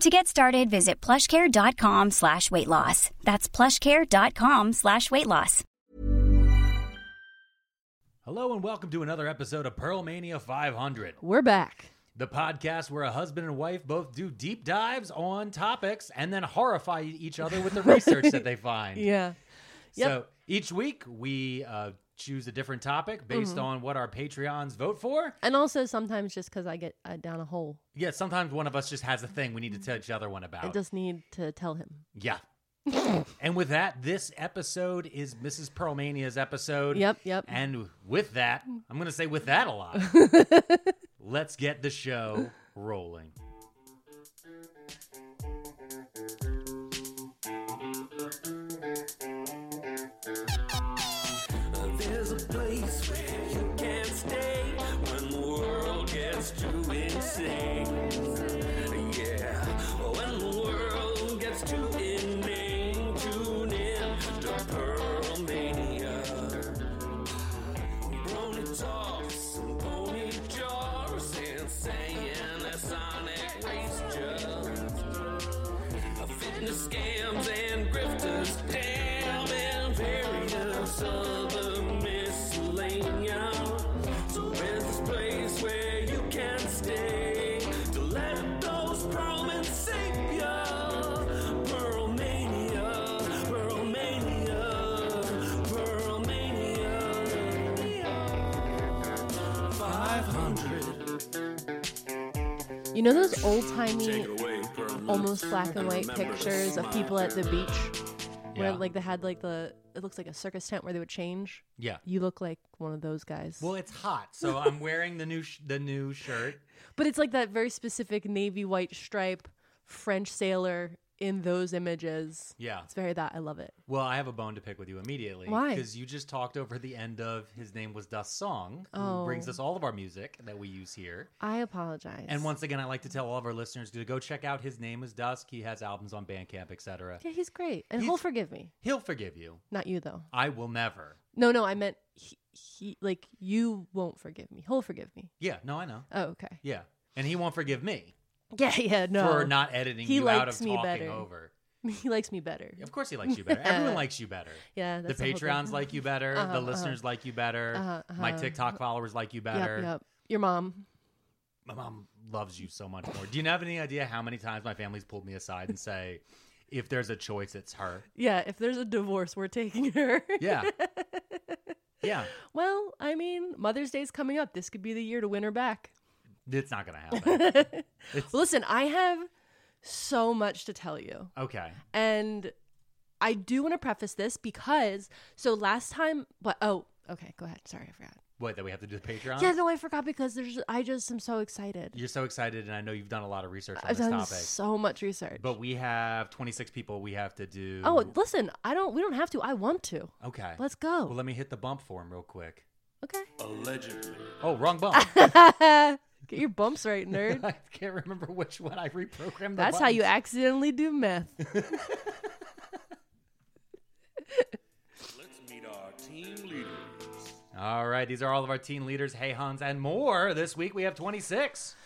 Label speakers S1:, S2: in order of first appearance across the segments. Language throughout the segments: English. S1: To get started, visit plushcare.com slash weight loss. That's plushcare.com slash weight loss.
S2: Hello and welcome to another episode of Pearl Mania 500,
S3: We're back.
S2: the podcast where a husband and wife both do deep dives on topics and then horrify each other with the research that they find.
S3: Yeah. yep.
S2: So each week we uh, choose a different topic based
S3: Mm-hmm.
S2: on what our Patreons vote for.
S3: And also sometimes just because I get uh, down a hole,
S2: Yeah, sometimes one of us just has a thing we need to tell each other one about.
S3: I just need to tell him.
S2: Yeah. and with that, this episode is Mrs. Pearlmania's episode.
S3: Yep, yep.
S2: And with that, I'm going to say with that a lot. Let's get the show rolling.
S4: There's a place where you can stay when the world gets too insane. Yeah, when the world gets too inane, tune in to Pearl Mania. Brony talks, and bony jars, and saying a sonic waste fitness scams and grifters, damn, and various other miscellanea. So there's this place where you can stay to let those pearlmen save ya. Pearlmania, Pearlmania, Pearlmania. 500.
S3: You know those old timey,
S4: away, Pearlman.
S3: almost black and white pictures of people at the beach where
S2: Yeah.
S3: like they had like the, it looks like a circus tent where they would change?
S2: Yeah.
S3: You look like one of those guys.
S2: Well, it's hot, so I'm wearing the new sh- the new shirt.
S3: but it's like that very specific navy white stripe French sailor in those images.
S2: Yeah.
S3: It's very that. I love it.
S2: Well, I have a bone to pick with you immediately.
S3: Why?
S2: Because you just talked over the end of his name was Dust Song, who brings
S3: Oh.
S2: us all of our music that we use here.
S3: I apologize.
S2: And once again, I like to tell all of our listeners to go check out his name is Dusk. He has albums on Bandcamp, etc.
S3: Yeah, he's great. And
S2: He's-
S3: he'll forgive me.
S2: He'll forgive you.
S3: Not you, though.
S2: I will never.
S3: No, no, I meant he, he like you won't forgive me. He'll forgive me.
S2: Yeah, no, I know.
S3: Oh, okay.
S2: Yeah, and he won't forgive me
S3: Yeah, yeah, no.
S2: for not editing
S3: He
S2: you out of
S3: likes me
S2: talking
S3: better.
S2: over.
S3: he likes me better.
S2: Of course, he likes you better. Everyone likes you better.
S3: Yeah,
S2: the
S3: that's whole thing.
S2: Patreons like you better.
S3: Uh-huh,
S2: the
S3: uh-huh.
S2: listeners like you better.
S3: Uh-huh,
S2: My
S3: uh-huh.
S2: TikTok followers like you better.
S3: Yep, yep. Your mom.
S2: My mom loves you so much more. Do you have any idea how many times my family's pulled me aside and say, "If there's a choice, it's her."
S3: Yeah, if there's a divorce, we're taking her.
S2: Yeah. Yeah,
S3: well, I mean, Mother's Day's coming up. This could be the year to win her back.
S2: it's not gonna happen.
S3: Listen, I have so much to tell you.
S2: Okay.
S3: And I do want to preface this because so last time but oh, okay, go ahead. Sorry, I forgot.
S2: What that we have to do the Patreon?
S3: Yeah, no, I forgot because there's I just am so excited.
S2: You're so excited, and I know you've done a lot of research on
S3: I've
S2: this
S3: done
S2: topic.
S3: so much research.
S2: But we have 26 people we have to do.
S3: oh, listen, I don't. We don't have to. I want to.
S2: okay.
S3: Let's go.
S2: Well, let me hit the bump for him real quick.
S3: okay.
S4: Allegedly.
S2: Oh, wrong bump.
S3: Get your bumps right, nerd.
S2: I can't remember which one I reprogrammed. the
S3: That's how you
S2: buttons.
S3: accidentally do meth.
S4: Let's meet
S2: All right, these are all of our teen leaders, hey Hans, and more. This week we have 26.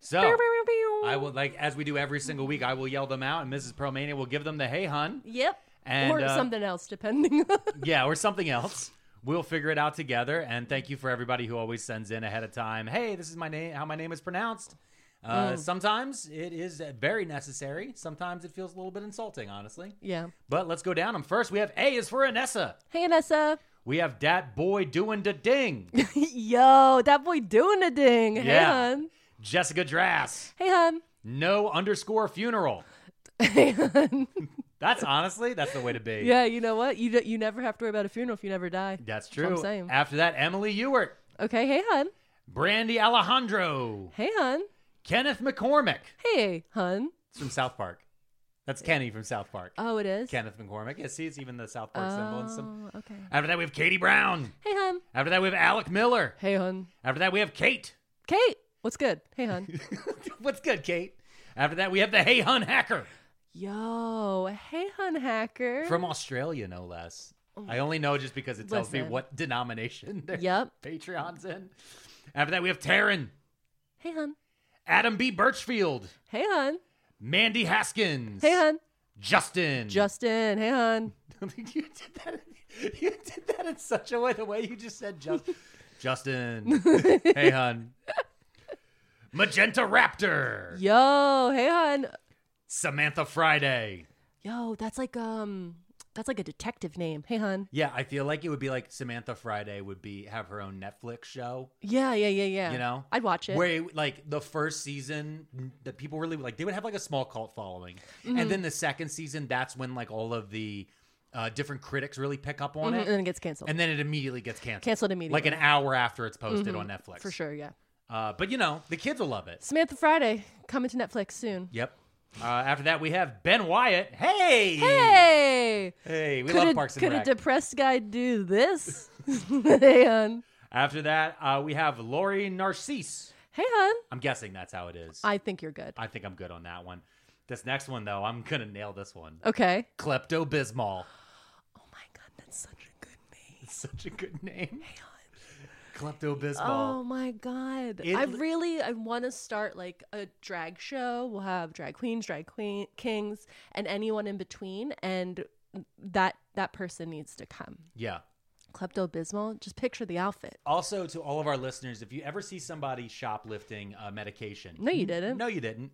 S2: So Oh. I will like as we do every single week, I will yell them out, and Mrs. Perlmania will give them the hey hun.
S3: Yep.
S2: And,
S3: or
S2: uh,
S3: something else, depending.
S2: yeah, or something else. We'll figure it out together. And thank you for everybody who always sends in ahead of time. Hey, this is my name. How my name is pronounced. Uh,
S3: Mm.
S2: Sometimes it is uh, very necessary. Sometimes it feels a little bit insulting, honestly.
S3: yeah.
S2: But let's go down them first. We have A is for Anessa.
S3: Hey, Anessa.
S2: We have Dat Boy doing da ding.
S3: Yo, that boy doing a ding. Hey,
S2: Yeah.
S3: hun.
S2: Jessica Drass.
S3: Hey, hun.
S2: No underscore funeral.
S3: Hey, hun.
S2: That's honestly that's the way to be.
S3: yeah, you know what? You d- you never have to worry about a funeral if you never die.
S2: that's
S3: what I'm
S2: true.
S3: saying.
S2: After that, Emily Ewert,
S3: Okay. Hey, hun.
S2: Brandy Alejandro,
S3: Hey, hun.
S2: Kenneth McCormick.
S3: Hey, hun.
S2: It's from South Park. That's Kenny from South Park.
S3: Oh, it is.
S2: Kenneth McCormick. Yeah, see, it's even the South Park symbol. And some...
S3: Oh, okay.
S2: After that, we have Katie Brown.
S3: Hey, hun.
S2: After that, we have Alec Miller.
S3: Hey, hun.
S2: After that, we have Kate.
S3: Kate, what's good? Hey, hun.
S2: What's good, Kate? After that, we have the Hey Hun Hacker
S3: Yo, hey, hun, hacker.
S2: from Australia, no less. I only know just because it tells me
S3: Oh. Listen.
S2: what denomination their
S3: Yep.
S2: Patreon's in. After that, we have Taryn,
S3: hey, hun.
S2: Adam B. Birchfield,
S3: Hey, hun.
S2: Mandy Haskins,
S3: Hey, hun.
S2: Justin.
S3: Justin. Hey, hun.
S2: you did that. You did that in such a way. The way you just said, just, Justin. hey, hon. Magenta Raptor.
S3: Yo, hey, hun.
S2: Samantha Friday.
S3: Yo, that's like um, that's like a detective name. Hey, hun.
S2: Yeah, I feel like it would be like Samantha Friday would be have her own Netflix show.
S3: Yeah, yeah, yeah, yeah.
S2: You know,
S3: I'd watch it.
S2: Where it- like the first season, the people really like they would have like a small cult following, and then the second season, that's when like all of the uh, different critics really pick up on
S3: Mhm,
S2: it.
S3: and then it gets canceled.
S2: and then it immediately Mm-hmm. gets Mm-hmm. canceled.
S3: Canceled
S2: Like
S3: immediately.
S2: an hour after it's posted on Netflix.
S3: for sure, yeah.
S2: Uh, but you know, the kids will love it.
S3: Samantha Friday coming to Netflix soon.
S2: Yep. Uh, after that, we have Ben Wyatt. Hey!
S3: Hey,
S2: Hey, we
S3: could
S2: love
S3: a,
S2: Parks and
S3: could a
S2: Rec.
S3: depressed guy do this? hey, hun.
S2: after that, uh, we have Lori Narcisse.
S3: Hey, hun.
S2: I'm guessing that's how it is. I,
S3: I think you're good.
S2: think I'm good on that one. This next one, though, I'm going to nail this one.
S3: Okay.
S2: Klepto Bismol.
S3: Oh my god, that's such a good name.
S2: Such a good name.
S3: Hey, hun.
S2: Klepto
S3: Oh
S2: Bismol.
S3: my god!
S2: It
S3: I
S2: li-
S3: really I want to start like a drag show. We'll have drag queens, drag queen kings, and anyone in between. And that that person needs to come.
S2: Yeah.
S3: Klepto Bismol. Just picture the outfit.
S2: Also, to all of our listeners, if you ever see somebody shoplifting uh, medication,
S3: No, you didn't.
S2: No, you didn't.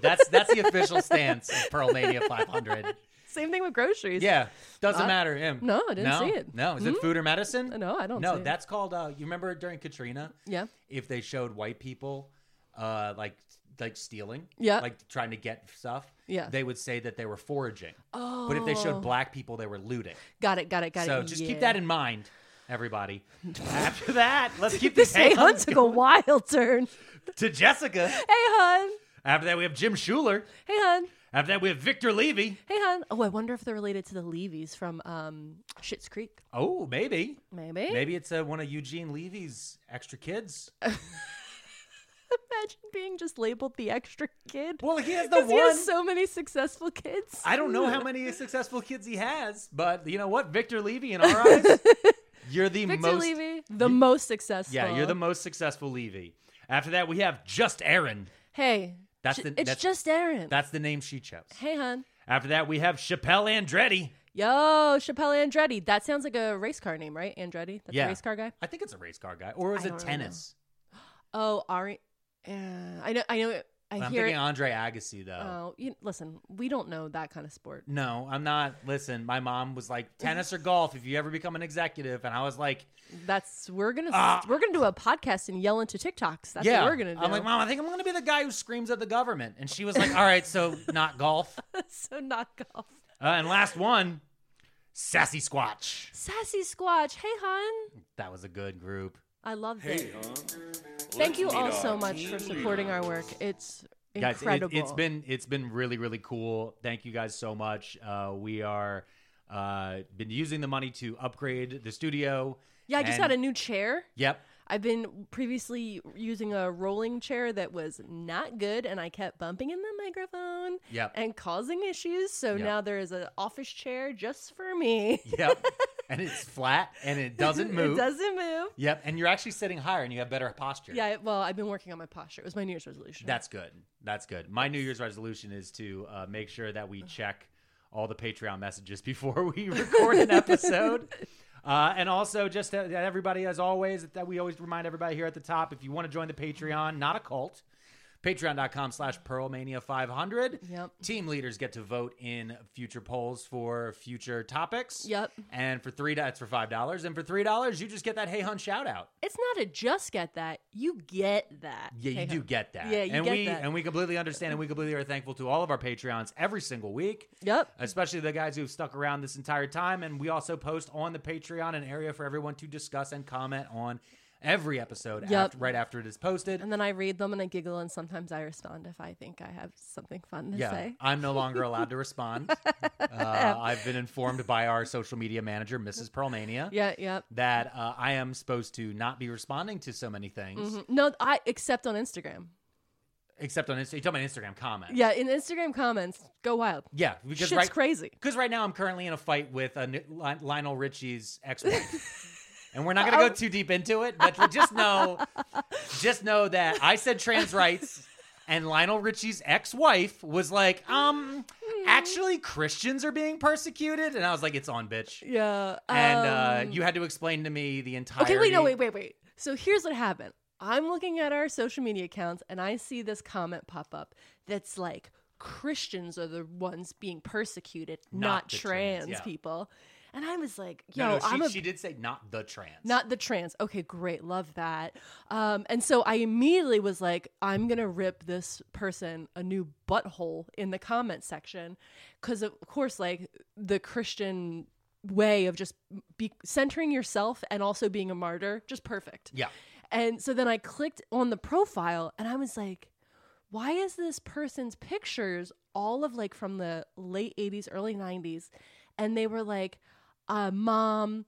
S2: That's that's the official stance of Pearl Mania 500.
S3: Same thing with groceries.
S2: Yeah, doesn't
S3: I-
S2: matter. Him.
S3: No, I didn't
S2: no?
S3: see it. Hmm?
S2: No, is it food or medicine?
S3: No, I don't
S2: No,
S3: see it.
S2: that's called. Uh, you remember during Katrina?
S3: Yeah.
S2: If they showed white people, uh, like like stealing,
S3: Yeah.
S2: like trying to get stuff,
S3: Yeah.
S2: they would say that they were foraging. Oh. But if they showed black people, they were looting.
S3: Got it. Got it. Got
S2: so
S3: it.
S2: just
S3: Yeah.
S2: keep that in mind, everybody. After that, let's keep
S3: This
S2: these
S3: hey hun
S2: hands
S3: took a wild turn. Hey
S2: to Jessica.
S3: hun.
S2: After that, we have Jim Schuler.
S3: Hey hun.
S2: After that, we have Victor Levy.
S3: Hey hun. Oh, I wonder if they're related to the Levies from um Schitt's Creek.
S2: Oh, maybe.
S3: Maybe.
S2: Maybe it's uh, one of Eugene Levy's extra kids.
S3: Imagine being just labeled the extra kid.
S2: Well, he has the
S3: Because he
S2: one.
S3: has so many successful kids.
S2: I don't know how many successful kids he has, but you know what? Victor Levy, in our eyes, you're the
S3: Victor
S2: most.
S3: Levy, the most successful.
S2: Yeah, you're the most successful Levy. After that, we have just Aaron.
S3: Hey,
S2: That's
S3: that's
S2: the-
S3: it's
S2: that's-
S3: just Aaron.
S2: That's the name she chose.
S3: hey, hon.
S2: After that, we have Chappelle Andretti.
S3: Yo, Chappelle Andretti. That sounds like a race car name, right? Andretti. That's
S2: yeah,
S3: a race car guy.
S2: I think it's a race car guy, or is
S3: I
S2: it
S3: don't really
S2: tennis?
S3: Oh, Ari. Uh, I know. I know. it- I
S2: I'm
S3: hear
S2: thinking
S3: it.
S2: Andre Agassi though.
S3: Oh, you, listen. We don't know that kind of sport.
S2: No, I'm not. Listen, my mom was like tennis or golf if you ever become an executive, and I was like,
S3: That's we're gonna
S2: Ah.
S3: we're gonna do a podcast and yell into TikToks. That's
S2: yeah,
S3: what we're gonna do.
S2: I'm like, mom, I think I'm gonna be the guy who screams at the government, and she was like, all right, so not golf.
S3: so knock off.
S2: Uh, and last one, Sassy Squatch.
S3: Sassy Squatch. Hey, hon.
S2: That was a good group.
S3: I love it. Thank you all so much for supporting our work. It's
S2: Guys,
S3: incredible.
S2: it, has been it's been really really cool. Thank you guys so much. Uh, we are uh, been using the money to upgrade the studio.
S3: yeah. I just
S2: and-
S3: got a new chair.
S2: Yep.
S3: I've been previously using a rolling chair that was not good, and I kept bumping in the microphone
S2: Yep.
S3: and causing issues. So
S2: Yep.
S3: now there is an office chair just for me.
S2: Yep. and it's flat and it doesn't move.
S3: it doesn't move.
S2: Yep. And you're actually sitting higher and you have better posture.
S3: Yeah, well, I've been working on my posture. It was my New Year's resolution.
S2: That's good. That's good. My New Year's resolution is to uh, make sure that we check all the Patreon messages before we record an episode. Uh, and also, just that that everybody, as always, that we always remind everybody here at the top if you want to join the Patreon, not a cult, patreon.com slash pearlmania500.
S3: Yep.
S2: Team leaders get to vote in future polls for future topics.
S3: Yep.
S2: And for three, that's for $5. And for $3, you just get that Hey Hun shout out.
S3: It's not a just get that. You get that.
S2: Yeah, you
S3: Hey,
S2: do get that.
S3: Yeah, you
S2: and
S3: get
S2: we,
S3: that.
S2: And we completely understand and we completely are thankful to all of our Patreons every single week,
S3: Yep.
S2: especially the guys who've stuck around this entire time. And we also post on the Patreon an area for everyone to discuss and comment on every episode
S3: Yep.
S2: after, right after it is posted.
S3: And then I read them and I giggle, and sometimes I respond if I think I have something fun to
S2: Yeah,
S3: say.
S2: I'm no longer allowed to respond. uh, I've been informed by our social media manager, Mrs. Pearlmania,
S3: Yeah, yeah.
S2: that uh, I am supposed to not be responding to so many things,
S3: Mm-hmm. No, I except on Instagram.
S2: except on Instagram. You tell me Instagram comments.
S3: Yeah, in Instagram comments, go wild.
S2: Yeah, because
S3: Shit's
S2: right,
S3: crazy.
S2: Because right now I'm currently in a fight with a, Ni- Li- Lionel Richie's ex-wife, and we're not going to go too deep into it. But just know, just know that I said trans rights, and Lionel Richie's ex-wife was like, um,
S3: Hmm.
S2: actually Christians are being persecuted, and I was like, it's on, bitch.
S3: Yeah.
S2: And uh,
S3: um,
S2: you had to explain to me the entire.
S3: Okay, wait, no, wait, wait, wait. So here's what happened. I'm looking at our social media accounts and I see this comment pop up that's like Christians are the ones being persecuted,
S2: Not
S3: not,
S2: the
S3: trans,
S2: trans, yeah.
S3: people. And I was like, yo,
S2: No, no, she,
S3: I'm a
S2: she did say not the trans.
S3: Not the trans. Okay, great. Love that. Um, and so I immediately was like, I'm going to rip this person a new butthole in the comment section. Because, of course, like the Christian way of just be- centering yourself and also being a martyr, just perfect.
S2: Yeah.
S3: And so then I clicked on the profile and I was like, why is this person's pictures all of like from the late 80s, early 90s? And they were like, uh, mom,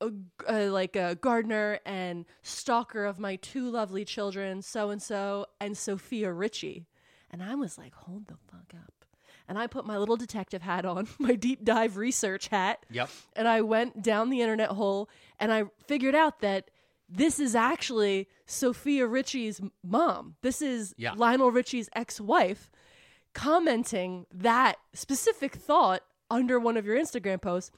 S3: uh, g- uh, like a gardener and stalker of my two lovely children, so and so, and Sophia Ritchie. And I was like, hold the fuck up. And I put my little detective hat on, my deep dive research hat.
S2: Yep.
S3: And I went down the internet hole and I figured out that this is actually Sophia Ritchie's m- mom. This is
S2: Yeah.
S3: Lionel Richie's ex wife commenting that specific thought under one of your Instagram posts.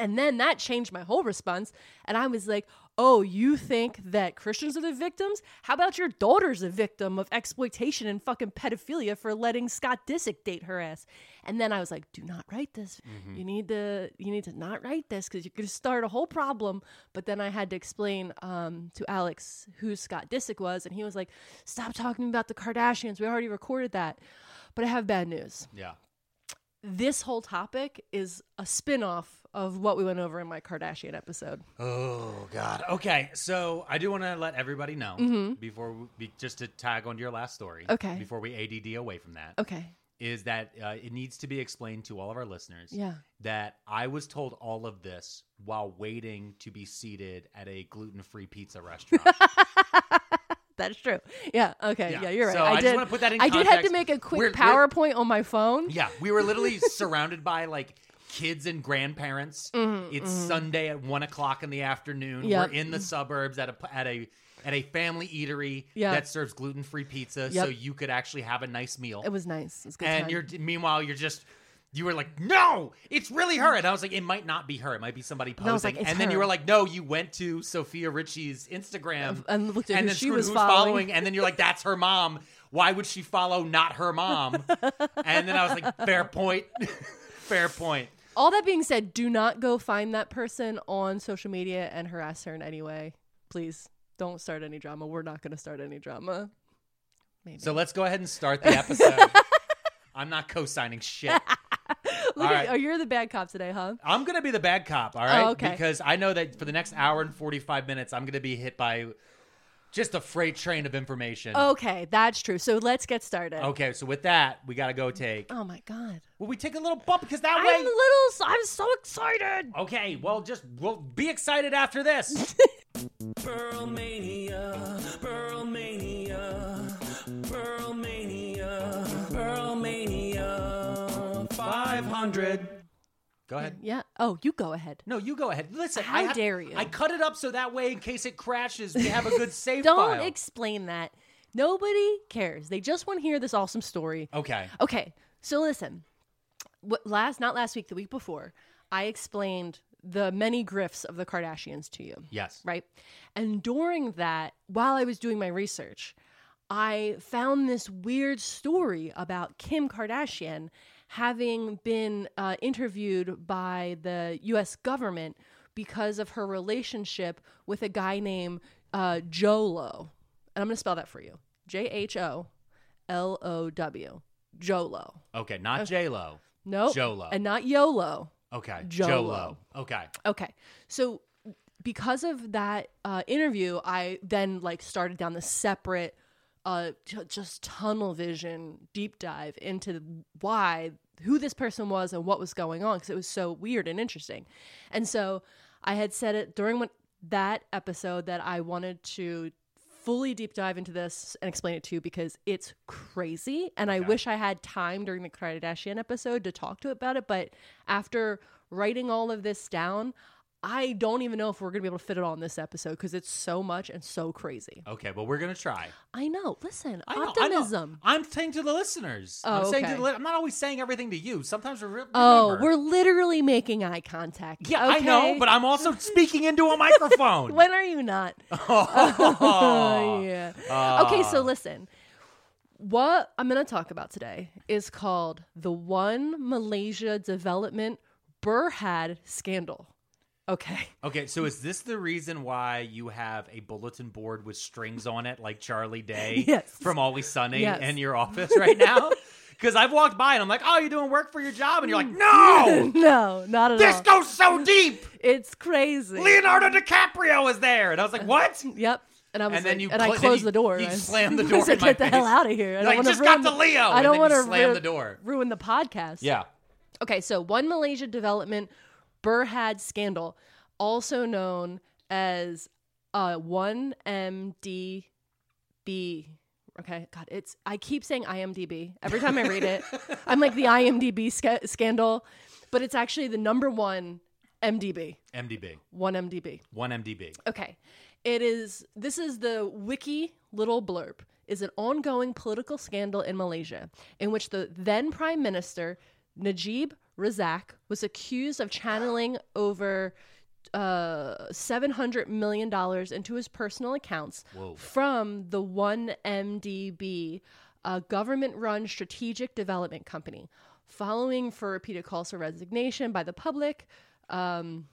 S3: And then that changed my whole response. And I was like, oh, you think that Christians are the victims? How about your daughter's a victim of exploitation and fucking pedophilia for letting Scott Disick date her ass? And then I was like, do not write this. You need to you need to not write this because you're gonna start a whole problem. But then I had to explain um, to Alex who Scott Disick was, and he was like, Stop talking about the Kardashians. We already recorded that. But I have bad news
S2: Yeah.
S3: this whole topic is a spin-off of what we went over in my Kardashian episode.
S2: Oh God. Okay, so I do want to let everybody know before we, be, just to tag on to your last story.
S3: Mm-hmm. Okay.
S2: Before we ADD away from that, is
S3: Okay.
S2: that uh, it needs to be explained to all of our listeners
S3: Yeah.
S2: that I was told all of this while waiting to be seated at a gluten-free pizza restaurant.
S3: That's true. Yeah. Okay.
S2: Yeah.
S3: Yeah, you're right.
S2: So I
S3: I,
S2: just
S3: did.
S2: wanna put that in
S3: I did have to
S2: context.
S3: make a quick
S2: We're- we're-
S3: PowerPoint on my phone.
S2: yeah, we were literally surrounded by like kids and grandparents. it's Sunday at one o'clock in the afternoon.
S3: Mm-hmm, Yep.
S2: We're in the suburbs at a at a at a family eatery
S3: Yeah.
S2: that serves gluten free pizza, so
S3: Yep.
S2: you could actually have a nice meal.
S3: It was nice. It was a good.
S2: and
S3: time.
S2: you're meanwhile you're just you were like, no, it's really her. And I was like, it might not be her. It might be somebody posing.
S3: I was like, it's
S2: and then you
S3: her.
S2: were like, no, you went to Sophia Ritchie's Instagram
S3: And looked at
S2: and
S3: who
S2: then
S3: she
S2: screwed
S3: was
S2: who's
S3: following.
S2: And then you're like, that's her mom. Why would she follow not her mom? and then I was like, fair point. fair point.
S3: All that being said, do not go find that person on social media and harass her in any way. Please don't start any drama. We're not going to start any drama.
S2: So let's go ahead and start the episode. I'm not co signing shit.
S3: Look
S2: All
S3: at
S2: right.
S3: you. Oh, you're the bad cop today, huh?
S2: I'm gonna be the bad cop, all right?
S3: okay.
S2: Because I know that for the next hour and 45 minutes, I'm gonna be hit by just a freight train of information.
S3: Okay, that's true. So let's get started.
S2: Okay, so with that, we gotta go take.
S3: Oh my god.
S2: Well, we take a little bump because that
S3: I'm
S2: way.
S3: little. I'm so excited.
S2: Okay, well, just we'll be excited after this.
S4: Pearl Mania, Pearl Mania, Pearl Mania, Pearl Mania, 500.
S2: Go ahead.
S3: Yeah. Oh, you go ahead.
S2: No, you go ahead. Listen, I
S3: How
S2: have-
S3: dare you.
S2: I cut it up so that way, in case it crashes, we have a good save
S3: Don't
S2: file.
S3: explain that. Nobody cares. They just want to hear this awesome story.
S2: okay.
S3: Okay, so listen. What, last, not last week, the week before, I explained the many grifts of the Kardashians to you,
S2: Yes.
S3: right? And during that, while I was doing my research, I found this weird story about Kim Kardashian having been uh, interviewed by the U.S. government because of her relationship with a guy named uh, Jolo. And I'm going to spell that for you: J H O L O W. Jolo.
S2: Okay. Not J Lo.
S3: Nope.
S2: Jolo.
S3: And not YOLO.
S2: Okay.
S3: Jolo.
S2: Jolo. Okay.
S3: Okay. So because of that uh, interview, I then like started down the separate, uh, ju- just tunnel vision deep dive into why who this person was and what was going on because it was so weird and interesting. And so I had said it during what, that episode that I wanted to fully deep dive into this and explain it to you because it's crazy and I wish I had time during the Kardashian episode to talk to about it but after writing all of this down I don't even know if we're going to be able to fit it all in this episode because it's so much and so crazy.
S2: Okay. But we're gonna try.
S3: I know. Listen,
S2: I know, I know.
S3: optimism.
S2: I'm saying to the listeners.
S3: Oh,
S2: I'm saying to
S3: okay.
S2: the li- I'm not always saying everything to you. Sometimes we're. Re-
S3: Oh,
S2: remember.
S3: we're literally making eye contact.
S2: Yeah, I
S3: okay?
S2: know, but I'm also speaking into a microphone.
S3: when are you not?
S2: Oh.
S3: yeah. okay, so listen. What I'm going to talk about today is called the One Malaysia Development Burhad Scandal. Okay.
S2: Okay, so is this the reason why you have a bulletin board with strings on it, like Charlie Day
S3: Yes.
S2: from Always Sunny,
S3: Yes.
S2: in your office right now? Because I've walked by and I'm like, "Oh, you're doing work for your job," and you're like, "No,
S3: No, not at
S2: this
S3: all.
S2: goes so deep."
S3: it's crazy.
S2: Leonardo DiCaprio is there, and I was like, "What?"
S3: Yep. And I was
S2: And then
S3: like-
S2: you
S3: and I
S2: cl- then
S3: closed
S2: you-
S3: the door.
S2: you
S3: I was-
S2: slammed the
S3: I
S2: door
S3: said,
S2: in my
S3: "Get the hell
S2: face."
S3: out of here!" I
S2: You're
S3: don't
S2: like,
S3: want
S2: "Just
S3: ruin
S2: got to Leo,"
S3: I
S2: and
S3: don't
S2: then you
S3: want to
S2: slammed the door.
S3: Ruin the podcast.
S2: Yeah,
S3: Okay, so one Malaysia development Burhad scandal, also known as uh one MDB. Okay, God, it's I keep saying IMDb every time I read it. I'm like the IMDb sca- scandal, but it's actually the number one MDB,
S2: MDB,
S3: one MDB.
S2: one MDB.
S3: Okay. It is this is the wiki little blurb is an ongoing political scandal in Malaysia in which the then prime minister Najib Razak was accused of channeling over uh, 700 million dollars into his personal accounts from the 1MDB a government-run strategic development company following for repeated calls for resignation by the public um,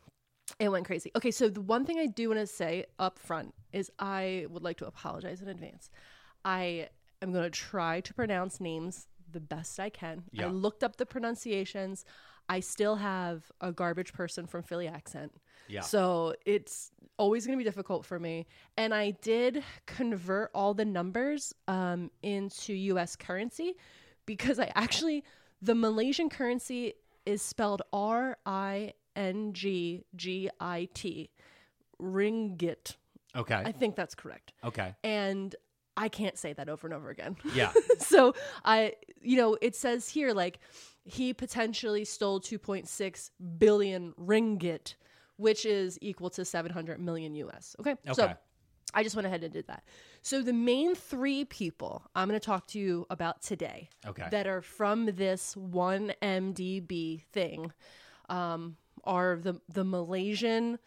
S3: it went crazy. Okay, so the one thing I do want to say up front is I would like to apologize in advance. I am going to try to pronounce names the best I can. I
S2: Yeah.
S3: looked up the pronunciations. I still have a garbage person from Philly accent.
S2: Yeah.
S3: So it's always going to be difficult for me. And I did convert all the numbers um, into US currency because I actually, the Malaysian currency is spelled R I N G G I T, ringgit.
S2: Okay,
S3: I think that's correct.
S2: okay,
S3: And I can't say that over and over again.
S2: yeah,
S3: so I, you know, it says here like he potentially stole 2.6 billion ringgit, which is equal to 700 million US. Okay. So
S2: Okay.
S3: I just went ahead and did that. So the main three people I'm going to talk to you about today
S2: Okay.
S3: that are from this 1MDB thing um, are the the Malaysian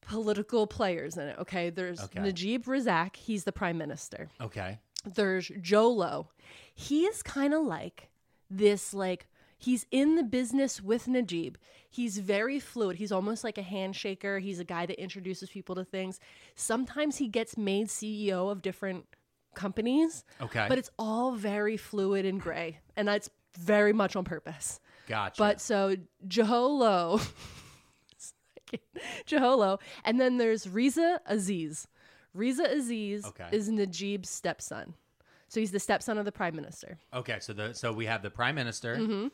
S3: political players in it. Okay. There's
S2: Okay.
S3: Najib Razak. He's the prime minister
S2: okay,
S3: there's Jolo. He is kind of like this, like, he's in the business with Najib. He's very fluid. He's almost like a handshaker. He's a guy that introduces people to things. Sometimes he gets made CEO of different companies,
S2: okay.
S3: but it's all very fluid and gray. And that's very much on purpose.
S2: gotcha.
S3: But so Jolo, Jolo, and then there's Riza Aziz. Riza Aziz
S2: Okay.
S3: is Najib's stepson, so he's the stepson of the prime minister.
S2: okay, so the
S3: Mm-hmm.
S2: so we have the prime minister.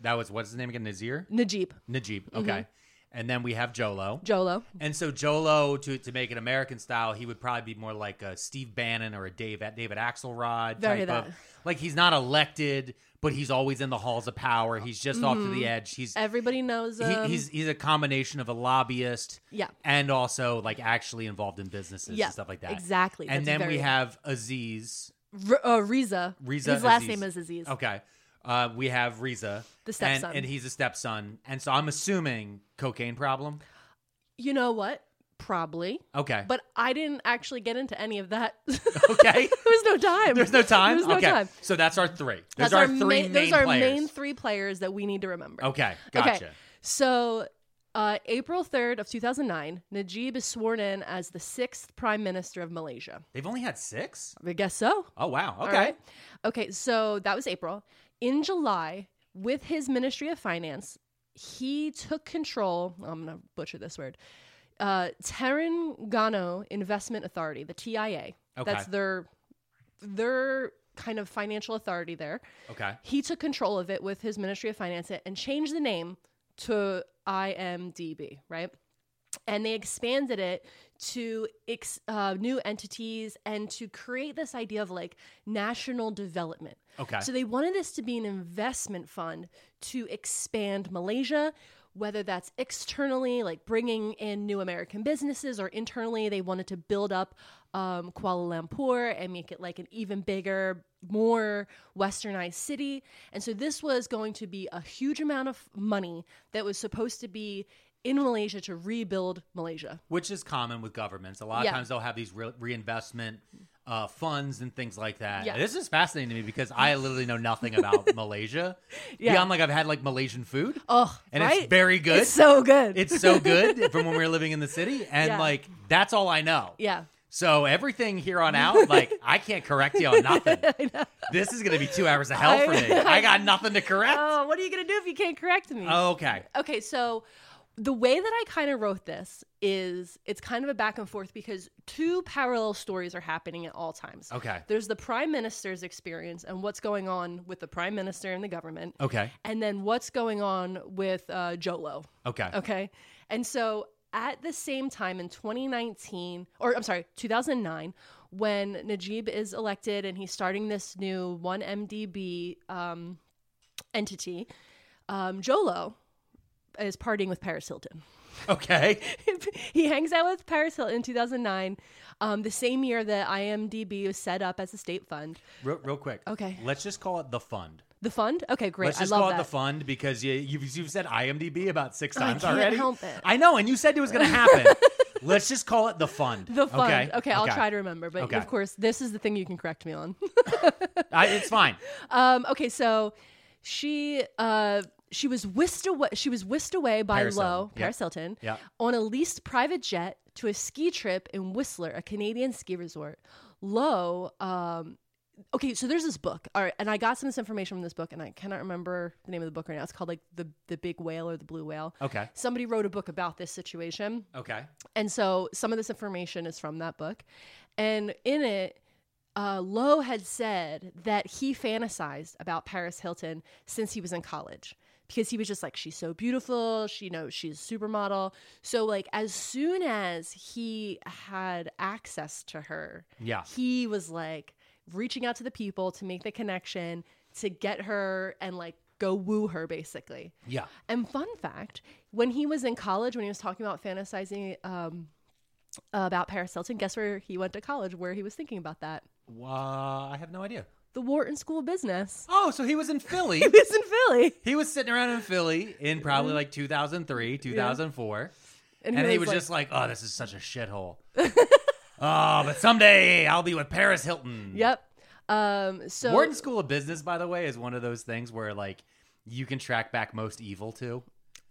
S2: That was what's his name again? Nazir.
S3: Najib, Mm-hmm.
S2: Najib. Okay. and then we have Jolo.
S3: Jolo.
S2: And so Jolo, to to make it American style, he would probably be more like a Steve Bannon or a Dave David Axelrod
S3: Very
S2: type
S3: that.
S2: of like he's not elected, but he's always in the halls of power. He's just off to
S3: Mm-hmm.
S2: the edge. He's
S3: Everybody knows um,
S2: he,
S3: him.
S2: he's he's a combination of a lobbyist,
S3: Yeah.
S2: and also like actually involved in businesses
S3: Yeah,
S2: and stuff like that.
S3: exactly.
S2: And
S3: That's
S2: then we
S3: very-
S2: have Aziz.
S3: R- uh, Riza.
S2: Riza.
S3: His last
S2: Aziz.
S3: name is Aziz.
S2: Okay. Uh, we have Riza,
S3: The
S2: and,
S3: stepson.
S2: and he's a stepson, and so I'm assuming cocaine problem.
S3: You know what? Probably.
S2: Okay,
S3: But I didn't actually get into any of that.
S2: okay,
S3: there was no time.
S2: There's no time.
S3: There was no
S2: okay,
S3: time.
S2: so that's our three. Those
S3: That's
S2: are
S3: our
S2: three main
S3: main, those are
S2: players.
S3: main three players that we need to remember.
S2: Okay, gotcha.
S3: So, uh, April 3rd of 2009, Najib is sworn in as the sixth prime minister of Malaysia.
S2: They've only had six.
S3: I guess so.
S2: Oh wow.
S3: All
S2: Okay.
S3: right. Okay, so that was April. In July, with his Ministry of Finance, he took control. I'm going to butcher this word. Uh, Terangano Investment Authority, the TIA. That's
S2: Okay.
S3: their their kind of financial authority there.
S2: Okay.
S3: He took control of it with his Ministry of Finance and changed the name to IMDb, right? And they expanded it to ex- uh, new entities and to create this idea of like national development.
S2: Okay.
S3: So they wanted this to be an investment fund to expand Malaysia, whether that's externally, like bringing in new American businesses, or internally, they wanted to build up um, Kuala Lumpur and make it like an even bigger, more westernized city. And so this was going to be a huge amount of money that was supposed to be in Malaysia to rebuild Malaysia.
S2: Which is common with governments. A lot of
S3: Yeah.
S2: times they'll have these re- reinvestment uh, funds and things like that.
S3: Yeah.
S2: This is fascinating to me because I literally know nothing about Malaysia.
S3: Yeah.
S2: Beyond like I've had like Malaysian food.
S3: Oh,
S2: and
S3: right?
S2: it's very good.
S3: It's so good.
S2: It's so good from when we were living in the city, and
S3: Yeah.
S2: like that's all I know.
S3: yeah.
S2: So everything here on out, like I can't correct you on nothing. This is gonna be two hours of hell for me. I got nothing to correct.
S3: Oh, what are you gonna do if you can't correct me?
S2: Okay.
S3: Okay, so the way that I kind of wrote this is it's kind of a back and forth because two parallel stories are happening at all times.
S2: Okay.
S3: There's the prime minister's experience and what's going on with the prime minister and the government.
S2: Okay.
S3: And then what's going on with uh, Jolo.
S2: Okay.
S3: Okay. And so at the same time in 2019, or I'm sorry, 2009, when Najib is elected and he's starting this new 1MDB um, entity, um, Jolo is partying with Paris Hilton.
S2: Okay.
S3: he hangs out with Paris Hilton in 2009, um, the same year that IMDb was set up as a state fund.
S2: Real, real quick.
S3: Okay.
S2: Let's just call it the fund.
S3: The fund? Okay, great.
S2: Let's just
S3: I love
S2: call it
S3: that.
S2: the fund because you, you've, you've said IMDb about six times
S3: can't
S2: already.
S3: help it.
S2: I know, and you said it was going to happen. Let's just call it the fund.
S3: The fund. Okay, I'll try to remember, but
S2: Okay.
S3: of course, this is the thing you can correct me on.
S2: I, it's fine.
S3: Um, okay, so she uh, she was whisked away. She was whisked away by
S2: Paris
S3: Lowe
S2: Hilton. Yeah.
S3: Paris Hilton
S2: Yeah.
S3: on a leased private jet to a ski trip in Whistler, a Canadian ski resort. Lowe. Um, okay, so there's this book. All right, and I got some of this information from this book, and I cannot remember the name of the book right now. It's called like the the big whale or the blue whale.
S2: Okay.
S3: Somebody wrote a book about this situation.
S2: Okay.
S3: And so some of this information is from that book. And in it, uh, Lowe had said that he fantasized about Paris Hilton since he was in college because he was just like, she's so beautiful. She, you know, she's a supermodel. So, like, as soon as he had access to her,
S2: Yeah.
S3: he was like reaching out to the people to make the connection to get her and like go woo her basically.
S2: Yeah.
S3: And fun fact, when he was in college, when he was talking about fantasizing um, about Paris Hilton, guess where he went to college? Where he was thinking about that?
S2: Well, I have no idea.
S3: The Wharton School of Business.
S2: Oh, so he was in Philly.
S3: He was in Philly,
S2: he was sitting around in Philly in probably like 2003, 2004.
S3: Mm-hmm. and,
S2: And he was just like, oh, this is such a shithole. oh, but someday I'll be with Paris Hilton.
S3: "Yep." Um, so
S2: Wharton School of Business, by the way, is one of those things where like you can track back most evil to.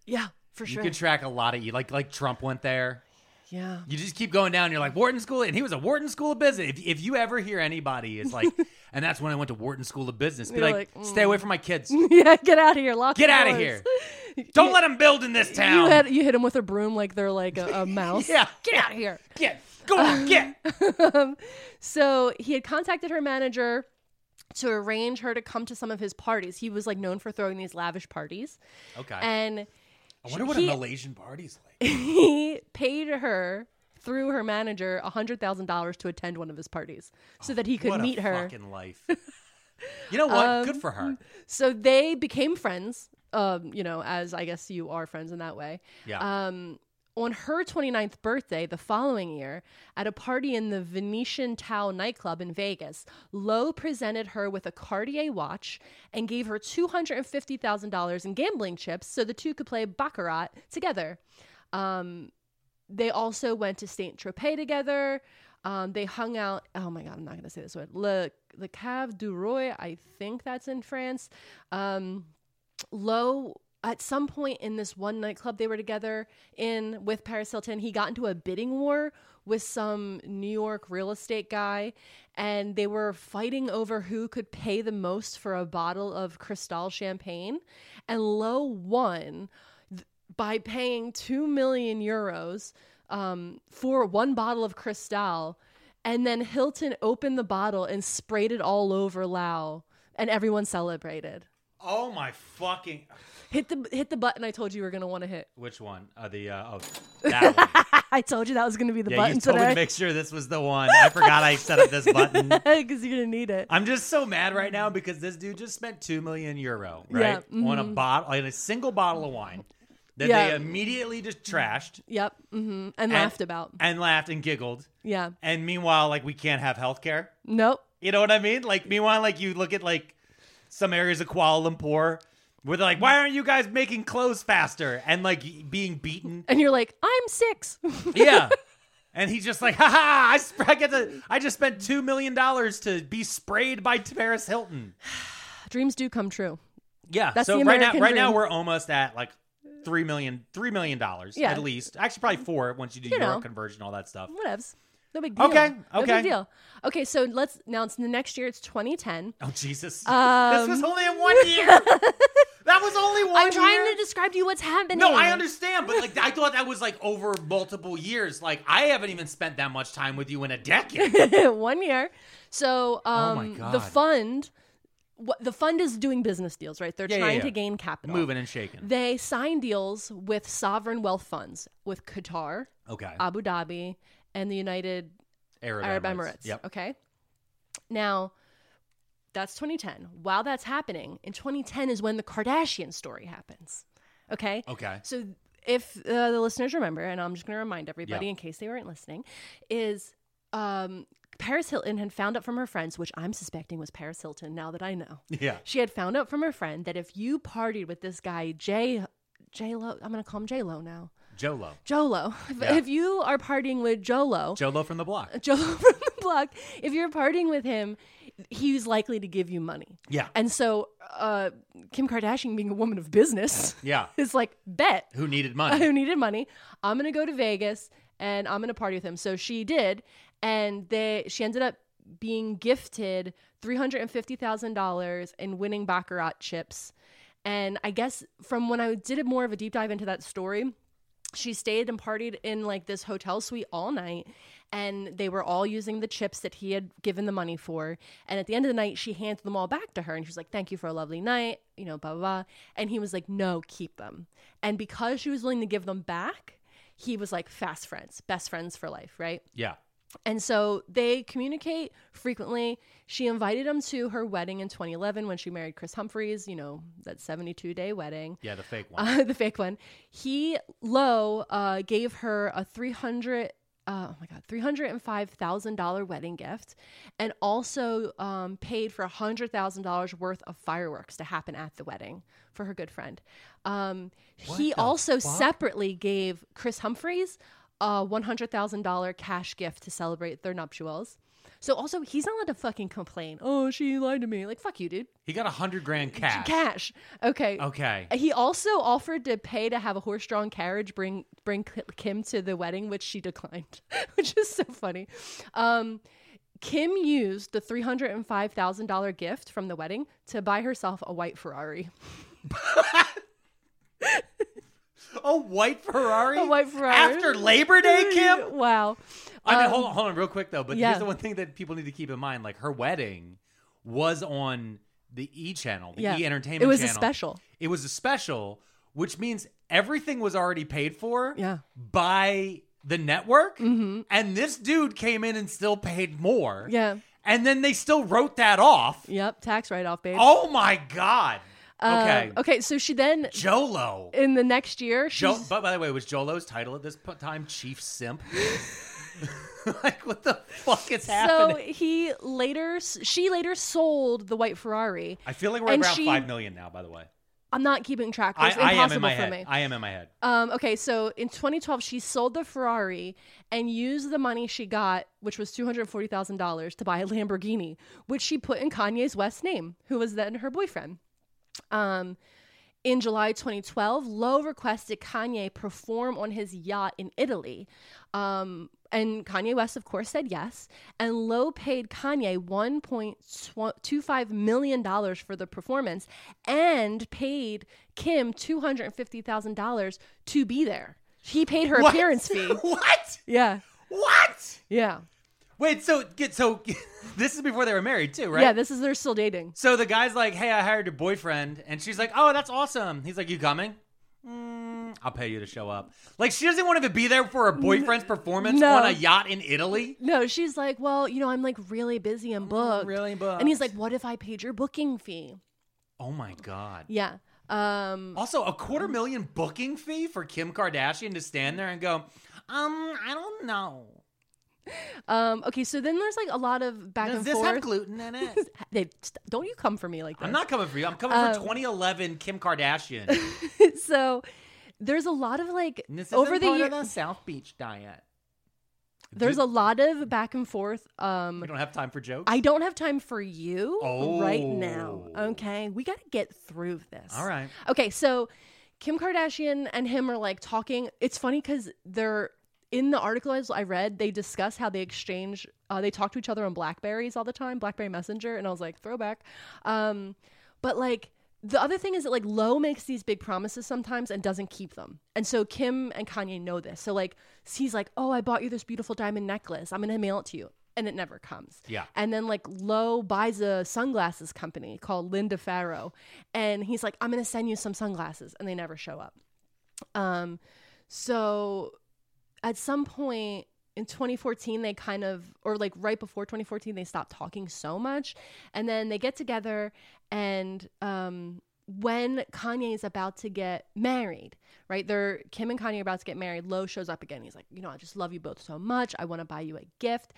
S3: yeah, for
S2: You
S3: sure.
S2: can track a lot of e like like Trump went there.
S3: yeah,
S2: You just keep going down. and You're like Wharton School, and he was a Wharton School of Business. If, if you ever hear anybody is like, and that's when I went to Wharton School of Business. Be
S3: You're
S2: like,
S3: like, mm.
S2: stay away from my kids.
S3: yeah. Get out of here. Lock.
S2: Get
S3: the
S2: out of
S3: doors.
S2: here. Don't let them build in this
S3: You
S2: town.
S3: had you hit him with a broom like they're like a, a mouse.
S2: yeah,
S3: Get out of here.
S2: get go on, get.
S3: So he had contacted her manager to arrange her to come to some of his parties. He was like known for throwing these lavish parties.
S2: Okay.
S3: And
S2: I wonder what
S3: He-
S2: a Malaysian party's like.
S3: he paid her through her manager $100,000 to attend one of his parties so that he could
S2: what
S3: meet
S2: a
S3: her.
S2: fucking life. You know what? Good for her.
S3: So they became friends, um, you know, as I guess you are friends in that way.
S2: Yeah.
S3: Um, on her 29th birthday the following year, at a party in the Venetian Tao nightclub in Vegas, Lowe presented her with a Cartier watch and gave her $250,000 in gambling chips so the two could play Baccarat together. Um, they also went to Saint Tropez together. Um, they hung out. Oh my god, I'm not gonna say this word. Le Le Cave du Roy. I think that's in France. Um, Low at some point in this one nightclub they were together in with Paris Hilton, he got into a bidding war with some New York real estate guy, and they were fighting over who could pay the most for a bottle of Cristal champagne, and Low won by paying 2 million euros um, for one bottle of Cristal. And then Hilton opened the bottle and sprayed it all over Lau, and everyone celebrated.
S2: oh my fucking.
S3: Hit the hit the button I told you we were gonna want to hit.
S2: Which one? Uh, the uh, oh, that one.
S3: I told you that was gonna be the
S2: Yeah,
S3: button
S2: you told me to
S3: today
S2: make sure this was the one. I forgot I set up this button.
S3: because you're gonna need it.
S2: I'm just so mad right now because this dude just spent two million euro right
S3: Yeah, mm-hmm.
S2: on a bottle, on a single bottle of wine that
S3: Yeah.
S2: they immediately just trashed
S3: yep, mm-hmm. and, laughed about.
S2: and laughed and giggled.
S3: Yeah,
S2: And meanwhile, like we can't have healthcare.
S3: nope.
S2: You know what I mean? Like meanwhile, like you look at like some areas of Kuala Lumpur where they're like, why aren't you guys making clothes faster and like being beaten?
S3: And you're like, I'm six.
S2: Yeah. And he's just like, ha ha! I, sp- I get to, I just spent two million dollars to be sprayed by Paris Hilton.
S3: Dreams do come true.
S2: Yeah.
S3: That's
S2: so
S3: the
S2: right now,
S3: American
S2: right now
S3: dream.
S2: we're almost at like three million, three million dollars
S3: Yeah.
S2: at least. Actually, probably four once you do
S3: You
S2: euro
S3: know.
S2: conversion, all that stuff.
S3: Whatevs. No big deal.
S2: Okay,
S3: No
S2: okay.
S3: big deal. Okay, so let's now it's the next year. It's 2010.
S2: Oh Jesus!
S3: Um,
S2: this was only in one year. that was only one.
S3: I'm trying
S2: year?
S3: to describe to you what's happening.
S2: No, I understand, but like I thought that was like over multiple years. Like I haven't even spent that much time with you in a decade.
S3: one year. So
S2: Oh
S3: um,
S2: my
S3: the
S2: God.
S3: fund, what the fund is doing business deals, right? They're
S2: Yeah, yeah,
S3: trying
S2: yeah.
S3: to gain capital.
S2: Moving and shaking.
S3: They sign deals with sovereign wealth funds with Qatar,
S2: Okay.
S3: Abu Dhabi, and the United
S2: Arab,
S3: Uh, Arab
S2: Emirates.
S3: Emirates.
S2: Yep.
S3: Okay. Now, that's 2010. While that's happening, in 2010 is when the Kardashian story happens. Okay.
S2: Okay.
S3: So if uh, the listeners remember, and I'm just going to remind everybody
S2: Yeah.
S3: in case they weren't listening, is um, Paris Hilton had found out from her friends, which I'm suspecting was Paris Hilton. Now that I know,
S2: Yeah.
S3: she had found out from her friend that if you partied with this guy J J Lo, I'm going to call him J Lo now.
S2: Jolo.
S3: Jolo. If,
S2: Yeah.
S3: if you are partying with Jolo,
S2: Jolo from the block.
S3: Joe from the block, if you're partying with him, he's likely to give you money.
S2: Yeah.
S3: And so uh, Kim Kardashian, being a woman of business,
S2: Yeah.
S3: is like, bet
S2: Who needed
S3: who
S2: money?
S3: needed money. I'm gonna go to Vegas and I'm gonna party with him. So she did, and they she ended up being gifted three hundred and fifty thousand dollars in winning baccarat chips. And I guess from when I did more of a deep dive into that story, she stayed and partied in like this hotel suite all night and they were all using the chips that he had given the money for and at the end of the night she handed them all back to her and she was like thank you for a lovely night you know blah blah blah and he was like no keep them and because she was willing to give them back he was like fast friends best friends for life right
S2: Yeah.
S3: and so they communicate frequently. She invited him to her wedding in 2011 when she married Chris Humphries, you know, that 72 day wedding.
S2: Yeah. The fake one.
S3: Uh, the fake one. He Lowe uh, gave her a three hundred. Uh, oh my god, three hundred and five thousand dollar wedding gift, and also um, paid for hundred thousand dollars worth of fireworks to happen at the wedding for her good friend. Um, he also separately gave Chris Humphreys a one hundred thousand dollar cash gift to celebrate their nuptials. So also, he's not allowed to fucking complain. Oh, she lied to me. Like fuck you, dude.
S2: He got a hundred grand cash.
S3: Cash. Okay.
S2: Okay.
S3: He also offered to pay to have a horse-drawn carriage bring bring Kim to the wedding, which she declined, which is so funny. Um, Kim used the three hundred and five thousand dollar gift from the wedding to buy herself a white Ferrari.
S2: A white Ferrari.
S3: A white Ferrari.
S2: After Labor Day, Kim.
S3: wow.
S2: I mean, hold on, hold on, real quick though. But
S3: Um, yeah.
S2: here's the one thing that people need to keep in mind: like her wedding was on the E channel, the
S3: Yeah.
S2: E Entertainment.
S3: It was a
S2: channel.
S3: special.
S2: It was a special, which means everything was already paid for
S3: Yeah. Mm-hmm.
S2: by the network. And this dude came in and still paid more.
S3: Yeah.
S2: And then they still wrote that off.
S3: Yep, tax write off, babe.
S2: Oh my God.
S3: Um,
S2: okay.
S3: Okay, so she then
S2: Jolo.
S3: in the next year,
S2: Jo-
S3: she's
S2: but by the way, was Jolo's title at this po- time Chief Simp? like, what the fuck is
S3: so
S2: happening?
S3: he later she later sold the white Ferrari.
S2: I feel like we're
S3: and
S2: around
S3: she-
S2: 5 million now, by the way.
S3: I'm not keeping track.
S2: I,
S3: It's
S2: I am
S3: impossible
S2: in my
S3: for
S2: head.
S3: me.
S2: I am in my head.
S3: Um, okay, so in 2012, she sold the Ferrari and used the money she got, which was $240,000, to buy a Lamborghini, which she put in Kanye's West name, who was then her boyfriend. Um, in July 2012, Lowe requested Kanye perform on his yacht in Italy. Um, and Kanye West, of course, said yes. And Lowe paid Kanye $1.25 million for the performance and paid Kim $250,000 to be there. He paid her
S2: What?
S3: appearance fee.
S2: what?
S3: Yeah.
S2: What?
S3: Yeah.
S2: Wait, so get so this is before they were married too, right?
S3: Yeah, this is they're still dating.
S2: so the guy's like, "Hey, I hired your boyfriend," and she's like, "Oh, that's awesome." He's like, "You coming?" Mm, I'll pay you to show up. Like she doesn't want him to be there for her boyfriend's performance
S3: no.
S2: on a yacht in Italy.
S3: No, she's like, well, you know, I'm like really busy and booked.
S2: Mm, really
S3: And he's like,
S2: booked.
S3: what if I paid your booking fee?
S2: Oh my god.
S3: Yeah. Um,
S2: Also, a quarter million booking fee for Kim Kardashian to stand there and go, "Um, I don't know.
S3: um, okay, so then there's like a lot of back
S2: Does
S3: and
S2: this
S3: forth.
S2: have gluten in it?"
S3: they st- don't you come for me like this.
S2: I'm not coming for you. I'm coming
S3: Um,
S2: for 2011 Kim Kardashian.
S3: so there's a lot of like
S2: And this
S3: over
S2: isn't
S3: the
S2: part of
S3: years.
S2: the South Beach diet.
S3: There's a lot of back and forth. Um,
S2: We don't have time for jokes.
S3: I don't have time for you right now.
S2: Oh.
S3: Okay, we got to get through this.
S2: All right.
S3: Okay, so Kim Kardashian and him are like talking. It's funny because they're in the article as I read, they discuss how they exchange, uh, they talk to each other on Blackberries all the time, Blackberry Messenger, and I was like, throwback. Um, but like the other thing is that like Lowe makes these big promises sometimes and doesn't keep them, and so Kim and Kanye know this. So like he's like, oh, I bought you this beautiful diamond necklace. I'm gonna mail it to you. And it never comes.
S2: Yeah.
S3: And then like Lowe buys a sunglasses company called Linda Farrow. And he's like, I'm gonna send you some sunglasses. And they never show up. Um so at some point in 2014 they kind of or like right before 2014 they stopped talking so much and then they get together and um when Kanye is about to get married, right? They're Kim and Kanye are about to get married. Lo shows up again. He's like, you know, I just love you both so much. I want to buy you a gift,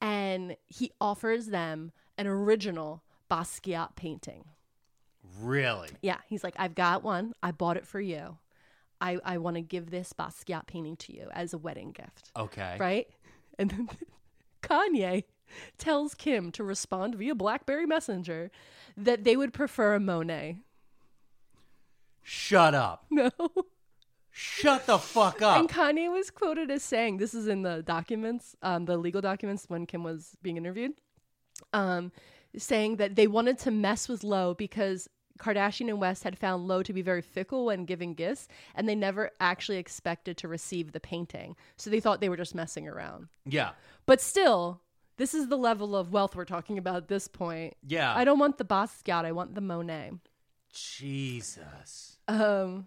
S3: and he offers them an original Basquiat painting.
S2: Really?
S3: Yeah, he's like, I've got one. I bought it for you. I, I want to give this Basquiat painting to you as a wedding gift.
S2: Okay.
S3: Right? And then Kanye tells Kim to respond via Blackberry Messenger that they would prefer a Monet.
S2: Shut up.
S3: No.
S2: Shut the fuck up.
S3: And Kanye was quoted as saying, this is in the documents, um, the legal documents when Kim was being interviewed, um, saying that they wanted to mess with Lowe because Kardashian and West had found Lowe to be very fickle when giving gifts, and they never actually expected to receive the painting. So they thought they were just messing around.
S2: yeah.
S3: But still, this is the level of wealth we're talking about at this point.
S2: Yeah.
S3: I don't want the Basquiat, I want the Monet.
S2: Jesus.
S3: Um,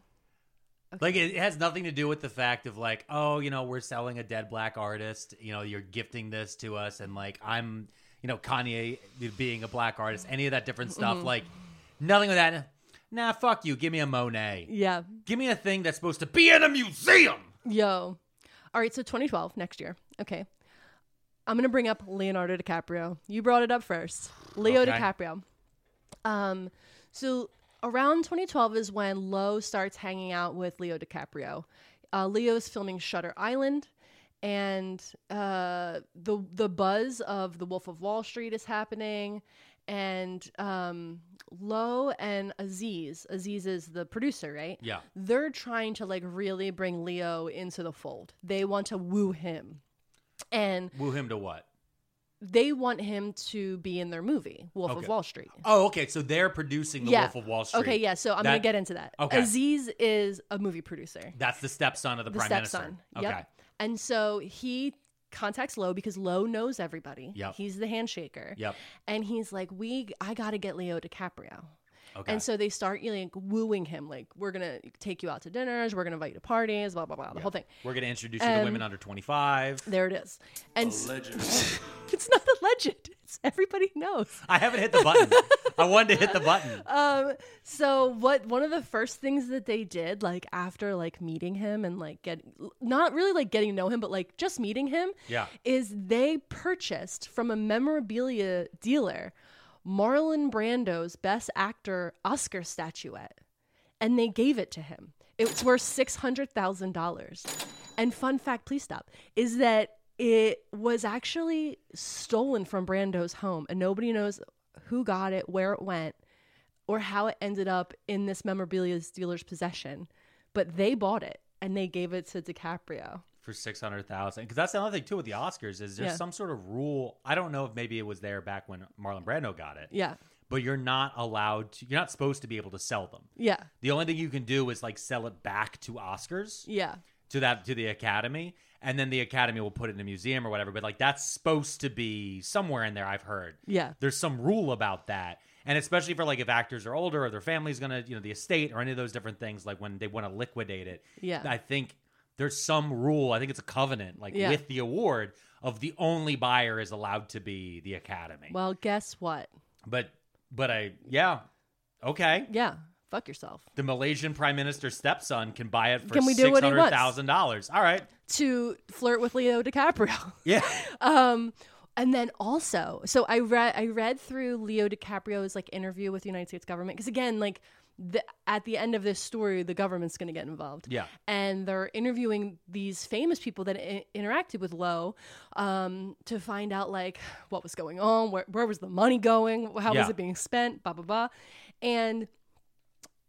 S2: Like it it has nothing to do with the fact of like, oh, you know, we're selling a dead black artist. You know, you're gifting this to us, and like I'm, you know, Kanye being a black artist. Any of that different stuff.
S3: Mm-hmm.
S2: Like nothing with that. Nah, fuck you. Give me a Monet.
S3: yeah.
S2: Give me a thing that's supposed to be in a museum.
S3: Yo. All right, so 2012, next year. Okay. I'm going to bring up Leonardo DiCaprio. You brought it up first. Leo
S2: Okay.
S3: DiCaprio. Um so around 2012 is when Lowe starts hanging out with Leo DiCaprio. Uh, Leo is filming Shutter Island and uh the the buzz of The Wolf of Wall Street is happening and um Lowe and Aziz, Aziz is the producer, right?
S2: Yeah.
S3: they're trying to like really bring Leo into the fold. They want to woo him. And
S2: Woo him to what?
S3: they want him to be in their movie, Wolf
S2: Okay.
S3: of Wall Street.
S2: Oh, okay. So they're producing the
S3: Yeah.
S2: Wolf of Wall Street.
S3: Okay, yeah, so I'm
S2: That-
S3: going to get into that.
S2: Okay.
S3: Aziz is a movie producer.
S2: That's the stepson of the,
S3: the
S2: prime
S3: stepson.
S2: minister.
S3: Yep. And so he contacts Lo because Lo knows everybody.
S2: Yep.
S3: He's the handshaker.
S2: Yep.
S3: And he's like, "We I got to get Leo DiCaprio."
S2: Okay.
S3: And so they start you know, like wooing him, like we're gonna take you out to dinners, we're gonna invite you to parties, blah blah blah, the whole thing.
S2: We're gonna introduce you to women
S3: Um,
S2: under 25.
S3: There it is. And s- it's not a legend. It's everybody knows.
S2: I haven't hit the button. I wanted to hit the button.
S3: Uh, So what one of the first things that they did like after like meeting him and like get not really like getting to know him but like just meeting him
S2: Yeah.
S3: is they purchased from a memorabilia dealer Marlon Brando's best actor Oscar statuette and they gave it to him. It's worth $600,000. And fun fact, please stop, is that it was actually stolen from Brando's home and nobody knows who got it, where it went, or how it ended up in this memorabilia dealer's possession. But they bought it and they gave it to DiCaprio.
S2: for six hundred thousand. Because that's the other thing too with the Oscars is there's
S3: Yeah.
S2: some sort of rule. I don't know if maybe it was there back when Marlon Brando got it.
S3: Yeah.
S2: But you're not allowed. To, you're not supposed to be able to sell them.
S3: Yeah.
S2: The only thing you can do is like sell it back to Oscars
S3: Yeah.
S2: to that to the Academy, and then the Academy will put it in a museum or whatever. But like that's supposed to be somewhere in there. I've heard.
S3: Yeah.
S2: There's some rule about that. And especially for like if actors are older or their family's gonna, you know, the estate or any of those different things, like when they want to liquidate it.
S3: Yeah.
S2: I think there's some rule. I think it's a covenant, like
S3: Yeah.
S2: with the award of the only buyer is allowed to be the academy.
S3: Well, guess what?
S2: but but I yeah. Okay.
S3: Yeah. Fuck yourself.
S2: The Malaysian Prime Minister's stepson can buy it for
S3: Can we do
S2: six
S3: what he
S2: hundred
S3: wants?
S2: thousand dollars. All right.
S3: To flirt with Leo DiCaprio.
S2: Yeah.
S3: Um, and then also, so I read I read through Leo DiCaprio's like interview with the United States government because again, like the, at the end of this story, the government's going to get involved.
S2: Yeah.
S3: and they're interviewing these famous people that I- interacted with Lowe um, to find out like what was going on, where where was the money going, how
S2: Yeah.
S3: was it being spent, blah blah blah, and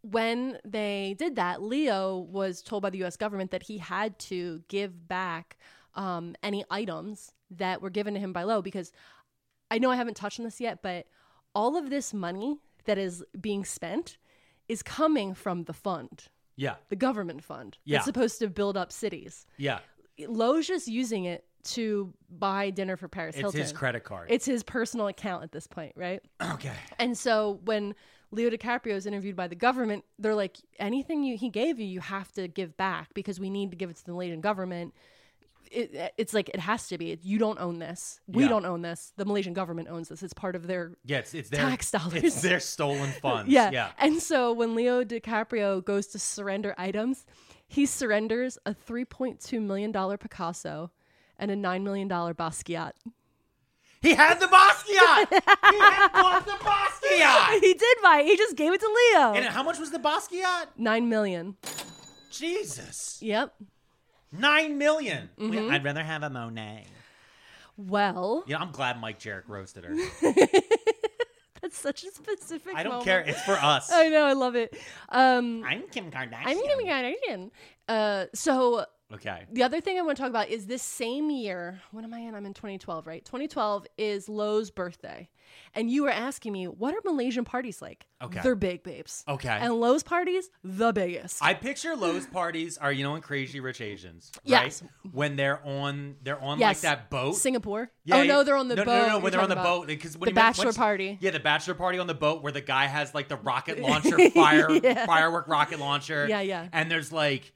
S3: when they did that, Leo was told by the U.S. government that he had to give back um, any items that were given to him by Lowe because I know I haven't touched on this yet, but all of this money that is being spent is coming from the fund,
S2: Yeah.
S3: the government fund.
S2: Yeah.
S3: It's supposed to build up cities.
S2: Yeah.
S3: Lowe's just using it to buy dinner for Paris
S2: It's
S3: Hilton.
S2: his credit card.
S3: It's his personal account at this point, right?
S2: okay.
S3: And so when Leo DiCaprio is interviewed by the government, they're like, anything you, he gave you, you have to give back because we need to give it to the Malaysian government. It, it's like it has to be. You don't own this. We
S2: Yeah.
S3: don't own this. The Malaysian government owns this. It's part of their
S2: Yeah, it's, it's their
S3: Tax dollars.
S2: It's their stolen funds.
S3: yeah.
S2: Yeah.
S3: And so when Leo DiCaprio goes to surrender items, he surrenders a three point two million dollar Picasso and a nine million dollar Basquiat.
S2: He had the Basquiat. he had bought the Basquiat.
S3: he did buy. it. He just gave it to Leo.
S2: And how much was the Basquiat?
S3: nine million.
S2: Jesus,
S3: Yep.
S2: nine million.
S3: Mm-hmm.
S2: I'd rather have a Monet.
S3: Well,
S2: You know, I'm glad Mike Jarek roasted her.
S3: That's such a specific.
S2: I don't
S3: moment.
S2: care. It's for us.
S3: I know. I love it. Um,
S2: I'm Kim Kardashian.
S3: I'm gonna be Canadian. Uh, so
S2: okay.
S3: the other thing I want to talk about is this same year. When am I in? I'm in 2012, right? 2012 is Lowe's birthday, and you were asking me what are Malaysian parties like?
S2: Okay.
S3: they're big, babes.
S2: Okay.
S3: and Lowe's parties the biggest.
S2: I picture Lowe's parties are you know in Crazy Rich Asians, right?
S3: Yes.
S2: When they're on, they're on
S3: yes,
S2: like that boat.
S3: Singapore.
S2: Yeah,
S3: oh
S2: yeah.
S3: no, they're on the boat.
S2: No, no, no,
S3: you're
S2: when they're on the
S3: talking about.
S2: boat because
S3: the bachelor party.
S2: Yeah, the bachelor party on the boat where the guy has like the rocket launcher, fire, firework rocket launcher.
S3: Yeah, yeah.
S2: And there's like,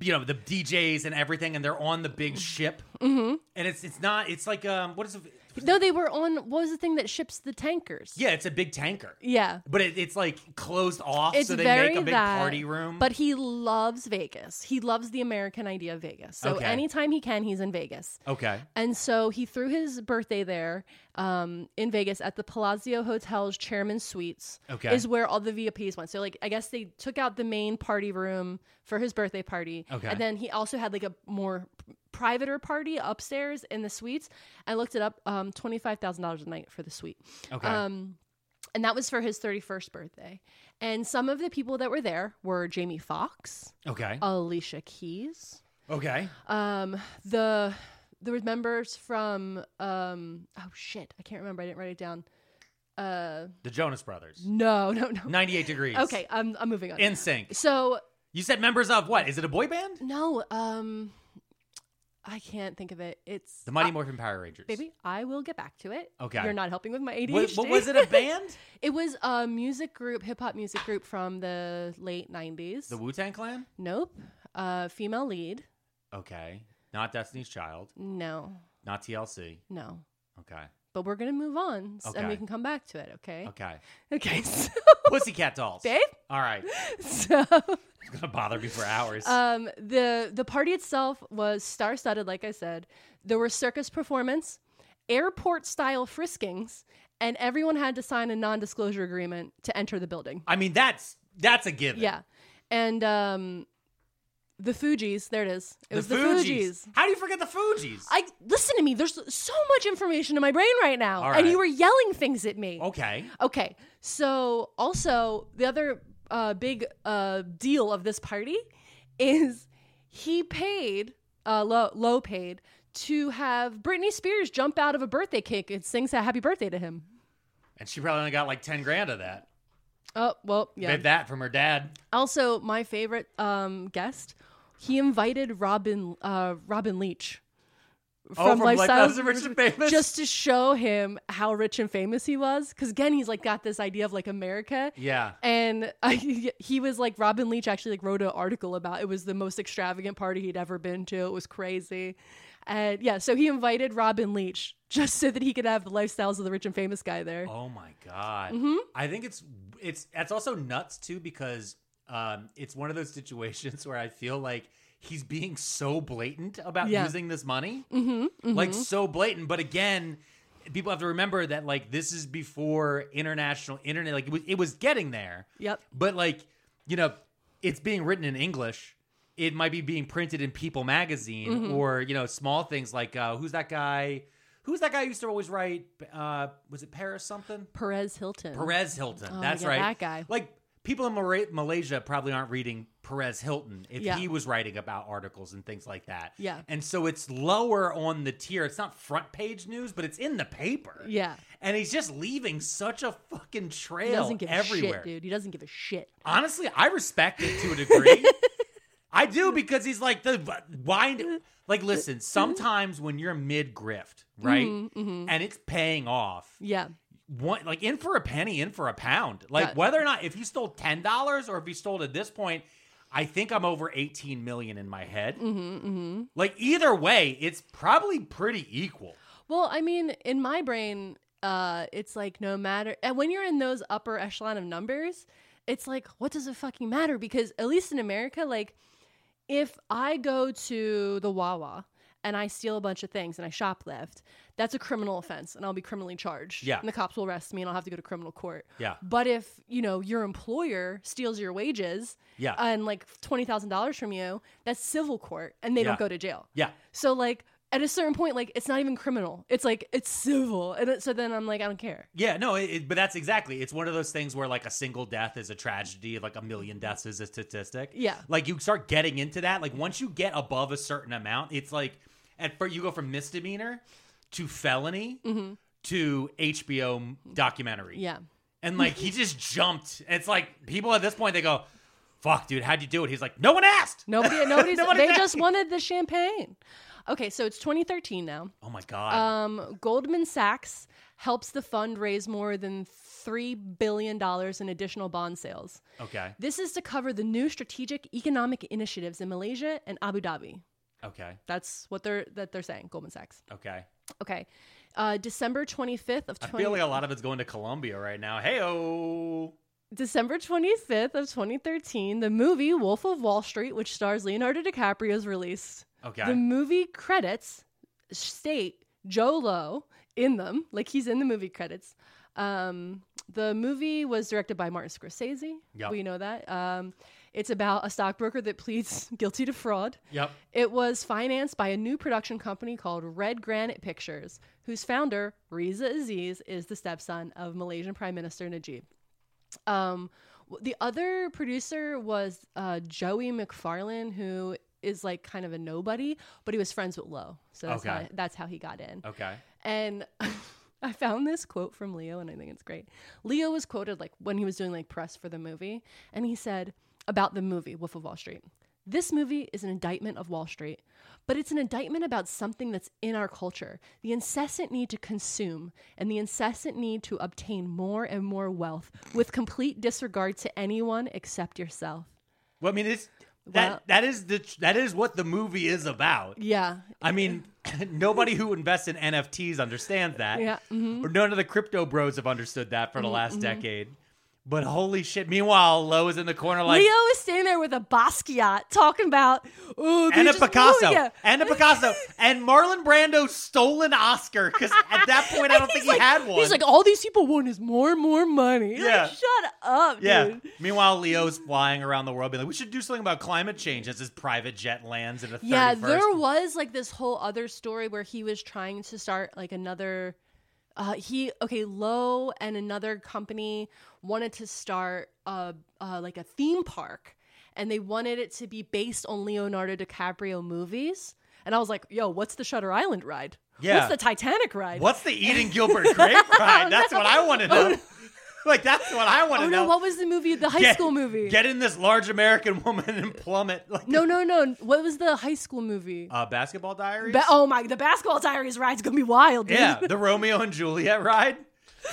S2: you know, the DJs and everything, and they're on the big ship.
S3: Mm-hmm.
S2: And it's it's not it's like um what is it?
S3: No, they were on. What was the thing that ships the tankers?
S2: Yeah, it's a big tanker.
S3: Yeah.
S2: But it, it's like closed off,
S3: it's
S2: so they
S3: very
S2: make a big
S3: that,
S2: party room.
S3: But he loves Vegas. He loves the American idea of Vegas. So
S2: Okay.
S3: anytime he can, he's in Vegas.
S2: okay,
S3: And so he threw his birthday there um, in Vegas at the Palazzo Hotel's Chairman Suites.
S2: Okay.
S3: Is where all the VIPs went. So, like, I guess they took out the main party room for his birthday party.
S2: Okay.
S3: And then he also had, like, a more privater party upstairs in the suites. I looked it up um, $25,000 a night for the suite Um,
S2: okay,
S3: and that was for his 31st birthday. And some of the people that were there were Jamie Foxx,
S2: okay,
S3: Alicia Keys,
S2: okay.
S3: um, the there was members from um, oh shit, I can't remember. I didn't write it down. Uh,
S2: The Jonas Brothers,
S3: no, no, no.
S2: ninety eight degrees.
S3: Okay, I'm I'm moving on.
S2: in sync.
S3: so
S2: You said members of what? Is it a boy band?
S3: no, um, I can't think of it. It's
S2: The Oh, Mighty
S3: I-
S2: Morphin Power Rangers.
S3: Uh, Baby, I will get back to it.
S2: Okay.
S3: You're not helping with my ADHD.
S2: What, what was it? A band?
S3: It was a music group, hip hop music group from the late 90s.
S2: the Wu Tang Clan?
S3: nope. Uh, female lead.
S2: Okay. Not Destiny's Child.
S3: No,
S2: Not TLC.
S3: no.
S2: Okay.
S3: But we're going to move on s- and
S2: Okay.
S3: we can come back to it, okay?
S2: Okay.
S3: Okay. So,
S2: Pussycat Dolls.
S3: babe?
S2: All right.
S3: So
S2: It's going to bother me for hours.
S3: um, the, the party itself was star studded, like I said. There were circus performance, airport style friskings, and everyone had to sign a non disclosure agreement to enter the building.
S2: I mean, that's that's a given.
S3: Yeah. And um the Fugees, there it is. It was the Fugees.
S2: How do you forget the Fugees?
S3: I listen to me. There's so much information in my brain right now.
S2: All
S3: And
S2: right. Oh,
S3: you were yelling things at me.
S2: okay.
S3: Okay. So also the other uh, big uh, deal of this party is he paid uh, low, low paid to have Britney Spears jump out of a birthday cake and sings a happy birthday to him.
S2: And she probably only got like 10 grand of that.
S3: Oh well, yeah.
S2: Made that from her dad.
S3: Also, my favorite um, guest, he invited Robin uh, Robin Leach
S2: oh, from like that was rich and famous.
S3: just to show him how rich and famous he was. Because again, he's like got this idea of like America.
S2: yeah.
S3: And I, he was like Robin Leach actually like wrote an article about it was the most extravagant party he'd ever been to. It was crazy, and yeah, so he invited Robin Leach just so that he could have the lifestyles of the rich and famous guy there.
S2: Oh my god. I think it's it's that's also nuts too because um it's one of those situations where I feel like he's being so blatant about
S3: Yeah.
S2: using this money. Mm-hmm, Like so blatant, but again, people have to remember that like this is before international internet like it was, it was getting there.
S3: Yep.
S2: But like, you know, it's being written in English. It might be being printed in People magazine
S3: Mm-hmm.
S2: or, you know, small things like uh who's that guy? Who's that guy who used to always write uh was it Paris something?
S3: Perez Hilton.
S2: Perez Hilton.
S3: Oh,
S2: That's
S3: yeah,
S2: right.
S3: that guy.
S2: Like people in Mara- Malaysia probably aren't reading Perez Hilton if
S3: Yeah.
S2: he was writing about articles and things like that.
S3: Yeah.
S2: And so it's lower on the tier. It's not front page news, but it's in the paper.
S3: Yeah.
S2: And he's just leaving such a fucking trail
S3: He doesn't give
S2: everywhere.
S3: a shit, dude. He doesn't give a shit.
S2: Honestly, I respect it to a degree. I do because he's like the why. Like, listen, sometimes when you're mid grift, right, and it's paying off,
S3: Yeah.
S2: one like in for a penny, in for a pound. Like
S3: Yeah.
S2: whether or not if you stole ten dollars or if you stole at this point, I think I'm over eighteen million in my head. Mm-hmm, Like either way, it's probably pretty equal.
S3: Well, I mean, in my brain, uh, it's like no matter. And when you're in those upper echelon of numbers, it's like, what does it fucking matter? Because at least in America, like, if I go to the Wawa and I steal a bunch of things and I shoplift, that's a criminal offense and I'll be criminally charged.
S2: Yeah.
S3: And the cops will arrest me and I'll have to go to criminal court.
S2: Yeah.
S3: But if, you know, your employer steals your wages
S2: Yeah.
S3: and like $20,000 from you, that's civil court and they
S2: Yeah.
S3: don't go to jail.
S2: Yeah.
S3: So like at a certain point, like it's not even criminal. It's like it's civil, and it, so then I'm like, I don't care.
S2: Yeah, no, it, it- but that's exactly. It's one of those things where like a single death is a tragedy, like a million deaths is a statistic.
S3: Yeah.
S2: like you start getting into that. Like once you get above a certain amount, it's like at first you go from misdemeanor to felony to HBO documentary.
S3: Mm-hmm. Yeah.
S2: and like he just jumped. It's like people at this point they go, "Fuck, dude, how'd you do it?" He's like, "No one asked."
S3: Nobody, nobody's.
S2: Nobody
S3: they
S2: did.
S3: just wanted the champagne. Okay, so it's 2013 now.
S2: Oh my god.
S3: Um, Goldman Sachs helps the fund raise more than three billion dollars in additional bond sales.
S2: okay.
S3: This is to cover the new strategic economic initiatives in Malaysia and Abu Dhabi.
S2: Okay.
S3: That's what they're that they're saying. Goldman Sachs.
S2: Okay.
S3: Okay, uh, December 25th of
S2: I
S3: 20.
S2: feel like a lot of it's going to Colombia right now. Hey oh.
S3: December 25th of 2013, the movie Wolf of Wall Street, which stars Leonardo DiCaprio, is released.
S2: Okay.
S3: The movie credits state Joe Lowe in them, like he's in the movie credits. Um, the movie was directed by Martin Scorsese.
S2: Yep.
S3: We know that. Um, it's about a stockbroker that pleads guilty to fraud.
S2: Yep.
S3: It was financed by a new production company called Red Granite Pictures, whose founder, Riza Aziz, is the stepson of Malaysian Prime Minister Najib. Um, w- the other producer was uh, Joey McFarlane, who is like kind of a nobody, but he was friends with Lowe. So that's,
S2: Okay.
S3: how, that's how he got in.
S2: Okay.
S3: And I found this quote from Leo, and I think it's great. Leo was quoted like when he was doing like press for the movie, and he said about the movie Wolf of Wall Street. This movie is an indictment of Wall Street, but it's an indictment about something that's in our culture the incessant need to consume and the incessant need to obtain more and more wealth with complete disregard to anyone except yourself.
S2: Well, I mean, it's that
S3: Well-
S2: that is the that is what the movie is about.
S3: Yeah.
S2: I mean, nobody who invests in NFTs understands that.
S3: Yeah, mm-hmm.
S2: Or none of the crypto bros have understood that for the last decade. But holy shit! Meanwhile, Lo is in the corner like
S3: Leo is standing there with a Basquiat talking about, oh, they
S2: and a
S3: just-
S2: Picasso,
S3: oh, yeah."
S2: and a Picasso, and Marlon Brando's stolen Oscar because at that point I don't think
S3: He's
S2: he
S3: like-
S2: had one.
S3: He's like, "Oh, all these people want is more and more money. Yeah.
S2: Yeah.
S3: Like, Shut up,
S2: yeah.
S3: dude.
S2: Meanwhile, Leo's flying around the world, being like, "We should do something about climate change." As his private jet lands in a 31st.
S3: Yeah, there was like this whole other story where he was trying to start like another. Uh, he okay, Lowe and another company wanted to start a uh, like a theme park, and they wanted it to be based on Leonardo DiCaprio movies. And I was like, "Yo, what's the Shutter Island ride?
S2: Yeah.
S3: what's the Titanic ride?
S2: What's the eating Gilbert Grape ride? That's what I want to know. Like that's what I want to
S3: Oh
S2: know.
S3: no, what was the movie? The high
S2: Get-
S3: school movie?
S2: Get in this large American woman and plummet. Like
S3: no, no, no. What was the high school movie?
S2: uh, basketball diaries.
S3: Ba- oh my, the basketball diaries ride's gonna be wild. Dude.
S2: Yeah, the Romeo and Juliet ride.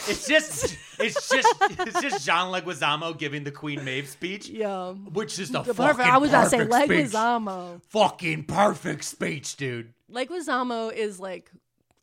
S2: It's just, it's just, it's just John Leguizamo giving the Queen Maeve speech,
S3: Yeah.
S2: which is the
S3: The
S2: fucking
S3: perfect. I was about to say
S2: perfect speech.
S3: Leguizamo.
S2: Fucking perfect speech, dude.
S3: Leguizamo is like,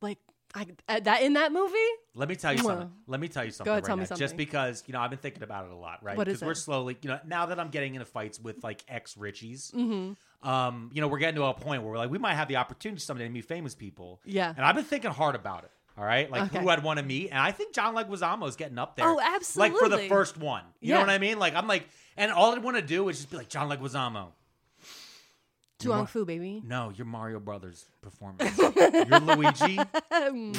S3: like I, uh, that in that movie.
S2: Let me tell you
S3: Mwah.
S2: something. Let me tell you something.
S3: ahead,
S2: right
S3: tell me
S2: now, Just
S3: something.
S2: because you know I've been thinking about it a lot, right?
S3: What is
S2: Because we're
S3: it?
S2: slowly, you know, now that I'm getting into fights with like ex Richies,
S3: Mm-hmm.
S2: um, you know, we're getting to a point where we're like, we might have the opportunity someday to meet famous people.
S3: Yeah.
S2: And I've been thinking hard about it. All right, like
S3: Okay.
S2: who I'd want to meet, and I think John Leguizamo is getting up there.
S3: Oh,
S2: Like for the
S3: absolutely.
S2: first one, you know
S3: Yeah.
S2: what I mean? Like I'm like, and all I want to do is just be like John Leguizamo.
S3: Tuong Fu, baby.
S2: No, you're Mario Brothers performance. you're Luigi.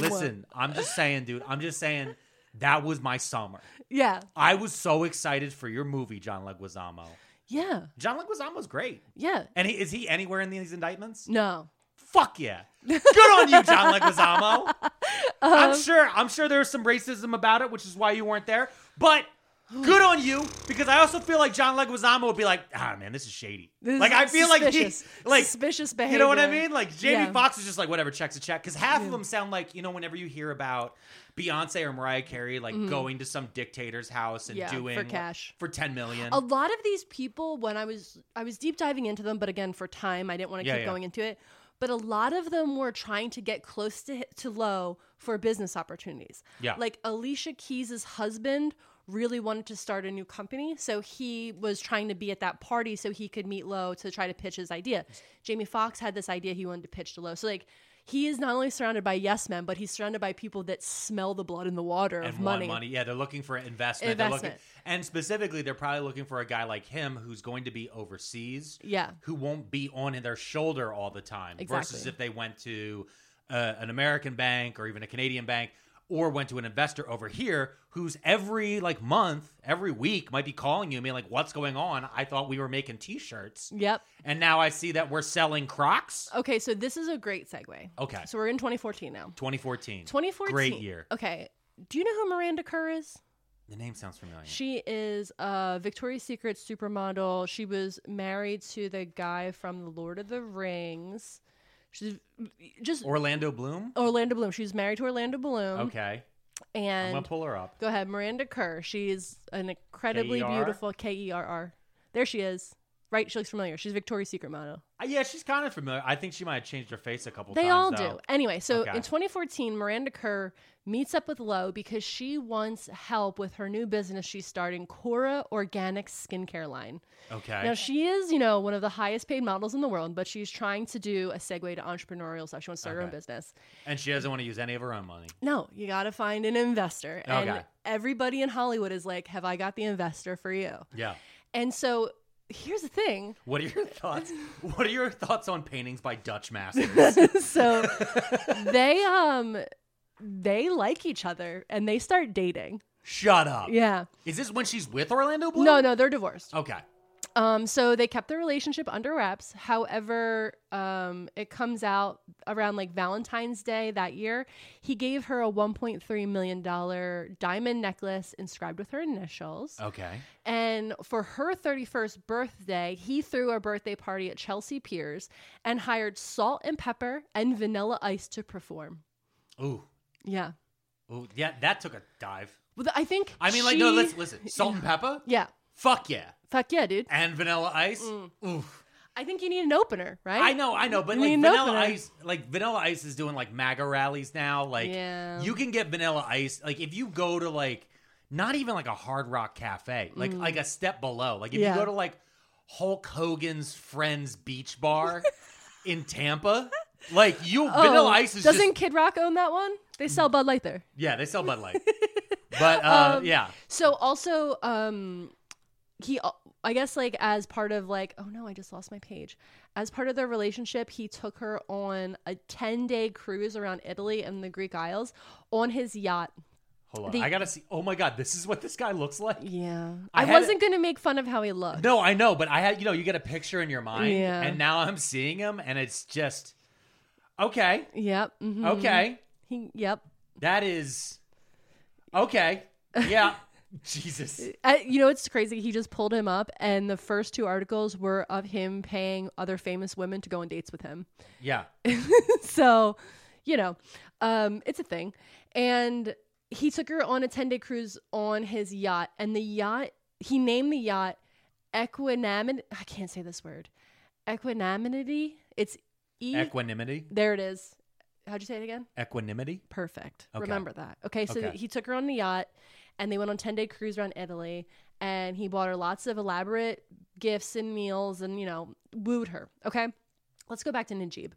S2: Listen, I'm just saying, dude. I'm just saying that was my summer.
S3: Yeah,
S2: I was so excited for your movie, John Leguizamo.
S3: yeah,
S2: John Leguizamo's great.
S3: yeah.
S2: And he, is he anywhere in these indictments?
S3: No,
S2: Fuck yeah. Good on you, John Leguizamo.
S3: Um,
S2: I'm sure I'm sure there was some racism about it, which is why you weren't there. But good on you because I also feel like John Leguizamo would be like, "Ah man, this is shady."
S3: This is
S2: like I feel like he's
S3: suspicious.
S2: like
S3: Suspicious
S2: You know what I
S3: behavior.
S2: mean? Like Jamie
S3: Yeah.
S2: Foxx is just like whatever checks a check cuz half of them sound like, you know, whenever you hear about Beyonce or Mariah Carey like going to some dictator's house and
S3: Mm-hmm. Yeah, for
S2: doing
S3: cash.
S2: for 10 million.
S3: a lot of these people. When I was, I was deep diving into them, but again, for time, I didn't want to
S2: Yeah,
S3: keep
S2: yeah.
S3: going into it. But a lot of them were trying to get close to to low for business opportunities.
S2: Yeah.
S3: like Alicia Keys' husband really wanted to start a new company so he was trying to be at that party so he could meet lowe to try to pitch his idea jamie Foxx had this idea he wanted to pitch to lowe so like he is not only surrounded by yes men but he's surrounded by people that smell the blood in the water
S2: and
S3: of
S2: want
S3: money.
S2: money. Yeah, they're looking for investment. They're looking,
S3: Investment.
S2: and specifically, they're probably looking for a guy like him who's going to be overseas.
S3: Yeah.
S2: who won't be on their shoulder all the time. Versus
S3: Exactly.
S2: if they went to uh, an American bank or even a Canadian bank, or went to an investor over here who's every like month, every week might be calling you and being like, "What's going on? I thought we were making T-shirts,
S3: yep
S2: and now I see that we're selling Crocs."
S3: okay so this is a great segue
S2: Okay.
S3: so we're in 2014 now
S2: 2014.
S3: 2014
S2: Great year.
S3: okay do you know who miranda kerr is
S2: The name sounds familiar.
S3: She is a Victoria's Secret supermodel. She was married to the guy from The Lord of the Rings. She's just
S2: Orlando Bloom?
S3: Orlando Bloom. She's married to Orlando Bloom.
S2: Okay. I'm going
S3: And
S2: to pull her up.
S3: go ahead, Miranda Kerr. She is an incredibly
S2: K.E.R.?
S3: beautiful K E R R. There she is. Right, she looks familiar. She's Victoria's Secret model.
S2: Uh, Yeah, she's kind of familiar. I think she might have changed her face a couple
S3: They all
S2: times.
S3: do. Anyway, so
S2: Okay.
S3: in 2014, Miranda Kerr meets up with Lowe because she wants help with her new business she's starting, Cora Organic Skincare Line.
S2: do. Okay.
S3: Now she is, you know, one of the highest paid models in the world, but she's trying to do a segue to entrepreneurial stuff. She wants to start her own
S2: Okay.
S3: business.
S2: and she doesn't want to use any of her own money.
S3: No, you got to find an investor, and
S2: Okay.
S3: everybody in Hollywood is like, "Have I got the investor for you?"
S2: Yeah.
S3: And so here's the thing.
S2: What are your thoughts? what are your thoughts on paintings by Dutch masters?
S3: so they um they like each other and they start dating.
S2: Shut up.
S3: Yeah.
S2: Is this when she's with Orlando Bloom?
S3: No, no, they're divorced.
S2: Okay.
S3: Um, so they kept their relationship under wraps. However, um, it comes out around like Valentine's Day that year. He gave her a $1.3 million diamond necklace inscribed with her initials.
S2: Okay.
S3: And for her 31st birthday, he threw a birthday party at Chelsea Piers and hired Salt and Pepper and Vanilla Ice to perform.
S2: Ooh.
S3: Yeah.
S2: Ooh. Yeah, that took a dive.
S3: Well, th- I think.
S2: I mean, like, no,
S3: she-
S2: let's listen. Salt and pepper?
S3: Yeah. Mm.
S2: Fuck yeah.
S3: Fuck yeah, dude.
S2: And vanilla ice? Oof.
S3: I think you need an opener, right?
S2: I know, I know, but
S3: You
S2: like
S3: need an
S2: Vanilla
S3: opener.
S2: Ice, like Vanilla Ice is doing like MAGA rallies now. Like
S3: Yeah.
S2: you can get Vanilla Ice, like if you go to like not even like a Hard Rock Cafe, like like a step below. Like if
S3: Mm. Yeah.
S2: you go to like Hulk Hogan's Friends Beach Bar in Tampa, like you Vanilla Ice is
S3: Oh, Doesn't
S2: just
S3: Kid Rock own that one? They sell Bud Light there.
S2: yeah, they sell Bud Light, but uh,
S3: Um,
S2: yeah,
S3: So also, um, he, I guess, like as part of like, oh no, I just lost my page. As part of their relationship, he took her on a ten day cruise around Italy and the Greek Isles on his yacht.
S2: hold on,
S3: The-
S2: I gotta see. Oh my God, this is what this guy looks like.
S3: Yeah,
S2: I
S3: I,
S2: had
S3: wasn't gonna make fun of how he looked.
S2: No, I know, but I had you know you get a picture in your mind,
S3: Yeah.
S2: and now I'm seeing him, and it's just okay,
S3: Yep. mhm.
S2: okay,
S3: He, yep.
S2: that is okay, yeah, Jesus,
S3: Uh, you know, it's crazy. He just pulled him up, and the first two articles were of him paying other famous women to go on dates with him.
S2: yeah,
S3: so you know um it's a thing and he took her on a 10 day cruise on his yacht and the yacht he named the yacht equanimity i can't say this word equanimity it's e
S2: equanimity,
S3: there it is how'd you say it again
S2: equanimity,
S3: Perfect.
S2: Okay.
S3: Remember that. Okay, so
S2: Okay.
S3: he took her on the yacht and they went on 10 day cruise around Italy and he bought her lots of elaborate gifts and meals and, you know, wooed her. Okay, let's go back to Najib.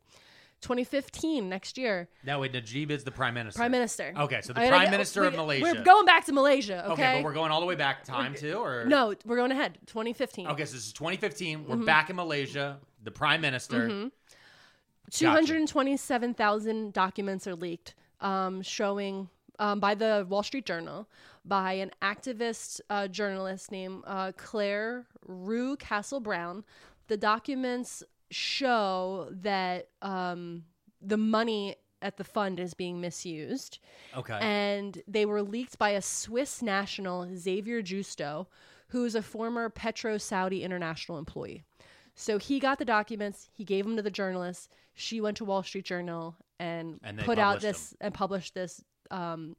S3: 2015, next year,
S2: No, wait, Najib is the prime minister.
S3: Prime Minister.
S2: Okay, so the
S3: I gotta
S2: Prime
S3: get-
S2: Minister
S3: we-
S2: of Malaysia.
S3: We're going back to Malaysia, okay?
S2: Okay, but we're going all the way back time too, or
S3: No, Mm-hmm. we're going ahead. 2015.
S2: Okay, so this is 2015. We're back in Malaysia. The prime minister.
S3: Mm-hmm. 227,000 documents are leaked um, showing um, by the Wall Street Journal by an activist uh, journalist named uh, Claire Rue Castle Brown. The documents show that um, the money at the fund is being misused
S2: Okay.
S3: and they were leaked by a Swiss national, Xavier Justo, who is a former Petro Saudi International employee. So he got the documents, he gave them to the journalist. She went to Wall Street Journal and,
S2: And they
S3: put out
S2: published
S3: this and published this um,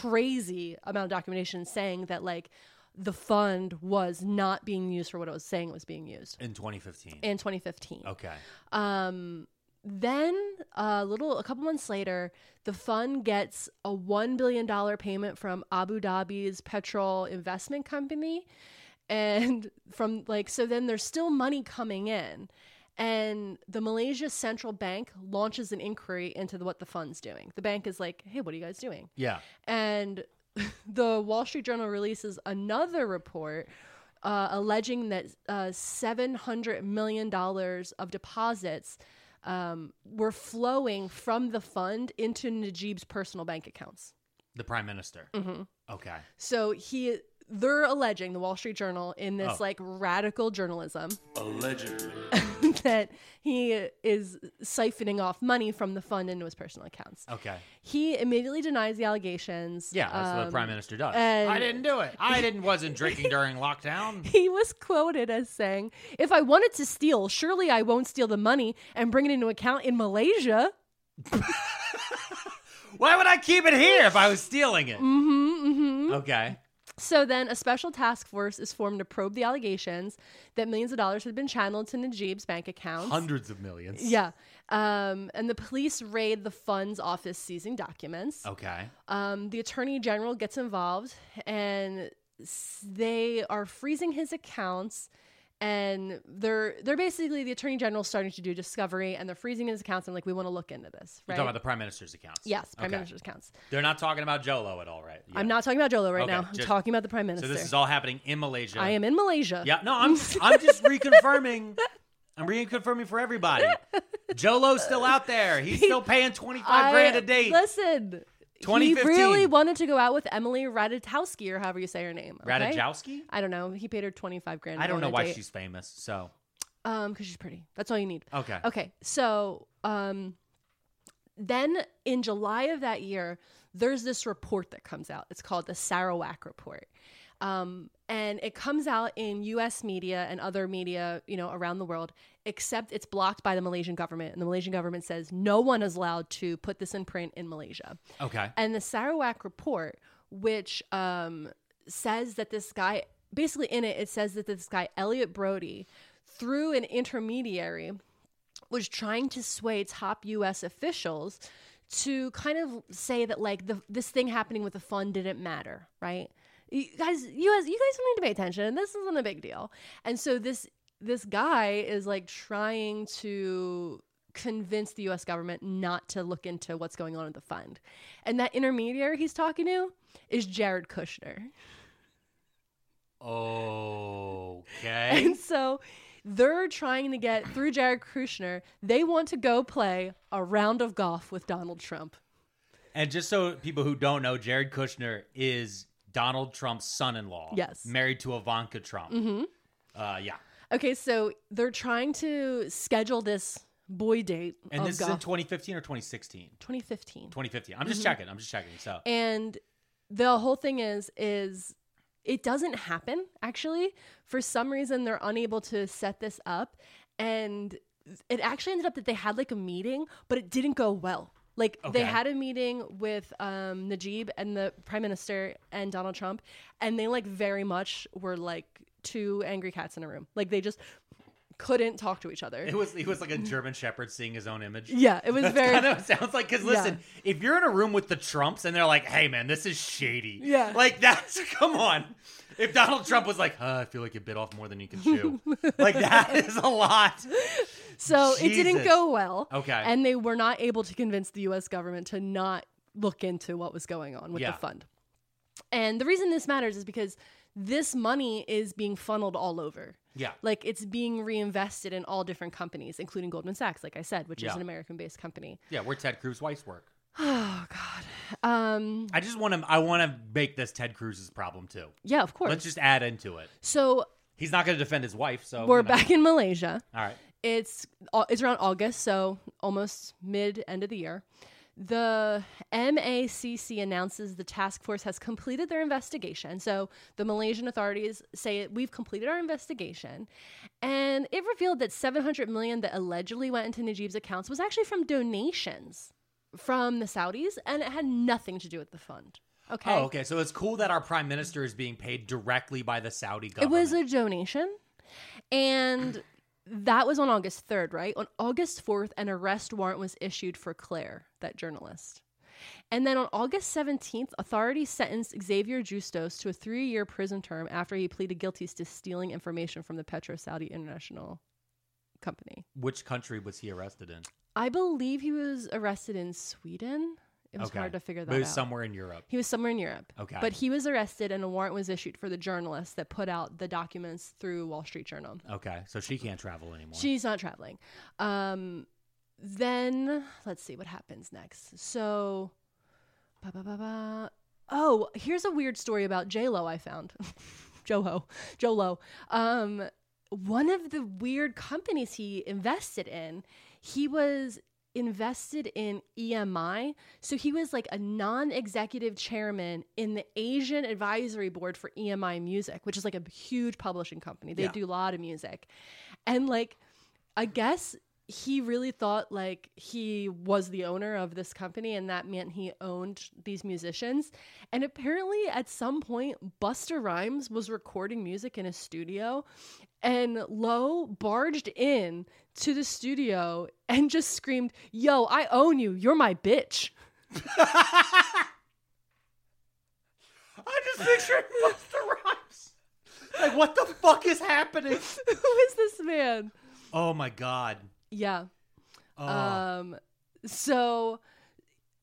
S3: crazy amount of documentation saying that like the fund was not being used for what it was saying it was being used
S2: in 2015.
S3: in 2015.
S2: okay.
S3: Um, then a little, a couple months later, the fund gets a one billion dollar payment from Abu Dhabi's petrol investment company, and from like so. Then there's still money coming in, and the Malaysia Central Bank launches an inquiry into the, what the fund's doing. The bank is like, "Hey, what are you guys doing?"
S2: Yeah.
S3: And the Wall Street Journal releases another report uh, alleging that uh, $700 million of deposits um, were flowing from the fund into Najib's personal bank accounts.
S2: The prime minister.
S3: Mm-hmm.
S2: Okay.
S3: So he. They're alleging the Wall Street Journal in this
S2: Oh.
S3: like radical journalism
S4: Allegedly.
S3: that he is siphoning off money from the fund into his personal accounts.
S2: Okay.
S3: He immediately denies the allegations.
S2: Yeah, that's what the
S3: um,
S2: prime minister does.
S3: and-
S2: I didn't do it. I didn't wasn't drinking during lockdown.
S3: He was quoted as saying, If I wanted to steal, surely I won't steal the money and bring it into account in Malaysia.
S2: Why would I keep it here if I was stealing it? Mm-hmm, Okay.
S3: So then a special task force is formed to probe the allegations that millions of dollars had been channeled to Najib's bank accounts.
S2: Hundreds of millions.
S3: yeah. Um, and the police raid the fund's office, seizing documents.
S2: Okay.
S3: Um, the attorney general gets involved and s- they are freezing his accounts and they're they're basically the attorney general starting to do discovery and they're freezing his accounts and like we want to look into this
S2: You're
S3: right
S2: talking about the prime minister's accounts.
S3: yes prime
S2: Okay.
S3: minister's accounts
S2: They're not talking about Jolo at all, right? Yeah.
S3: i'm not talking about jolo right
S2: Okay,
S3: now i'm
S2: just-
S3: talking about the prime
S2: So
S3: minister
S2: this is all happening in Malaysia.
S3: i am in malaysia
S2: Yeah, no, I'm I'm just reconfirming. I'm reconfirming for everybody. Jolo's still out there. He's still paying twenty five
S3: I-
S2: grand a date.
S3: listen he
S2: 2015.
S3: really wanted to go out with Emily Ratajkowski or however you say her name. Okay?
S2: Radajowski?
S3: I don't know. He paid her twenty five grand. to
S2: I
S3: go
S2: don't
S3: on
S2: know
S3: a
S2: why
S3: date.
S2: she's famous. So
S3: um because she's pretty. That's all you need.
S2: okay,
S3: Okay, so um, then in July of that year, there's this report that comes out. It's called the Sarawak Report. Um, and it comes out in US media and other media, you know, around the world, except it's blocked by the Malaysian government. And the Malaysian government says no one is allowed to put this in print in Malaysia.
S2: okay.
S3: And the Sarawak report, which um, says that this guy, basically in it, it says that this guy, Elliot Brody, through an intermediary, was trying to sway top U.S. officials to kind of say that like the, this thing happening with the fund didn't matter, right? You guys, you guys, you guys don't need to pay attention. This isn't a big deal. And so this this guy is like trying to convince the U.S. government not to look into what's going on in the fund. And that intermediary he's talking to is Jared Kushner.
S2: Okay.
S3: And so they're trying to get through Jared Kushner, they want to go play a round of golf with Donald Trump.
S2: and just so people who don't know, Jared Kushner is Donald Trump's son-in-law.
S3: Yes. Mm-hmm.
S2: married to Ivanka Trump. Uh, yeah.
S3: Okay, so they're trying to schedule this boy date
S2: And
S3: of
S2: this is in
S3: golf.
S2: 2015 or 2016.
S3: 2015.
S2: 2015. I'm just checking. I'm just checking. So
S3: Mm-hmm. And the whole thing is is it doesn't happen actually. For some reason they're unable to set this up and it actually ended up that they had like a meeting, but it didn't go well. Like
S2: Okay.
S3: they had a meeting with um, Najib and the prime minister and Donald Trump, and they like very much were like two angry cats in a room. Like they just couldn't talk to each other.
S2: it was he was like a German shepherd seeing his own image.
S3: yeah, it was very
S2: kind of sounds like because listen, if you're in a room with the Trumps and they're like, "Hey, man, this is shady,"
S3: Yeah.
S2: like that's come on. If Donald Trump was like, uh, "I feel like you bit off more than you can chew," like that is a lot.
S3: So it didn't
S2: Jesus.
S3: go well.
S2: Okay.
S3: And they were not able to convince the US government to not look into what was going on with
S2: Yeah.
S3: the fund. And the reason this matters is because this money is being funneled all over.
S2: Yeah.
S3: Like it's being reinvested in all different companies, including Goldman Sachs, like I said, which
S2: Yeah.
S3: is an American based company.
S2: Yeah, where Ted Cruz Weiss work.
S3: Oh, God. Um,
S2: I just want to. I want to make this Ted Cruz's problem too.
S3: yeah, of course.
S2: Let's just add into it.
S3: so
S2: He's not going to defend his wife, so
S3: we're
S2: you know.
S3: back in Malaysia.
S2: All right.
S3: it's au- it's around August, so almost mid end of the year. The MACC announces the task force has completed their investigation. So the Malaysian authorities say we've completed our investigation, and it revealed that 700 million that allegedly went into Najib's accounts was actually from donations from the Saudis, and it had nothing to do with the fund. Okay,
S2: Oh, okay. So it's cool that our prime minister is being paid directly by the Saudi
S3: it
S2: government.
S3: was a donation, and that was on August 3rd, right? On August 4th, an arrest warrant was issued for Claire, that journalist. And then on August 17th, authorities sentenced Xavier Justos to a three year prison term after he pleaded guilty to stealing information from the Petro Saudi International Company.
S2: Which country was he arrested in?
S3: I believe he was arrested in Sweden. It was hard to figure that
S2: But it was
S3: out.
S2: somewhere in Europe.
S3: He was somewhere in Europe.
S2: Okay.
S3: But he was arrested and a warrant was issued for the journalist that put out the documents through Wall Street Journal.
S2: Okay, so she can't travel anymore.
S3: She's not traveling. Um, then let's see what happens next. So, ba ba ba ba. Oh, here's a weird story about J Lo I found. Joho, Jolo. Um, one of the weird companies he invested in, he was invested in EMI. So he was like a non-executive chairman in the Asian Advisory Board for EMI Music, which is like a huge publishing company. They
S2: Yeah.
S3: do a lot of music. And like I guess he really thought like he was the owner of this company and that meant he owned these musicians. And apparently at some point Buster Rhymes was recording music in a studio and Lowe barged in to the studio and just screamed, "Yo, I own you. You're my bitch."
S2: I just picturing Buster Rhymes. Like, what the fuck is happening?
S3: Who is this man?
S2: Oh my god.
S3: Yeah.
S2: Oh,
S3: Um, so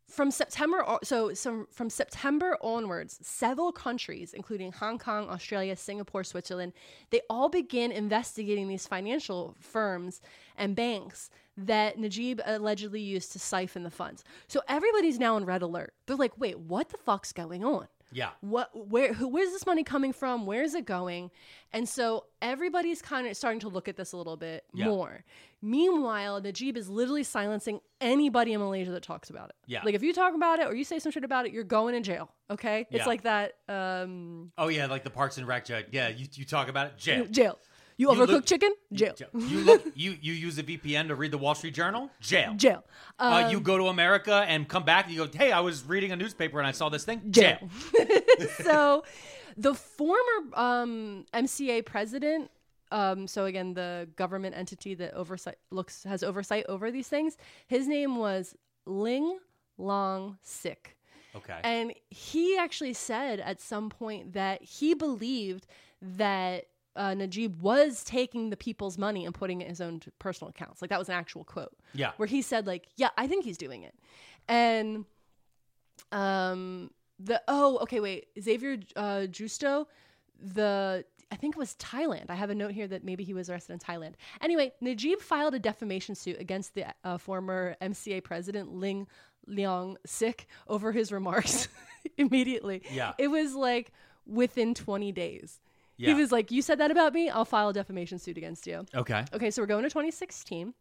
S3: from September, o- so some from September onwards, several countries, including Hong Kong, Australia, Singapore, Switzerland, they all begin investigating these financial firms and banks that Najib allegedly used to siphon the funds. So everybody's now on red alert. They're like, wait, what the fuck's going on?
S2: Yeah.
S3: what where who where's this money coming from where is it going and so everybody's kind of starting to look at this a little bit
S2: Yeah.
S3: more meanwhile najib is literally silencing anybody in malaysia that talks about it
S2: Yeah.
S3: like if you talk about it or you say some shit about it you're going in jail okay
S2: Yeah.
S3: it's like that um
S2: Oh yeah, like the Parks and Rec judge. Yeah, you, you talk about it. Jail.
S3: jail you
S2: You
S3: overcook
S2: look-
S3: chicken jail
S2: Jail. You look. You you use a VPN to read the Wall Street Journal. Jail.
S3: jail Um,
S2: Uh, you go to America and come back and you go, hey, I was reading a newspaper and I saw this thing. Jail.
S3: jail. so the former um, MCA president, um, so again, the government entity that oversight looks has oversight over these things, his name was Ling Long Sik.
S2: Okay.
S3: And he actually said at some point that he believed that uh, Najib was taking the people's money and putting it in his own t- personal accounts. Like that was an actual quote.
S2: Yeah.
S3: Where he said, like, yeah, I think he's doing it. And um the oh, okay, wait. Xavier uh Justo, the I think it was Thailand. I have a note here that maybe he was arrested in Thailand. Anyway, Najib filed a defamation suit against the uh, former MCA president Ling Liang Sik over his remarks immediately.
S2: Yeah.
S3: It was like within 20 days.
S2: Yeah.
S3: He was like, You said that about me? I'll file a defamation suit against you.
S2: okay.
S3: Okay, so we're going to 2016.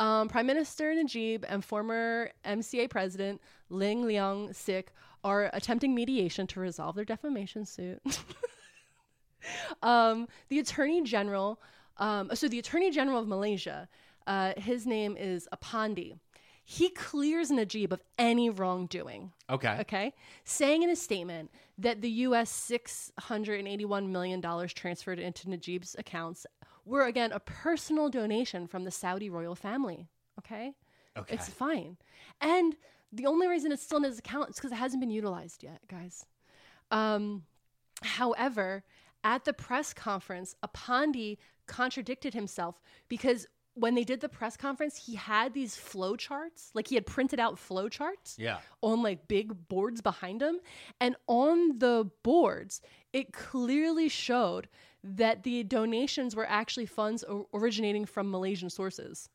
S3: Um, Prime Minister Najib and former MCA President Ling Liang Sik are attempting mediation to resolve their defamation suit. um, the Attorney General, um, so the Attorney General of Malaysia, uh, his name is Apandi. He clears Najib of any wrongdoing
S2: Okay.
S3: okay, saying in a statement that the U.S. $681 million transferred into Najib's accounts were, again, a personal donation from the Saudi royal family, okay?
S2: Okay.
S3: It's fine. And the only reason it's still in his account is because it hasn't been utilized yet, guys. Um, however, at the press conference, Apandi contradicted himself because when they did the press conference, he had these flow charts, like he had printed out flow charts
S2: Yeah.
S3: on like big boards behind him. And on the boards, it clearly showed that the donations were actually funds o- originating from Malaysian sources.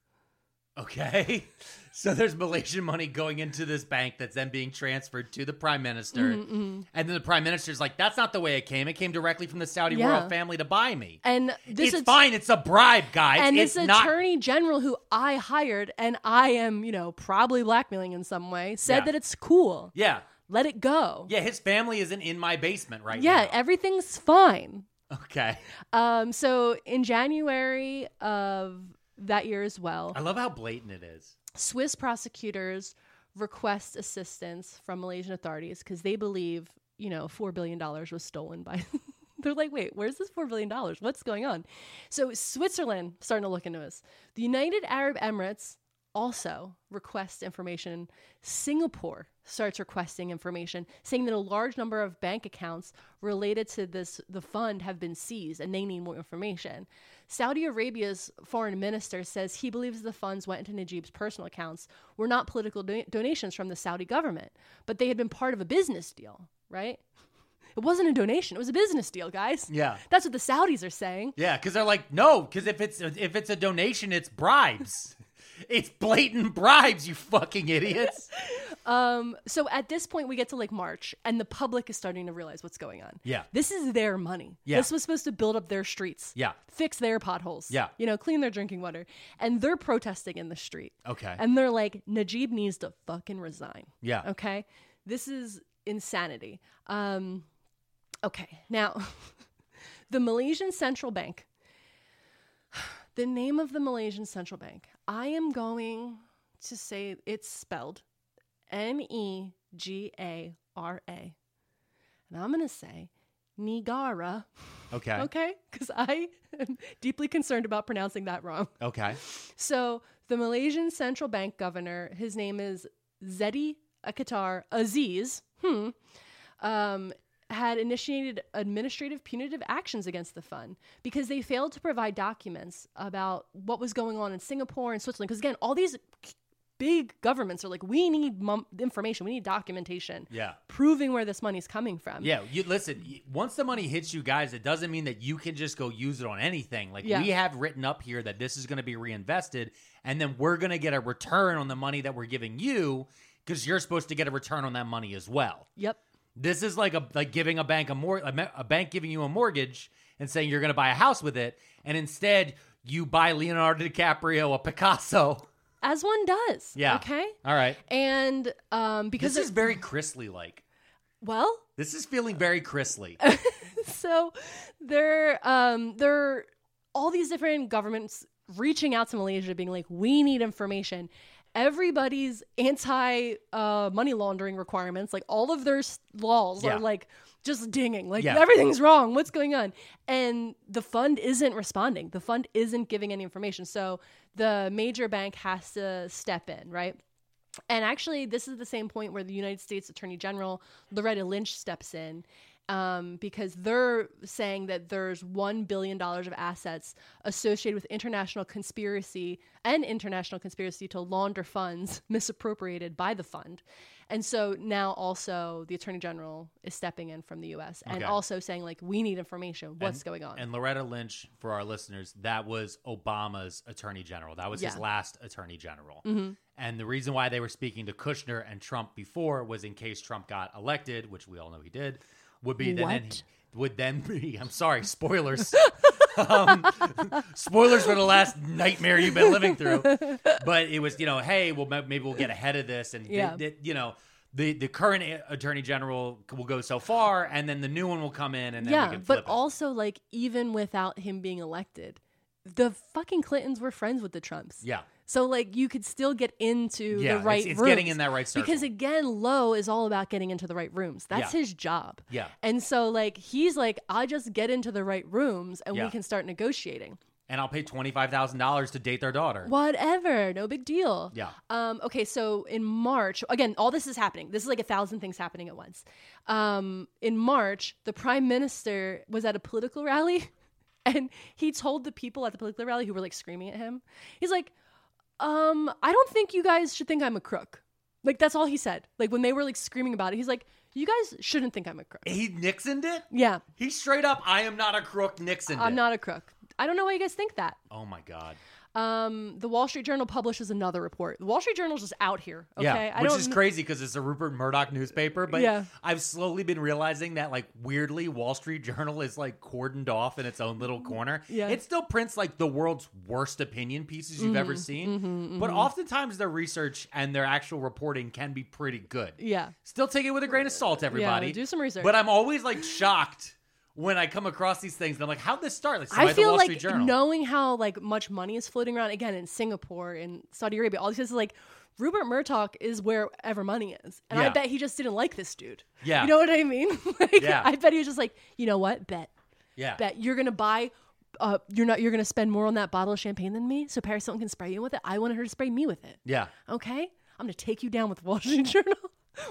S2: Okay. So there's Malaysian money going into this bank that's then being transferred to the prime minister.
S3: Mm-hmm,
S2: And then the prime minister's like, that's not the way it came. It came directly from the Saudi royal
S3: Yeah.
S2: family to buy me.
S3: And this
S2: it's
S3: is
S2: fine. It's a bribe, guys.
S3: And
S2: it's
S3: this
S2: not.
S3: attorney general who I hired and I am, you know, probably blackmailing in some way said
S2: Yeah.
S3: that it's cool.
S2: yeah.
S3: Let it go.
S2: Yeah. His family isn't in my basement right
S3: yeah
S2: now.
S3: everything's fine.
S2: okay.
S3: Um, so in January of that year as well,
S2: I love how blatant it is.
S3: Swiss prosecutors request assistance from Malaysian authorities because they believe, you know, $4 billion was stolen by. They're like, wait, where's this $4 billion? What's going on? So Switzerland starting to look into this. The United Arab Emirates also requests information. Singapore starts requesting information, saying that a large number of bank accounts related to this the fund have been seized and they need more information. Saudi Arabia's foreign minister says he believes the funds went into Najib's personal accounts were not political do- donations from the Saudi government, but they had been part of a business deal, right? It wasn't a donation, it was a business deal, guys.
S2: Yeah.
S3: That's what the Saudis are saying.
S2: Yeah, because they're like, no, because if it's if it's a donation, it's bribes. it's blatant bribes, you fucking idiots.
S3: So at this point, we get to like March, and the public is starting to realize what's going on.
S2: Yeah.
S3: This is their money.
S2: Yeah.
S3: This was supposed to build up their streets.
S2: Yeah.
S3: Fix their potholes.
S2: Yeah.
S3: You know, clean their drinking water. And they're protesting in the street.
S2: Okay.
S3: And they're like, Najib needs to fucking resign.
S2: Yeah.
S3: Okay. This is insanity. Um, okay. Now, the Malaysian Central Bank. The name of the Malaysian Central Bank. I am going to say it's spelled N E G A R A. And I'm going to say Nigara,
S2: Okay.
S3: okay? Because I am deeply concerned about pronouncing that wrong.
S2: Okay.
S3: So the Malaysian Central Bank governor, his name is Zedi Akatar Aziz, hmm, um, had initiated administrative punitive actions against the fund because they failed to provide documents about what was going on in Singapore and Switzerland. Because again, all these big governments are like, we need mum information, we need documentation,
S2: Yeah.
S3: proving where this money's coming from.
S2: Yeah, you listen. y- Once the money hits you guys, it doesn't mean that you can just go use it on anything. Like
S3: Yeah.
S2: we have written up here that this is going to be reinvested, and then we're going to get a return on the money that we're giving you because you're supposed to get a return on that money as well.
S3: Yep.
S2: This is like a like giving a bank a mor- a ma- a bank giving you a mortgage and saying you're going to buy a house with it, and instead you buy Leonardo DiCaprio a Picasso.
S3: As one does.
S2: Yeah.
S3: Okay.
S2: All right.
S3: And um, because
S2: This is
S3: it-
S2: very Chrisley like.
S3: well,
S2: This is feeling very Chrisley.
S3: so they're um they're all these different governments reaching out to Malaysia being like we need information everybody's anti uh, money laundering requirements like all of their s- laws
S2: Yeah.
S3: are like just dinging like
S2: Yeah.
S3: everything's wrong what's going on and the fund isn't responding the fund isn't giving any information so the major bank has to step in right and actually, this is the same point where the United States Attorney General Loretta Lynch steps in um, because they're saying that there's $1 billion of assets associated with international conspiracy and international conspiracy to launder funds misappropriated by the fund. And so now also the Attorney General is stepping in from the US and
S2: Okay.
S3: also saying, like, we need information. What's
S2: And-
S3: going on?
S2: And Loretta Lynch, for our listeners, that was Obama's attorney general. That was his
S3: Yeah. Mm-hmm.
S2: last attorney general. And the reason why they were speaking to Kushner and Trump before was in case Trump got elected, which we all know he did, would be then.
S3: What?
S2: would then be, I'm sorry, spoilers. um, spoilers for the last nightmare you've been living through. But it was, you know, hey, well, ma- maybe we'll get ahead of this, and
S3: Yeah.
S2: th- th- you know, the the current a- attorney general c- will go so far, and then the new one will come in, and then we
S3: yeah,
S2: can flip
S3: but
S2: it.
S3: also, like, even without him being elected, the fucking Clintons were friends with the Trumps.
S2: yeah,
S3: So like you could still get into
S2: Yeah,
S3: the
S2: it's-
S3: right
S2: it's
S3: rooms.
S2: getting in that right circle.
S3: Because again, Lowe is all about getting into the right rooms. That's
S2: Yeah.
S3: his job.
S2: Yeah.
S3: And so like he's like, I just get into the right rooms and
S2: Yeah.
S3: we can start negotiating.
S2: and I'll pay twenty five thousand dollars to date their daughter.
S3: Whatever, no big deal.
S2: Yeah.
S3: Um, okay, so in March, again, all this is happening. This is like a thousand things happening at once. Um, in March, the prime minister was at a political rally and he told the people at the political rally who were like screaming at him, he's like, um, I don't think you guys should think I'm a crook. Like, that's all he said. Like, when they were like screaming about it, he's like, you guys shouldn't think I'm a crook.
S2: He Nixoned it.
S3: Yeah,
S2: He straight up, I am not a crook. Nixoned
S3: I'm
S2: it.
S3: not a crook. I don't know why you guys think that.
S2: Oh my god.
S3: Um, the Wall Street Journal publishes another report. The Wall Street Journal's just out here. Okay,
S2: Yeah,
S3: I
S2: which
S3: don't
S2: is
S3: kn-
S2: crazy because it's a Rupert Murdoch newspaper. But
S3: Yeah.
S2: I've slowly been realizing that, like, weirdly, Wall Street Journal is like cordoned off in its own little corner.
S3: Yeah.
S2: it still prints like the world's worst opinion pieces you've
S3: Mm-hmm,
S2: ever seen, but oftentimes their research and their actual reporting can be pretty good.
S3: Yeah.
S2: Still take it with a grain of salt, everybody.
S3: do some research.
S2: But I'm always like shocked when I come across these things, and I'm like, "How'd this start?" Like, somebody
S3: I
S2: at the
S3: feel
S2: Wall
S3: like
S2: Street Journal.
S3: knowing how like much money is floating around again in Singapore in Saudi Arabia, all these places like Rupert Murdoch is wherever money is, and
S2: Yeah.
S3: I bet he just didn't like this dude.
S2: Yeah.
S3: you know what I mean? like,
S2: Yeah.
S3: I bet he was just like, you know what, bet,
S2: yeah,
S3: bet you're gonna buy. Uh, you're not. You're gonna spend more on that bottle of champagne than me. So Paris Hilton can spray you with it. I wanted her to spray me with it.
S2: yeah,
S3: Okay, I'm gonna take you down with Wall Street Journal.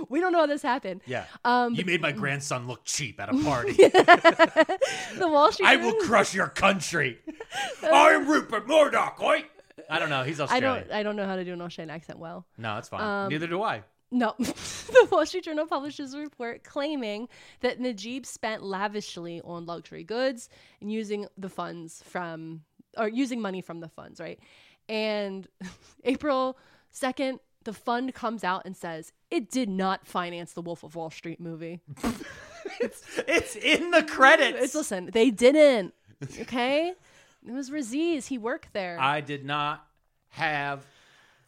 S3: we don't know how this happened.
S2: yeah.
S3: Um,
S2: you made my grandson look cheap at a party.
S3: the Wall Street.
S2: I
S3: Journal-
S2: will crush your country. I am Rupert Murdoch, oi! I don't know. He's
S3: I
S2: Australian.
S3: don't. Um, I don't know how to do an Australian accent well.
S2: no, it's fine. Neither do I.
S3: No. the Wall Street Journal publishes a report claiming that Najib spent lavishly on luxury goods and using the funds from, or using money from the funds, right? And April 2nd, the fund comes out and says it did not finance the Wolf of Wall Street movie.
S2: It's in the credits.
S3: It's, listen, they didn't. Okay? It was Raziz. He worked there.
S2: I did not have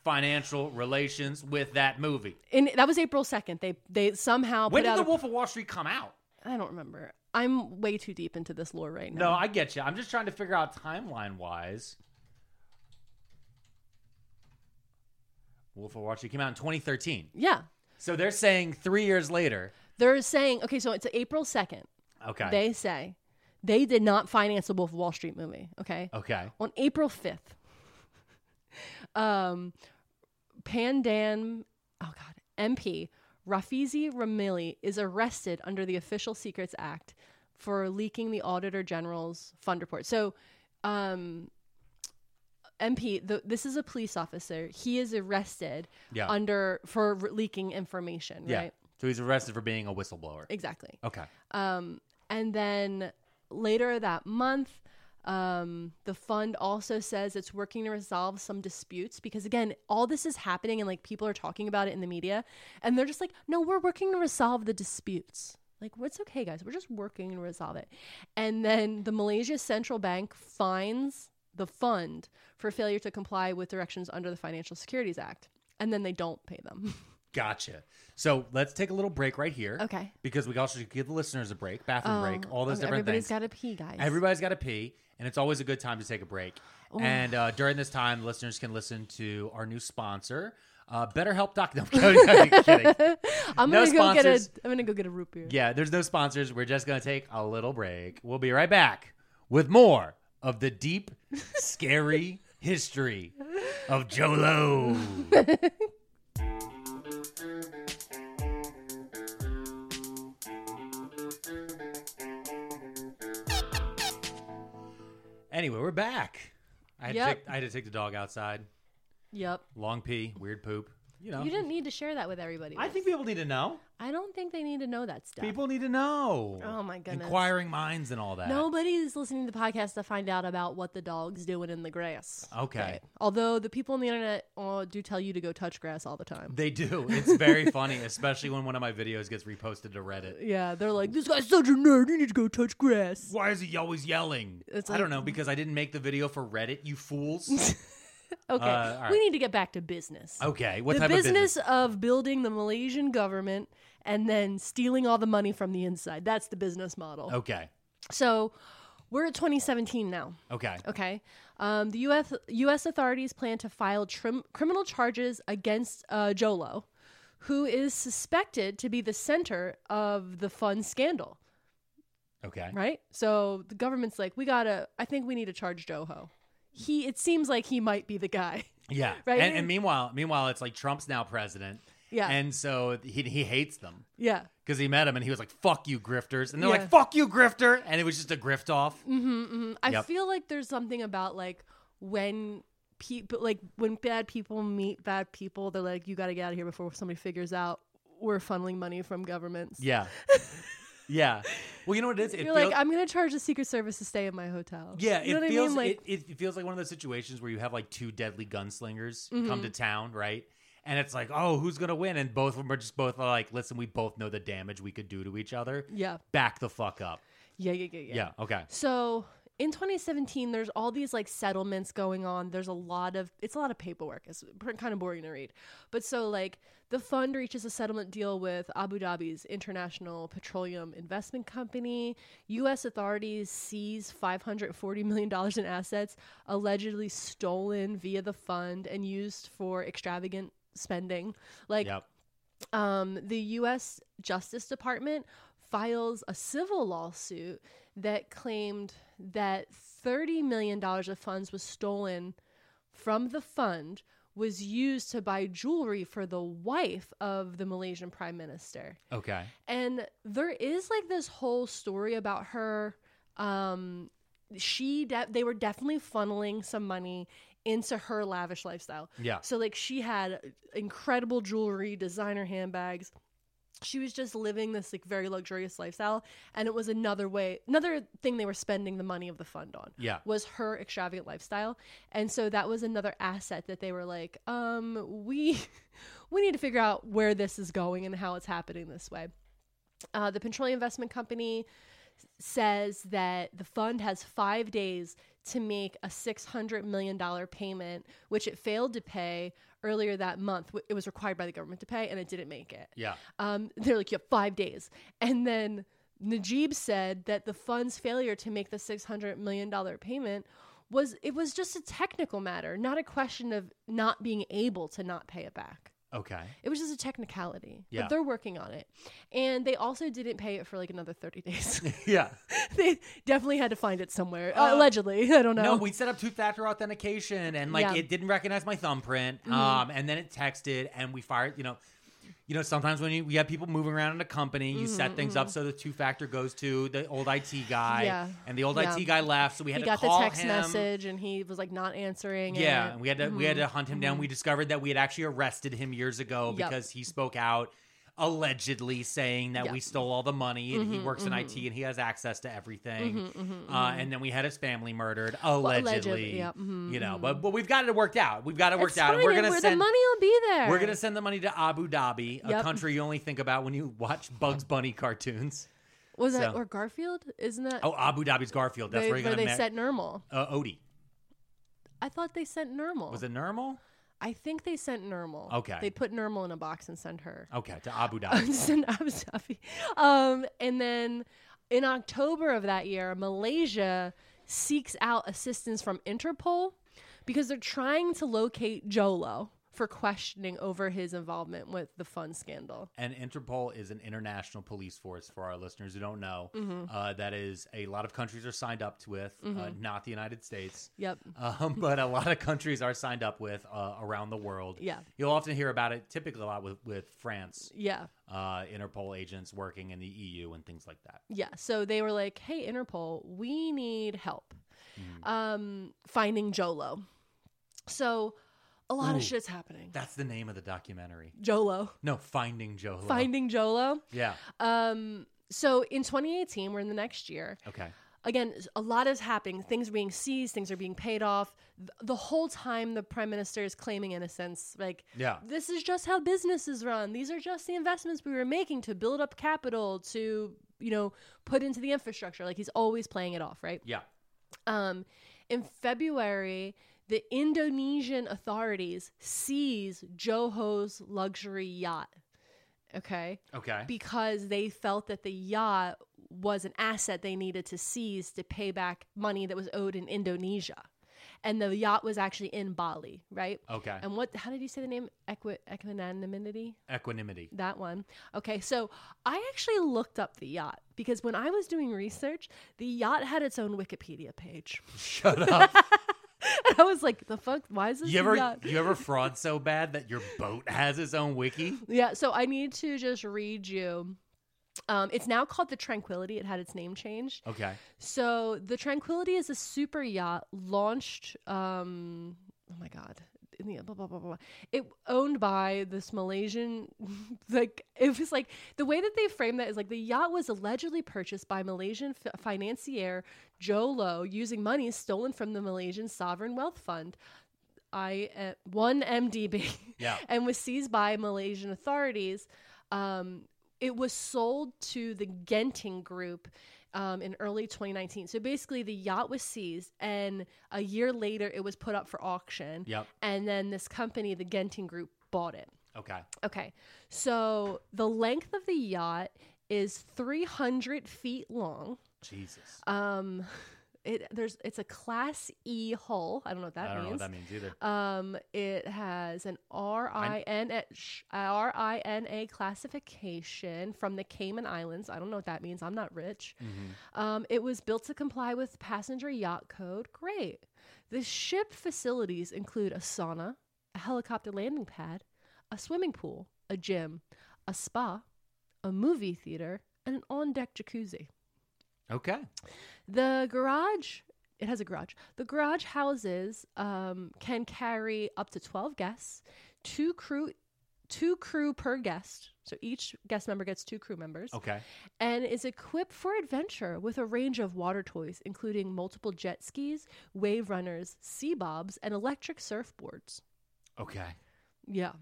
S2: financial relations with that movie.
S3: and that was April 2nd. They they somehow
S2: When
S3: put
S2: did
S3: out
S2: The
S3: a-
S2: Wolf of Wall Street come out?
S3: I don't remember. I'm way too deep into this lore right
S2: No,
S3: now.
S2: I get you. I'm just trying to figure out timeline wise. Wolf of Wall Street came out in 2013.
S3: Yeah.
S2: So they're saying three years later.
S3: They're saying, okay, so it's April 2nd.
S2: Okay.
S3: They say they did not finance the Wolf of Wall Street movie, okay?
S2: okay.
S3: On April 5th, um, Pandan, oh God, MP Rafizi Ramili is arrested under the Official Secrets Act for leaking the Auditor General's fund report. So, um, MP, the, this is a police officer. He is arrested
S2: Yeah.
S3: under for re- leaking information,
S2: Yeah.
S3: right?
S2: So he's arrested for being a whistleblower.
S3: Exactly.
S2: Okay.
S3: Um, and then later that month, um, the fund also says it's working to resolve some disputes because, again, all this is happening and like people are talking about it in the media, and they're just like, no, we're working to resolve the disputes. Like, it's okay, guys. We're just working to resolve it. And then the Malaysia Central Bank fines the fund for failure to comply with directions under the Financial Securities Act. And then they don't pay them.
S2: Gotcha. So let's take a little break right here.
S3: Okay. Um,
S2: Because we also should give the listeners a break, bathroom break, all those
S3: okay,
S2: different
S3: everybody's
S2: things.
S3: gotta pee, guys.
S2: Everybody's got to pee, and it's always a good time to take a break. And uh, during this time, listeners can listen to our new sponsor, uh, BetterHelp.com. No, I'm kidding.
S3: I'm
S2: No
S3: gonna go get a.
S2: sponsors.
S3: I'm gonna go get a root beer.
S2: Yeah, there's no sponsors. We're just going to take a little break. We'll be right back with more of the deep, scary history of Jolo. anyway, we're back. I had, to
S3: Yep.
S2: take, I had to take the dog outside.
S3: Yep.
S2: Long pee, weird poop. You know,
S3: You didn't need to share that with everybody.
S2: I think people need to know.
S3: I don't think they need to know that stuff.
S2: People need to know.
S3: Oh, my goodness.
S2: Inquiring minds and all that.
S3: Nobody's listening to the podcast to find out about what the dog's doing in the grass.
S2: Oh, Okay.
S3: Although the people on the internet uh, do tell you to go touch grass all the time.
S2: They do. It's very funny, especially when one of my videos gets reposted to Reddit.
S3: yeah, they're like, this guy's such a nerd. You need to go touch grass.
S2: Why is he always yelling?
S3: It's
S2: I don't
S3: like-
S2: know because I didn't make the video for Reddit. You fools.
S3: Okay,
S2: Uh, all right.
S3: we need to get back to business.
S2: Okay, what
S3: the
S2: type
S3: business
S2: of business?
S3: of building the Malaysian government and then stealing all the money from the inside. That's the business model.
S2: Okay,
S3: So we're at 2017 now.
S2: okay,
S3: Okay. Um, the US, U.S. authorities plan to file trim, criminal charges against uh, Jolo, who is suspected to be the center of the fund scandal,
S2: okay.
S3: right? So the government's like, we gotta, I think we need to charge Joho. He, it seems like he might be the guy.
S2: Yeah.
S3: Right.
S2: And, and meanwhile, meanwhile, it's like Trump's now president.
S3: Yeah.
S2: And so he he hates them
S3: yeah.
S2: because he met him and he was like, "Fuck you, grifters," and they're
S3: Yeah.
S2: like, "Fuck you, grifter," and it was just a grift off.
S3: I
S2: Yep.
S3: feel like there's something about like when people, like when bad people meet bad people, they're like, you gotta get out of here before somebody figures out we're funneling money from governments.
S2: Yeah. yeah. Well, you know what it is? It
S3: You're
S2: feels-
S3: like, I'm gonna charge the Secret Service to stay in my hotel.
S2: Yeah,
S3: you know
S2: it
S3: what
S2: feels
S3: I mean. Like,
S2: it, it feels like one of those situations where you have like two deadly gunslingers come
S3: Mm-hmm.
S2: to town, right? And it's like, oh, who's gonna win? And both of them are just both like, listen, we both know the damage we could do to each other.
S3: Yeah.
S2: back the fuck up.
S3: yeah, yeah, yeah, yeah.
S2: Yeah, okay.
S3: So in 2017, there's all these like settlements going on. There's a lot of it's a lot of paperwork. It's pr- kind of boring to read, but so like the fund reaches a settlement deal with Abu Dhabi's International Petroleum Investment Company. U.S. authorities seize 540 million dollars in assets allegedly stolen via the fund and used for extravagant spending. Like
S2: Yep.
S3: um, the U.S. Justice Department files a civil lawsuit that claimed that $30 million of funds was stolen from the fund was used to buy jewelry for the wife of the Malaysian prime minister.
S2: Okay.
S3: And there is like this whole story about her. Um, she de- they were definitely funneling some money into her lavish lifestyle.
S2: Yeah.
S3: So like she had incredible jewelry, designer handbags. She was just living this like very luxurious lifestyle, and it was another way, another thing they were spending the money of the fund on.
S2: Yeah.
S3: was her extravagant lifestyle, and so that was another asset that they were like, um, we, we need to figure out where this is going and how it's happening this way. Uh, the Petroleum Investment Company says that the fund has five days to make a $600 million payment, which it failed to pay earlier that month. Wh- It was required by the government to pay, and it didn't make it.
S2: Yeah.
S3: Um, they're like, you have five days. And then Najib said that the fund's failure to make the $600 million payment was it was just a technical matter, not a question of not being able to not pay it back.
S2: Okay.
S3: It was just a technicality.
S2: Yeah.
S3: But they're working on it. And they also didn't pay it for like another 30 days.
S2: Yeah.
S3: they definitely had to find it somewhere. Uh, allegedly. I don't know.
S2: Uh, No, we set up two factor authentication and like
S3: Yeah. Mm-hmm.
S2: it didn't recognize my thumbprint. Um, and then it texted and we fired, you know. you know, sometimes when you, we have people moving around in a company, you set things up so the two factor goes to the old IT guy,
S3: Mm-hmm, Yeah.
S2: and the old
S3: Yeah.
S2: IT guy left, so we had
S3: he
S2: to
S3: got the
S2: call
S3: text
S2: him.
S3: message and he was like not answering.
S2: Yeah,
S3: it.
S2: and we had to we
S3: Mm-hmm.
S2: had to hunt him down. We discovered that we had actually arrested him years ago
S3: Yep.
S2: because he spoke out allegedly saying that we stole all the money and
S3: Mm-hmm,
S2: he works in IT and he has access to everything. uh, and then we had his family murdered allegedly.
S3: allegedly, yeah, mhm,
S2: you know, but but we've got it worked out. We've got it worked
S3: It's
S2: out.
S3: fine,
S2: and we're
S3: it-
S2: gonna
S3: where
S2: send
S3: the money will be there.
S2: we're gonna send the money to Abu Dhabi, a
S3: Yep.
S2: country you only think about when you watch Bugs Bunny cartoons.
S3: was
S2: so-
S3: that or Garfield? Isn't that
S2: Oh, Abu Dhabi's Garfield. That's
S3: they,
S2: where you're
S3: they
S2: gonna met
S3: sent Normal?
S2: uh, Odie.
S3: I thought they sent Normal.
S2: Was it Normal?
S3: I think they sent Normal.
S2: Okay.
S3: they'd put Normal in a box and send her.
S2: Okay, to Abu Dhabi.
S3: Send Abu Dhabi. Um, and then in October of that year, Malaysia seeks out assistance from Interpol because they're trying to locate Jolo for questioning over his involvement with the fund scandal.
S2: And Interpol is an international police force for our listeners who don't know.
S3: Mm-hmm.
S2: Uh, that is a lot of countries are signed up with, uh, not the United States.
S3: Yep.
S2: Um, but a lot of countries are signed up with uh, around the world.
S3: Yeah.
S2: You'll often hear about it, typically a lot with, with France,
S3: Yeah.
S2: uh, Interpol agents working in the EU and things like that.
S3: Yeah. So they were like, hey, Interpol, we need help um, finding Jolo. So a lot of shit's happening.
S2: That's the name of the documentary.
S3: Jolo.
S2: No, Finding Jolo.
S3: Finding Jolo.
S2: Yeah.
S3: Um, so in 2018, we're in the next year.
S2: Okay.
S3: again, a lot is happening. Things are being seized, things are being paid off. Th- The whole time, the prime minister is claiming innocence. Like,
S2: Yeah.
S3: this is just how businesses run. These are just the investments we were making to build up capital to, you know, put into the infrastructure. Like, he's always playing it off, right?
S2: Yeah.
S3: Um, in February, the Indonesian authorities seize Joho's luxury yacht. Okay
S2: Okay.
S3: because they felt that the yacht was an asset they needed to seize to pay back money that was owed in Indonesia. And the yacht was actually in Bali, right?
S2: Okay.
S3: And what, how did you say the name? Equi- equanimity?
S2: Equanimity.
S3: That one. Okay, so I actually looked up the yacht because when I was doing research, the yacht had its own Wikipedia page.
S2: Shut up.
S3: And I was like, the fuck? Why is this
S2: you ever
S3: yacht?
S2: you ever fraud so bad that your boat has its own wiki?
S3: Yeah, so I need to just read you. Um, it's now called the Tranquility. It had its name changed.
S2: Okay.
S3: So the Tranquility is a super yacht launched. Um, oh my god. In the, blah, blah, blah, blah. blah. It owned by this Malaysian, like it was like the way that they framed that is like the yacht was allegedly purchased by Malaysian f- financier Jolo using money stolen from the Malaysian sovereign wealth fund, I uh, one MDB,
S2: Yeah.
S3: and was seized by Malaysian authorities. Um, it was sold to the Genting Group um, in early 2019. So basically, the yacht was seized, and a year later, it was put up for auction.
S2: Yep.
S3: And then this company, the Genting Group, bought it.
S2: Okay.
S3: Okay, so the length of the yacht is 300 feet long.
S2: Jesus.
S3: Um, it there's it's a Class E hull. I don't know what that
S2: I don't know
S3: means.
S2: what that means either.
S3: Um, it has an R I N uh, R I N A classification from the Cayman Islands. I don't know what that means. I'm not rich. Um, it was built to comply with passenger yacht code. Great. The ship facilities include a sauna, a helicopter landing pad, a swimming pool, a gym, a spa, a movie theater, and an on-deck jacuzzi.
S2: Okay.
S3: The garage, it has a garage. The garage houses um, can carry up to 12 guests, two crew two crew per guest. So each guest member gets two crew members
S2: Okay.
S3: and is equipped for adventure with a range of water toys including multiple jet skis, wave runners, sea bobs, and electric surfboards.
S2: Okay.
S3: Yeah.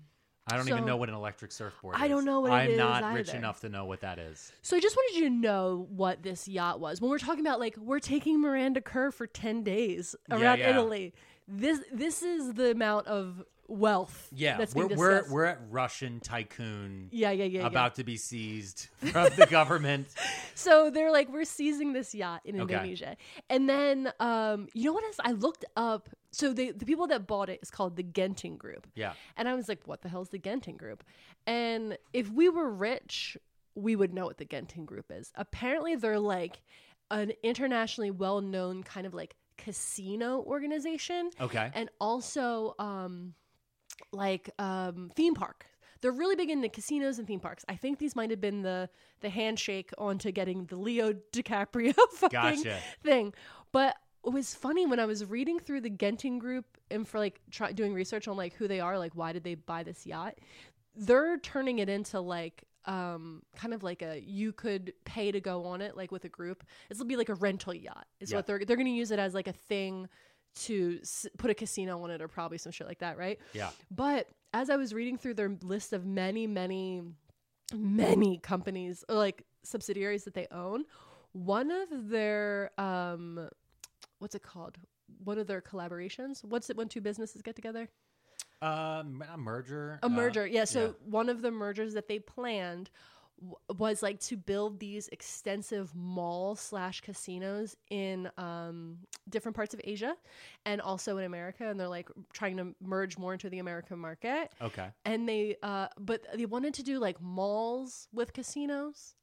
S2: I don't even
S3: So-
S2: know what an electric surfboard is.
S3: I don't know what it
S2: I'm
S3: is
S2: not rich
S3: either.
S2: enough to know what that is.
S3: So I just wanted you to know what this yacht was. When we're talking about like we're taking Miranda Kerr for 10 days
S2: Yeah,
S3: around
S2: yeah.
S3: Italy. This this is the amount of wealth
S2: Yeah,
S3: that's
S2: we're
S3: being
S2: we're
S3: discussed.
S2: we're at Russian tycoon
S3: yeah, yeah, yeah, yeah.
S2: about to be seized from the government.
S3: So they're like we're seizing this yacht in
S2: Okay.
S3: Indonesia. And then um you know what else I looked up so they, the people that bought it is called the Genting Group.
S2: Yeah.
S3: And I was like what the hell's the Genting Group? And if we were rich, we would know what the Genting Group is. Apparently they're like an internationally well-known kind of like casino organization
S2: Okay.
S3: and also um like um theme park They're really big into casinos and theme parks. I think these might have been the the handshake onto getting the Leo DiCaprio fucking
S2: Gotcha.
S3: thing. But it was funny when I was reading through the Genting Group and for like try, doing research on like who they are, like why did they buy this yacht? They're turning it into like um kind of like a you could pay to go on it like with a group. This will be like a rental yacht. Is
S2: Yeah.
S3: what they're they're going to use it as like a thing to s- put a casino on it or probably some shit like that, right?
S2: Yeah.
S3: But as I was reading through their list of many, many, many companies, or, like subsidiaries that they own, one of their um, what's it called? One of their collaborations. What's it when two businesses get together?
S2: Um, a merger.
S3: A
S2: uh,
S3: merger. Yeah. So one of the mergers that they planned w- was like to build these extensive mall slash casinos in um, different parts of Asia and also in America. And they're like trying to merge more into the American market.
S2: Okay.
S3: And they, uh, but they wanted to do like malls with casinos.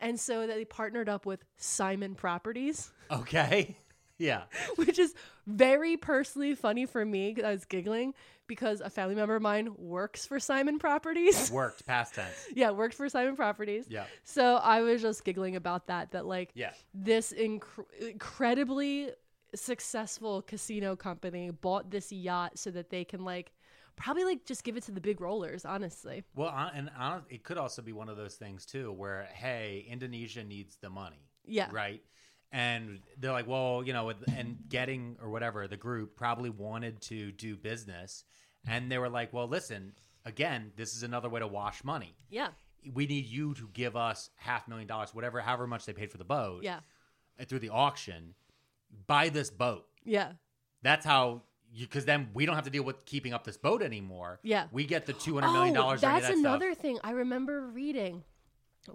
S3: And so they partnered up with Simon Properties
S2: Okay. yeah.
S3: which is very personally funny for me 'cause I was giggling because a family member of mine works for Simon Properties.
S2: Worked. Past tense.
S3: yeah, worked for Simon Properties.
S2: Yeah.
S3: So I was just giggling about that that like
S2: Yeah.
S3: this incre- incredibly successful casino company bought this yacht so that they can like probably like just give it to the big rollers, honestly.
S2: Well, hon- and hon- it could also be one of those things too, where hey, Indonesia needs the money,
S3: Yeah.
S2: right? And they're like, well, you know, with- and getting or whatever the group probably wanted to do business, and they were like, well, listen, again, this is another way to wash money.
S3: Yeah.
S2: We need you to give us half million dollars, whatever, however much they paid for the boat,
S3: Yeah.
S2: uh, through the auction. Buy this boat.
S3: Yeah.
S2: That's how. Because then we don't have to deal with keeping up this boat anymore.
S3: Yeah.
S2: we get the two hundred million dollars.
S3: Oh, that's
S2: that stuff.
S3: another thing I remember reading.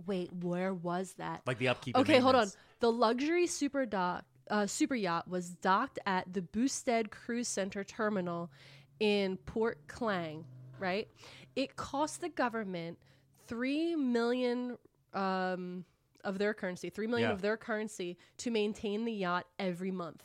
S3: Wait, where was that?
S2: like the upkeep. and
S3: Okay, hold on.
S2: maintenance.
S3: The luxury super dock, uh, super yacht was docked at the Boosted Cruise Center terminal in Port Klang. Right, it cost the government three million um, of their currency, three million
S2: Yeah.
S3: of their currency to maintain the yacht every month.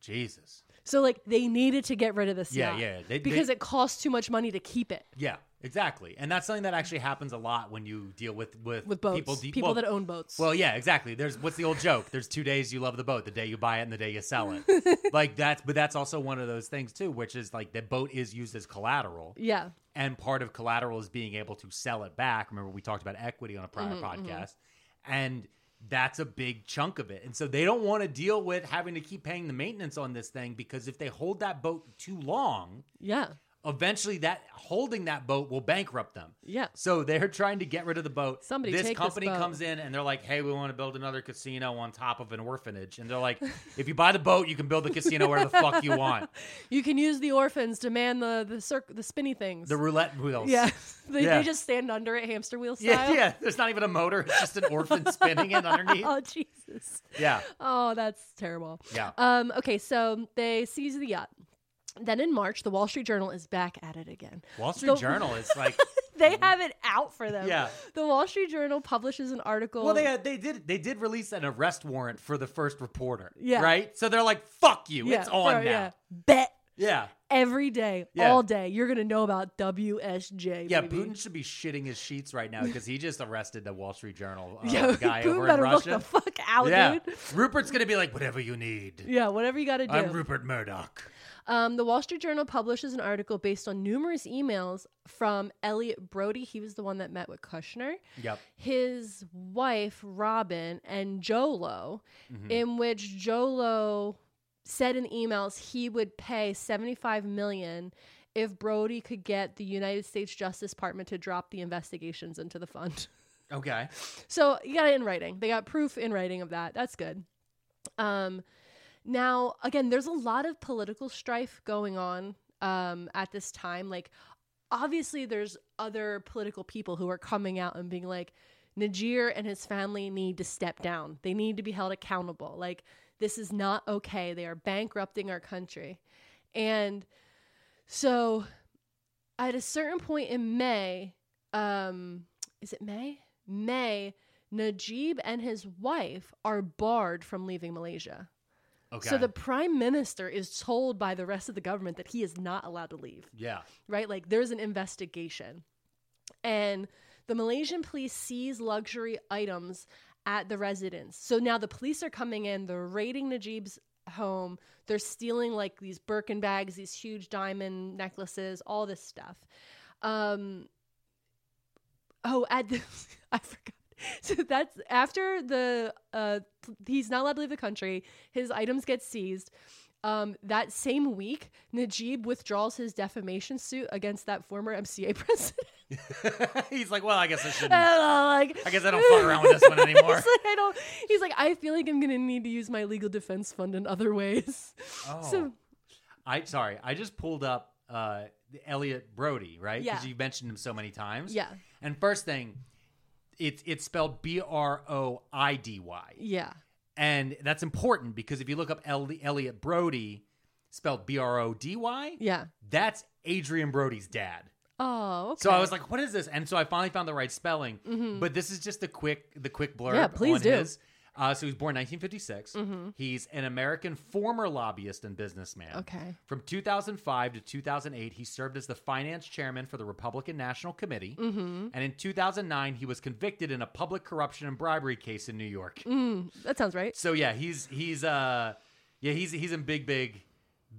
S2: Jesus.
S3: So, like, they needed to get rid of this
S2: Yeah,
S3: yacht
S2: yeah, they- they-
S3: because it costs too much money to keep it.
S2: Yeah, exactly. And that's something that actually happens a lot when you deal with with,
S3: With boats, people,
S2: People, de- well-
S3: that own boats.
S2: Well, yeah, exactly. There's what's the old joke? There's two days you love the boat: the day you buy it and the day you sell it. like that's, but that's also one of those things too, which is like the boat is used as collateral,
S3: yeah,
S2: and part of collateral is being able to sell it back. Remember, we talked about equity on a prior
S3: Mm-hmm,
S2: podcast, and that's a big chunk of it. And so they don't want to deal with having to keep paying the maintenance on this thing because if they hold that boat too long,
S3: yeah,
S2: eventually that holding that boat will bankrupt them.
S3: Yeah.
S2: So they're trying to get rid of the boat.
S3: Somebody
S2: this
S3: take this
S2: company
S3: boat.
S2: comes in and they're like, "Hey, we want to build another casino on top of an orphanage." And they're like, "If you buy the boat, you can build the casino where the fuck you want."
S3: you can use the orphans to man the the circ- the spinny things.
S2: The roulette wheels.
S3: Yeah. They,
S2: Yeah.
S3: they just stand under it hamster wheel
S2: Yeah,
S3: style.
S2: yeah. There's not even a motor. It's just an orphan spinning it underneath.
S3: Oh Jesus.
S2: Yeah.
S3: Oh, that's terrible.
S2: Yeah.
S3: Um, okay, so they seize the yacht. Then in March, the Wall Street Journal is back at it again.
S2: Wall Street
S3: The-
S2: Journal is like
S3: They have it out for them.
S2: Yeah.
S3: The Wall Street Journal publishes an article.
S2: Well, they had, they did they did release an arrest warrant for the first reporter,
S3: Yeah.
S2: right? So they're like, "Fuck you,
S3: Yeah,
S2: it's on
S3: sorry,
S2: now."
S3: yeah. Bet
S2: yeah.
S3: every day,
S2: Yeah.
S3: all day, you're gonna know about WSJ.
S2: Yeah,
S3: baby.
S2: Putin should be shitting his sheets right now because he just arrested the Wall Street Journal uh,
S3: Yeah,
S2: guy
S3: Putin
S2: over in
S3: better
S2: Russia.
S3: look the fuck out,
S2: yeah,
S3: dude.
S2: Rupert's gonna be like, whatever you need.
S3: Yeah, whatever you gotta do.
S2: I'm Rupert Murdoch.
S3: Um, the Wall Street Journal publishes an article based on numerous emails from Elliot Brody. He was the one that met with Kushner.
S2: Yep.
S3: His wife, Robin, and Jolo, in which Jolo said in emails he would pay 75 million if Brody could get the United States Justice Department to drop the investigations into the fund.
S2: Okay.
S3: So you got it in writing. They got proof in writing of that. That's good. Um, now again, there's a lot of political strife going on um, at this time. Like, obviously, there's other political people who are coming out and being like, Najir and his family need to step down. They need to be held accountable. Like, this is not okay. They are bankrupting our country, and so at a certain point in May, um, is it May? May, Najib and his wife are barred from leaving Malaysia.
S2: Okay.
S3: So the prime minister is told by the rest of the government that he is not allowed to leave,
S2: yeah.
S3: right? Like there's an investigation. and the Malaysian police seize luxury items at the residence. So now the police are coming in, they're raiding Najib's home, they're stealing like these Birkin bags, these huge diamond necklaces, all this stuff. Um, oh, at the, I forgot. So that's after the uh, he's not allowed to leave the country. His items get seized. Um, that same week, Najib withdraws his defamation suit against that former MCA president.
S2: He's like, well, I guess I shouldn't.
S3: And I'm like,
S2: Hmm. I guess I don't fuck around with this one anymore.
S3: He's like, I don't. He's like, I feel like I'm gonna need to use my legal defense fund in other ways. So
S2: Oh. I sorry, I just pulled up uh, Elliot Brody, right? Because
S3: Yeah.
S2: you mentioned him so many times.
S3: Yeah.
S2: And first thing, it's it's spelled B R O I D Y,
S3: yeah,
S2: and that's important because if you look up El- Elliot Brody, spelled B R O D Y,
S3: yeah.
S2: that's Adrian Brody's dad.
S3: Oh, okay. Mm-hmm.
S2: So I was like, "What is this?" And so I finally found the right spelling. But this is just the quick, the quick blurb.
S3: Yeah, please
S2: on
S3: do. Mm-hmm.
S2: His. Uh, so he was born 1956. He's an American former lobbyist and businessman.
S3: Okay.
S2: From 2005 to 2008, he served as the finance chairman for the Republican National Committee.
S3: Mm-hmm.
S2: And in 2009, he was convicted in a public corruption and bribery case in New York.
S3: that sounds right.
S2: So yeah, he's he's uh yeah he's he's in big big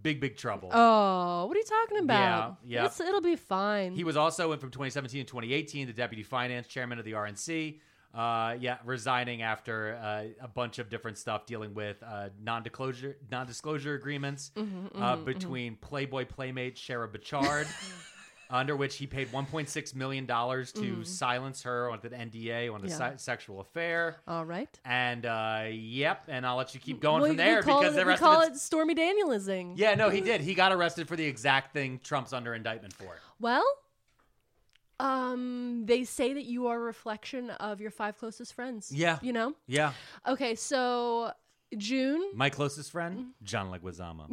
S2: big big trouble.
S3: Oh, what are you talking about?
S2: Yeah, yeah.
S3: It's- it'll be fine.
S2: He was also in from 2017 to 2018, the deputy finance chairman of the RNC. Uh, yeah, resigning after uh, a bunch of different stuff dealing with uh, non-disclosure non-disclosure agreements
S3: Mm-hmm,
S2: uh, between Playboy playmate Shara Bachard, under which he paid 1.6 million dollars to silence her on an NDA on a
S3: Mm-hmm. Yeah.
S2: se- sexual affair.
S3: All right.
S2: And uh, yep, and I'll let you keep going
S3: We-
S2: from there
S3: we Mm, call
S2: because
S3: it,
S2: the
S3: we
S2: rest
S3: call
S2: of it's
S3: it Stormy Danielsing.
S2: yeah, no, he did. He got arrested for the exact thing Trump's under indictment for.
S3: Well, um, they say that you are a reflection of your five closest friends.
S2: Yeah.
S3: You know.
S2: Yeah.
S3: Okay, so June.
S2: My closest friend, John Leguizamo.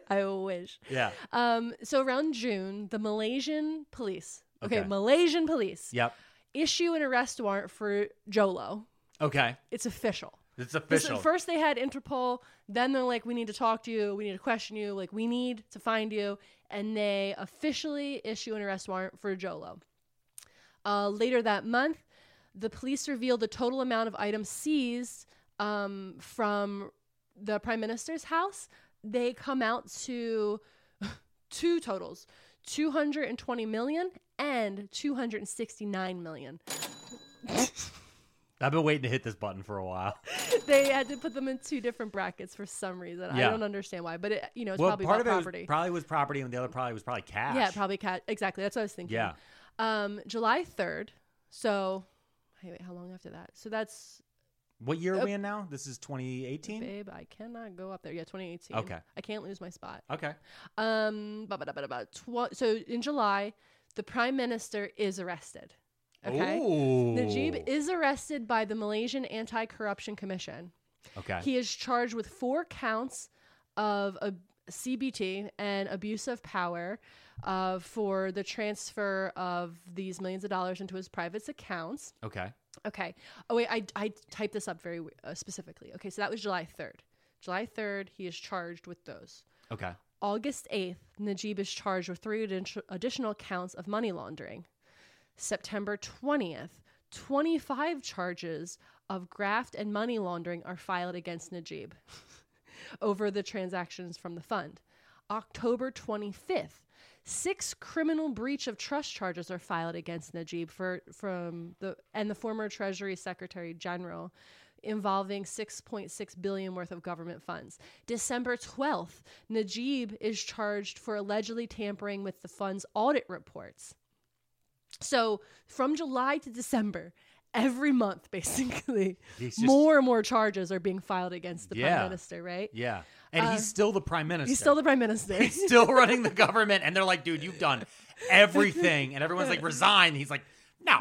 S3: Uh, I wish.
S2: yeah.
S3: Um, so around June, the Malaysian police. Okay,
S2: Okay.
S3: Malaysian police
S2: Yep.
S3: issue an arrest warrant for Jolo.
S2: Okay.
S3: It's official.
S2: It's
S3: This-
S2: official.
S3: First, they had Interpol. Then they're like, we need to talk to you. We need to question you. Like, we need to find you. And they officially issue an arrest warrant for Jolo. Uh, later that month, the police revealed the total amount of items seized um, from the prime minister's house. They come out to two totals 220 million and 269 million.
S2: I've been waiting to hit this button for a while.
S3: they had to put them in two different brackets for some reason. I
S2: Yeah.
S3: don't understand why, but it, you know, it's
S2: well,
S3: probably
S2: part
S3: about
S2: of it was-
S3: property.
S2: probably was property, and the other probably was probably cash.
S3: yeah, probably cat. Exactly. That's what I was thinking.
S2: Yeah.
S3: Um, July third. So, hey, wait, how long after that? So that's
S2: What year are
S3: Uh,
S2: we in now? This is 2018.
S3: babe. I cannot go up there. Yeah, 2018.
S2: Okay.
S3: I can't lose my spot.
S2: Okay.
S3: Um, ba- ba- da- ba- da- ba. Tw- so in July, the prime minister is arrested. Okay.
S2: Ooh.
S3: Najib is arrested by the Malaysian Anti-Corruption Commission.
S2: Okay.
S3: He is charged with four counts of a CBT and abuse of power uh, for the transfer of these millions of dollars into his private accounts.
S2: okay.
S3: Okay. Oh, wait, I, I typed this up very uh, specifically. Okay, so that was July 3rd. July 3rd, he is charged with those.
S2: Okay.
S3: August 8th, Najib is charged with three addi- additional counts of money laundering. September 20th, 25 charges of graft and money laundering are filed against Najib over the transactions from the fund. October 25th, six criminal breach of trust charges are filed against Najib for from the and the former Treasury Secretary General involving 6.6 billion worth of government funds. December 12th, Najib is charged for allegedly tampering with the fund's audit reports. So, from July to December, every month basically,
S2: He's just-
S3: more and more charges are being filed against the
S2: Yeah.
S3: prime minister, right?
S2: Yeah. And he's still the prime minister.
S3: Uh, He's still the prime minister.
S2: still running the government, and they're like, "Dude, you've done everything," and everyone's like, "Resign." He's like, "No."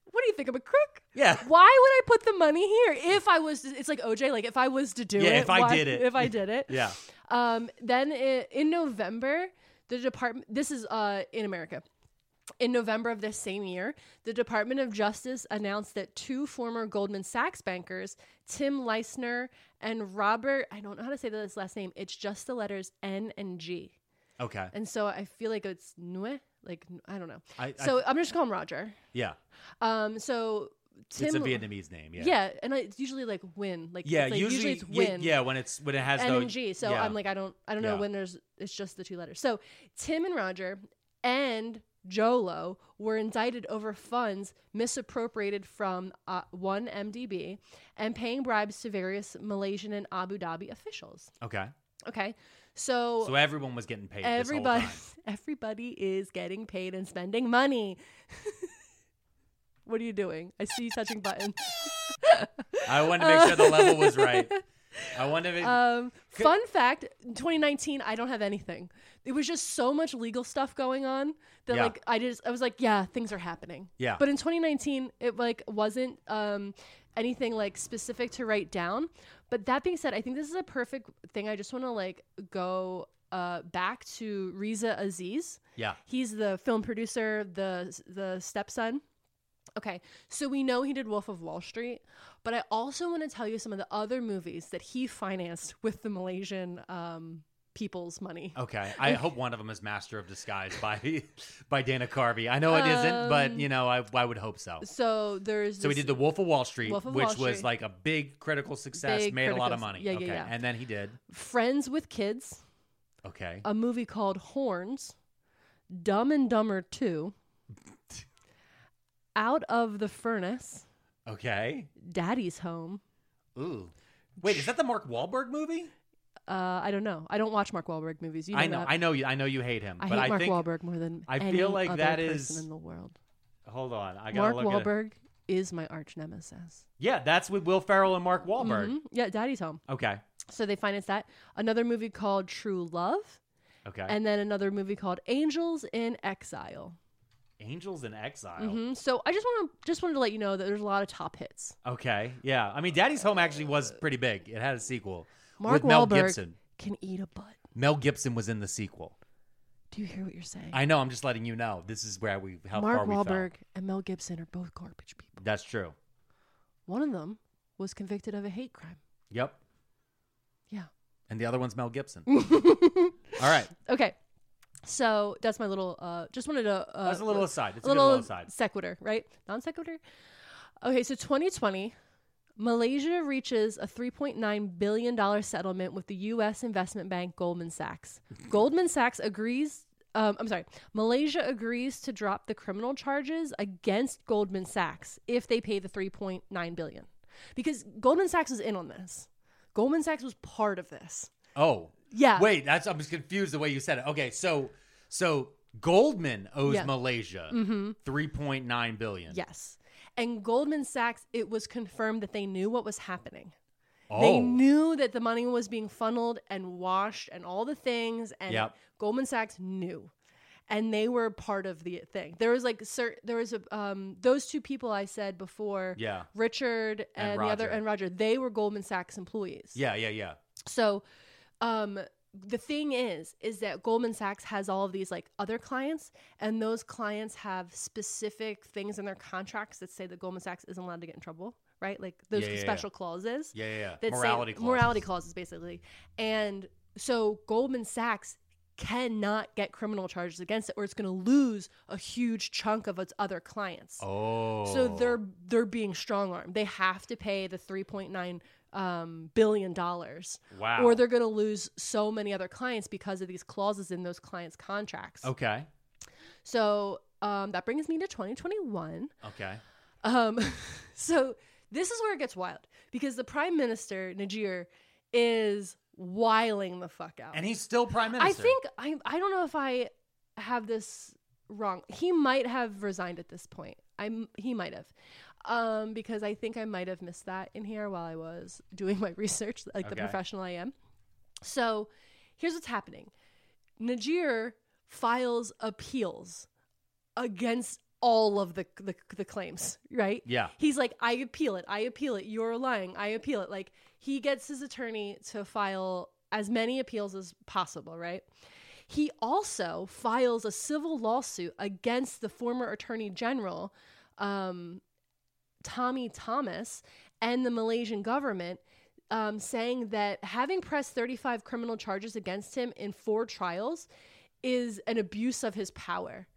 S3: what do you think? I'm a crook.
S2: Yeah.
S3: Why would I put the money here if I was? It's like OJ. Like if I was to do
S2: Yeah,
S3: it.
S2: if I
S3: why-
S2: did it.
S3: If I did it.
S2: Yeah.
S3: Um. Then i in November, the department. This is uh in America. In November of this same year, the Department of Justice announced that two former Goldman Sachs bankers, Tim Leisner and Robert, I don't know how to say this last name, it's just the letters N and G.
S2: Okay.
S3: And so I feel like it's Nue, Like n- I don't know.
S2: I- I-
S3: so I, am just calling him Roger.
S2: Yeah.
S3: Um, so Tim.
S2: it's a Vietnamese name. Yeah.
S3: Yeah. and I, it's usually like win. Like
S2: Yeah.
S3: it's like,
S2: usually,
S3: it's
S2: yeah,
S3: win.
S2: Yeah. When it's when it has
S3: N
S2: the
S3: and G. So
S2: yeah.
S3: I'm like, I don't, I don't know
S2: Yeah.
S3: when there's. It's just the two letters. So Tim and Roger and Jolo were indicted over funds misappropriated from uh, one MDB and paying bribes to various Malaysian and Abu Dhabi officials.
S2: okay.
S3: Okay, so.
S2: So everyone was getting paid.
S3: Everybody,
S2: This whole
S3: everybody is getting paid and spending money. what are you doing? I see you touching buttons.
S2: time. I wanted to make sure the level was right. I wanted to.
S3: Uh, Um, fun fact: in 2019, I don't have anything. It was just so much legal stuff going on that,
S2: Yeah.
S3: like, I just I was like, yeah, things are happening.
S2: Yeah.
S3: But in 2019, it like wasn't um, anything like specific to write down. But that being said, I think this is a perfect thing. I just want to like go uh, back to Riza Aziz.
S2: yeah.
S3: He's the film producer, the the stepson. Okay, so we know he did Wolf of Wall Street, but I also want to tell you some of the other movies that he financed with the Malaysian um, people's money.
S2: Okay. I hope one of them is Master of Disguise by by Dana Carvey. I know it not
S3: Um,
S2: but you know, I, I would hope so.
S3: So there's
S2: So he
S3: this-
S2: did The Wolf of Wall Street,
S3: Wolf of
S2: which
S3: Wall
S2: was
S3: Street.
S2: like a big critical success,
S3: Big
S2: made a lot of
S3: critical-
S2: money.
S3: yeah, yeah,
S2: okay.
S3: yeah.
S2: And then he did.
S3: Friends with Kids,
S2: Okay.
S3: a movie called Horns, Dumb and Dumber Two, Out of the Furnace,
S2: Okay.
S3: Daddy's Home.
S2: Ooh. Wait, is that the Mark Wahlberg movie?
S3: Uh, I don't know. I don't watch Mark Wahlberg movies. You know
S2: I know,
S3: that.
S2: I know you, I know you hate him,
S3: I
S2: but
S3: hate
S2: I
S3: Mark
S2: think.
S3: Wahlberg more than
S2: I
S3: any
S2: feel like
S3: other
S2: that
S3: person
S2: is-
S3: in the world.
S2: Hold on, I gotta
S3: Mark
S2: look at it.
S3: Wahlberg is my arch nemesis.
S2: Yeah, that's with Will Ferrell and Mark Wahlberg.
S3: Mhm. Yeah, Daddy's Home.
S2: Okay,
S3: So they financed that. Another movie called True Love,
S2: okay.
S3: and then another movie called Angels in Exile.
S2: Angels in Exile.
S3: Mhm. So I just want to just wanted to let you know that there's a lot of top hits.
S2: Okay, yeah. I mean, Daddy's Home actually was pretty big. It had a sequel
S3: Mark
S2: with Mel
S3: Wahlberg
S2: Gibson.
S3: can eat a butt.
S2: Mel Gibson was in the sequel.
S3: Do you hear what you're saying?
S2: I know. I'm just letting you know. This is where we how
S3: Mark
S2: far we
S3: Wahlberg
S2: fell.
S3: and Mel Gibson are both garbage people.
S2: That's true.
S3: One of them was convicted of a hate crime.
S2: Yep.
S3: Yeah.
S2: And the other one's Mel Gibson. All right.
S3: Okay. So that's my little. Uh, just wanted to. Uh,
S2: That's a little aside. It's a good
S3: little,
S2: little aside.
S3: sequitur, right? Non sequitur. Okay, so 2020, Malaysia reaches a 3.9 billion dollar settlement with the U.S. investment bank Goldman Sachs. Goldman Sachs agrees. Um, I'm sorry. Malaysia agrees to drop the criminal charges against Goldman Sachs if they pay the 3.9 billion, because Goldman Sachs was in on this. Goldman Sachs was part of this.
S2: Oh.
S3: Yeah.
S2: Wait, that's I'm just confused the way you said it. Okay, so so Goldman owes
S3: Yeah. Mm-hmm.
S2: Malaysia 3.9 billion.
S3: Yes. And Goldman Sachs, it was confirmed that they knew what was happening.
S2: Oh.
S3: They knew that the money was being funneled and washed and all the things. And
S2: Yep.
S3: Goldman Sachs knew. And they were part of the thing. There was like, cer there was a, um, those two people I said before,
S2: Yeah.
S3: Richard and,
S2: And
S3: the other,
S2: Roger.
S3: and Roger, they were Goldman Sachs employees.
S2: Yeah, yeah, yeah.
S3: So, um, the thing is, is that Goldman Sachs has all of these like other clients, and those clients have specific things in their contracts that say that Goldman Sachs isn't allowed to get in trouble, right? Like those
S2: Yeah, yeah, yeah.
S3: special clauses.
S2: Yeah, yeah, yeah.
S3: that say-
S2: Morality clauses.
S3: Morality clauses, basically. And so Goldman Sachs cannot get criminal charges against it, or it's going to lose a huge chunk of its other clients.
S2: Oh.
S3: So they're they're being strong armed. They have to pay the three point nine um, billion dollars,
S2: Wow.
S3: or they're going to lose so many other clients because of these clauses in those clients' contracts.
S2: Okay.
S3: So um, that brings me to twenty twenty one.
S2: Okay.
S3: Um, so this is where it gets wild because the prime minister Najir is wiling the fuck out.
S2: And he's still prime
S3: I
S2: minister.
S3: think I I don't know if I have this wrong. He might have resigned at this point. I'm he might have. Um because I think I might have missed that in here while I was doing my research like the
S2: Okay.
S3: professional I am. So, here's what's happening. Najir files appeals against all of the, the the claims, right?
S2: Yeah.
S3: He's like, I appeal it. I appeal it. You're lying. I appeal it. Like he gets his attorney to file as many appeals as possible, right? He also files a civil lawsuit against the former attorney general, um, Tommy Thomas, and the Malaysian government, um, saying that having pressed 35 criminal charges against him in four trials is an abuse of his power.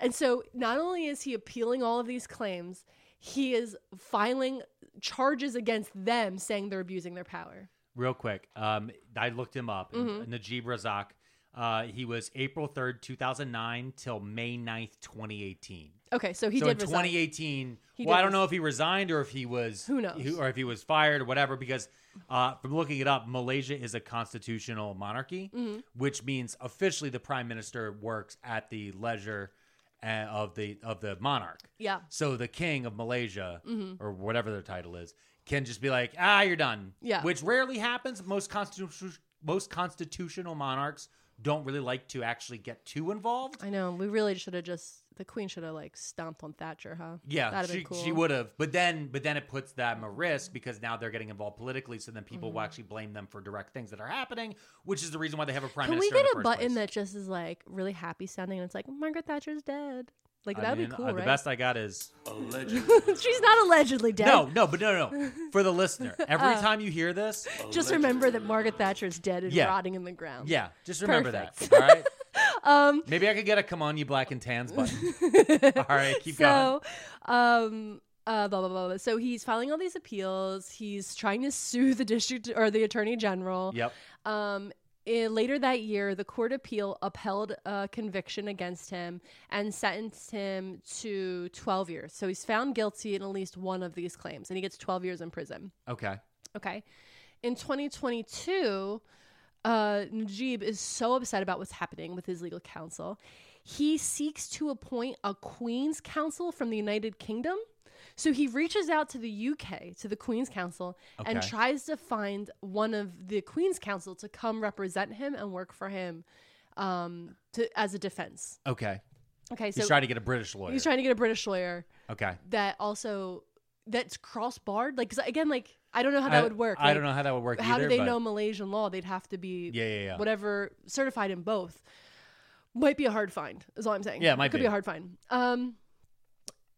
S3: And so not only is he appealing all of these claims, he is filing charges against them saying they're abusing their power.
S2: Real quick, um, I looked him up.
S3: Mm-hmm.
S2: Najib Razak. Uh, he was April 3rd, 2009 till May 9th, 2018.
S3: Okay, so he
S2: so in
S3: did resign.
S2: 2018,
S3: He
S2: well,
S3: did
S2: I don't
S3: resign.
S2: know if he resigned or if he was
S3: Who knows?
S2: who- or if he was fired or whatever. Because uh, from looking it up, Malaysia is a constitutional monarchy,
S3: Mm-hmm.
S2: which means officially the prime minister works at the leisure uh, of the of the monarch.
S3: Yeah. Mm-hmm.
S2: So the king of Malaysia or whatever their title is can just be like, ah, you're done.
S3: Yeah.
S2: Which rarely happens. Most constitution most constitutional monarchs don't really like to actually get too involved.
S3: I know. We really should have just the queen should have like stomped on Thatcher, huh?
S2: Yeah,
S3: That'd have
S2: she,
S3: been cool.
S2: she would have, but then but then it puts them at risk because now they're getting involved politically. So then people
S3: Mm-hmm.
S2: will actually blame them for direct things that are happening, which is the reason why they have a prime
S3: Can we
S2: minister.
S3: get
S2: in the
S3: a
S2: first
S3: button
S2: place.
S3: that just is like really happy sounding and it's like Margaret Thatcher's dead? Like
S2: I
S3: that would
S2: mean,
S3: be cool,
S2: uh, The
S3: right?
S2: best I got is
S3: She's not allegedly dead.
S2: no, no, but no, no. For the listener, every
S3: Uh,
S2: time you hear this,
S3: Just remember that Margaret Thatcher's dead and
S2: Yeah.
S3: rotting in the ground.
S2: yeah, just remember
S3: Perfect.
S2: that. All right. um, Maybe I could get a "Come on, you black and tans" button. all right, keep going.
S3: so, um, uh, blah, blah, blah, blah. So he's filing all these appeals. He's trying to sue the district or the attorney general.
S2: Yep.
S3: Um, i- later that year, the court appeal upheld a conviction against him and sentenced him to 12 years. So he's found guilty in at least one of these claims, and he gets 12 years in prison.
S2: Okay.
S3: Okay. In 2022, uh, Najib is so upset about what's happening with his legal counsel. He seeks to appoint a Queen's Counsel from the United Kingdom. So he reaches out to the UK, to the Queen's Counsel, and
S2: Okay.
S3: tries to find one of the Queen's Counsel to come represent him and work for him um, to, as a defense.
S2: Okay.
S3: Okay, so
S2: He's trying to get a British lawyer.
S3: he's trying to get a British lawyer
S2: okay.
S3: that also that's cross barred. Like 'cause again, like I don't know how that
S2: I-
S3: would work.
S2: I
S3: Like,
S2: don't know how that would work
S3: How
S2: either,
S3: do they
S2: but-
S3: know Malaysian law? They'd have to be
S2: Yeah, yeah, yeah.
S3: whatever certified in both. Might be a hard find. Is all I'm saying.
S2: Yeah, it might
S3: could be.
S2: be.
S3: a hard find. Um,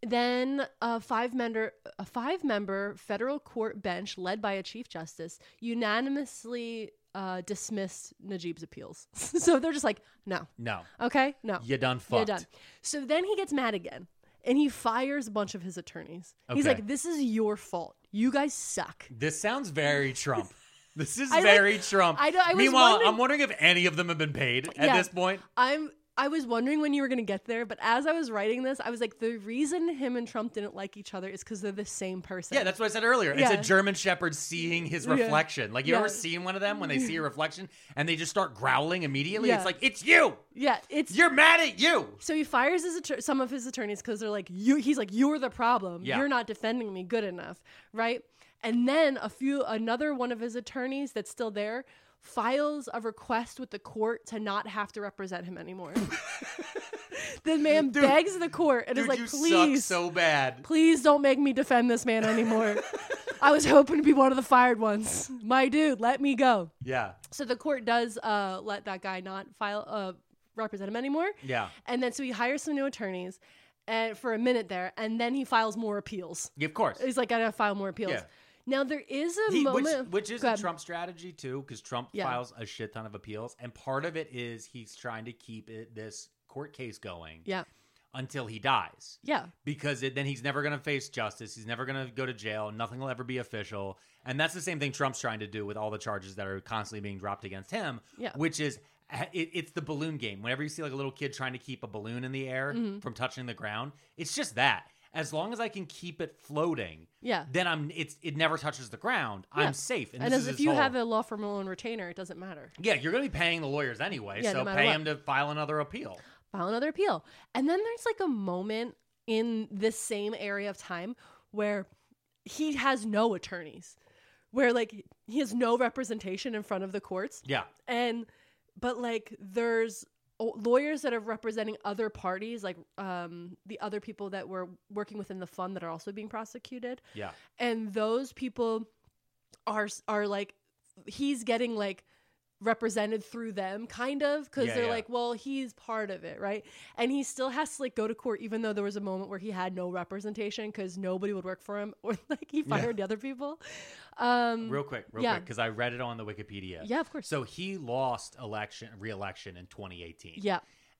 S3: then a five member a five member federal court bench led by a chief justice unanimously uh, dismissed Najib's appeals. so they're just like, no,
S2: No.
S3: okay, no,
S2: You done
S3: you're
S2: fucked.
S3: done. So then he gets mad again and he fires a bunch of his attorneys. He's
S2: Okay.
S3: like, this is your fault. You guys suck.
S2: This sounds very Trump. This is
S3: I, like-
S2: very Trump.
S3: I don't- I was
S2: Meanwhile,
S3: wondering-
S2: I'm wondering if any of them have been paid at
S3: Yeah.
S2: this point.
S3: I'm I was wondering when you were going to get there, but as I was writing this, I was like, the reason him and Trump didn't like each other is because they're the same person.
S2: Yeah, that's what I said earlier.
S3: Yeah.
S2: It's a German Shepherd seeing his reflection. Like you ever
S3: Yeah.
S2: seen one of them when they see a reflection and they just start growling immediately?
S3: Yeah.
S2: It's like it's you.
S3: yeah. It's
S2: You're mad at you.
S3: so he fires his attor- some of his attorneys because they're like, you. He's like, you're the problem.
S2: Yeah.
S3: You're not defending me good enough, right? And then a few another one of his attorneys that's still there files a request with the court to not have to represent him anymore. the man begs the court and
S2: Dude,
S3: is like,
S2: you
S3: please,
S2: suck so bad.
S3: please don't make me defend this man anymore. I was hoping to be one of the fired ones. My dude, let me go.
S2: Yeah.
S3: So the court does uh, let that guy not file uh, represent him anymore.
S2: Yeah.
S3: And then so he hires some new attorneys and for a minute there, and then he files more appeals.
S2: Of course.
S3: He's like, I gotta file more appeals.
S2: Yeah.
S3: Now there is a
S2: He- which,
S3: moment
S2: which is
S3: Go
S2: a
S3: ahead.
S2: Trump strategy too, because Trump
S3: Yeah.
S2: files a shit ton of appeals, and part of it is he's trying to keep it, this court case going
S3: Yeah.
S2: until he dies.
S3: Yeah.
S2: because it, then he's never going to face justice. He's never going to go to jail. Nothing will ever be official. And that's the same thing Trump's trying to do with all the charges that are constantly being dropped against him,
S3: Yeah.
S2: which is eh, it, it's the balloon game. Whenever you see like a little kid trying to keep a balloon in the air
S3: Mm-hmm.
S2: from touching the ground, it's just that. As long as I can keep it floating,
S3: Yeah.
S2: then I'm it's it never touches the ground.
S3: Yeah.
S2: I'm safe. And,
S3: And
S2: this
S3: as
S2: is
S3: if
S2: his
S3: you
S2: whole-
S3: have a law firm loan retainer, it doesn't matter.
S2: yeah, you're going to be paying the lawyers anyway,
S3: Yeah, no
S2: so
S3: matter
S2: pay
S3: what.
S2: him to file another appeal.
S3: file another appeal. And then there's like a moment in this same area of time where he has no attorneys, where like he has no representation in front of the courts.
S2: Yeah,
S3: And, but like there's o- lawyers that are representing other parties, like um, the other people that were working within the fund that are also being prosecuted.
S2: yeah.
S3: And those people are, are like, he's getting like, represented through them kind of because
S2: Yeah,
S3: they're
S2: yeah.
S3: like well he's part of it right and he still has to like go to court even though there was a moment where he had no representation because nobody would work for him or like he fired the other people um
S2: real quick, real
S3: yeah.
S2: quick, because I read it on the Wikipedia.
S3: Yeah, of course.
S2: So he lost election, re-election in 2018.
S3: yeah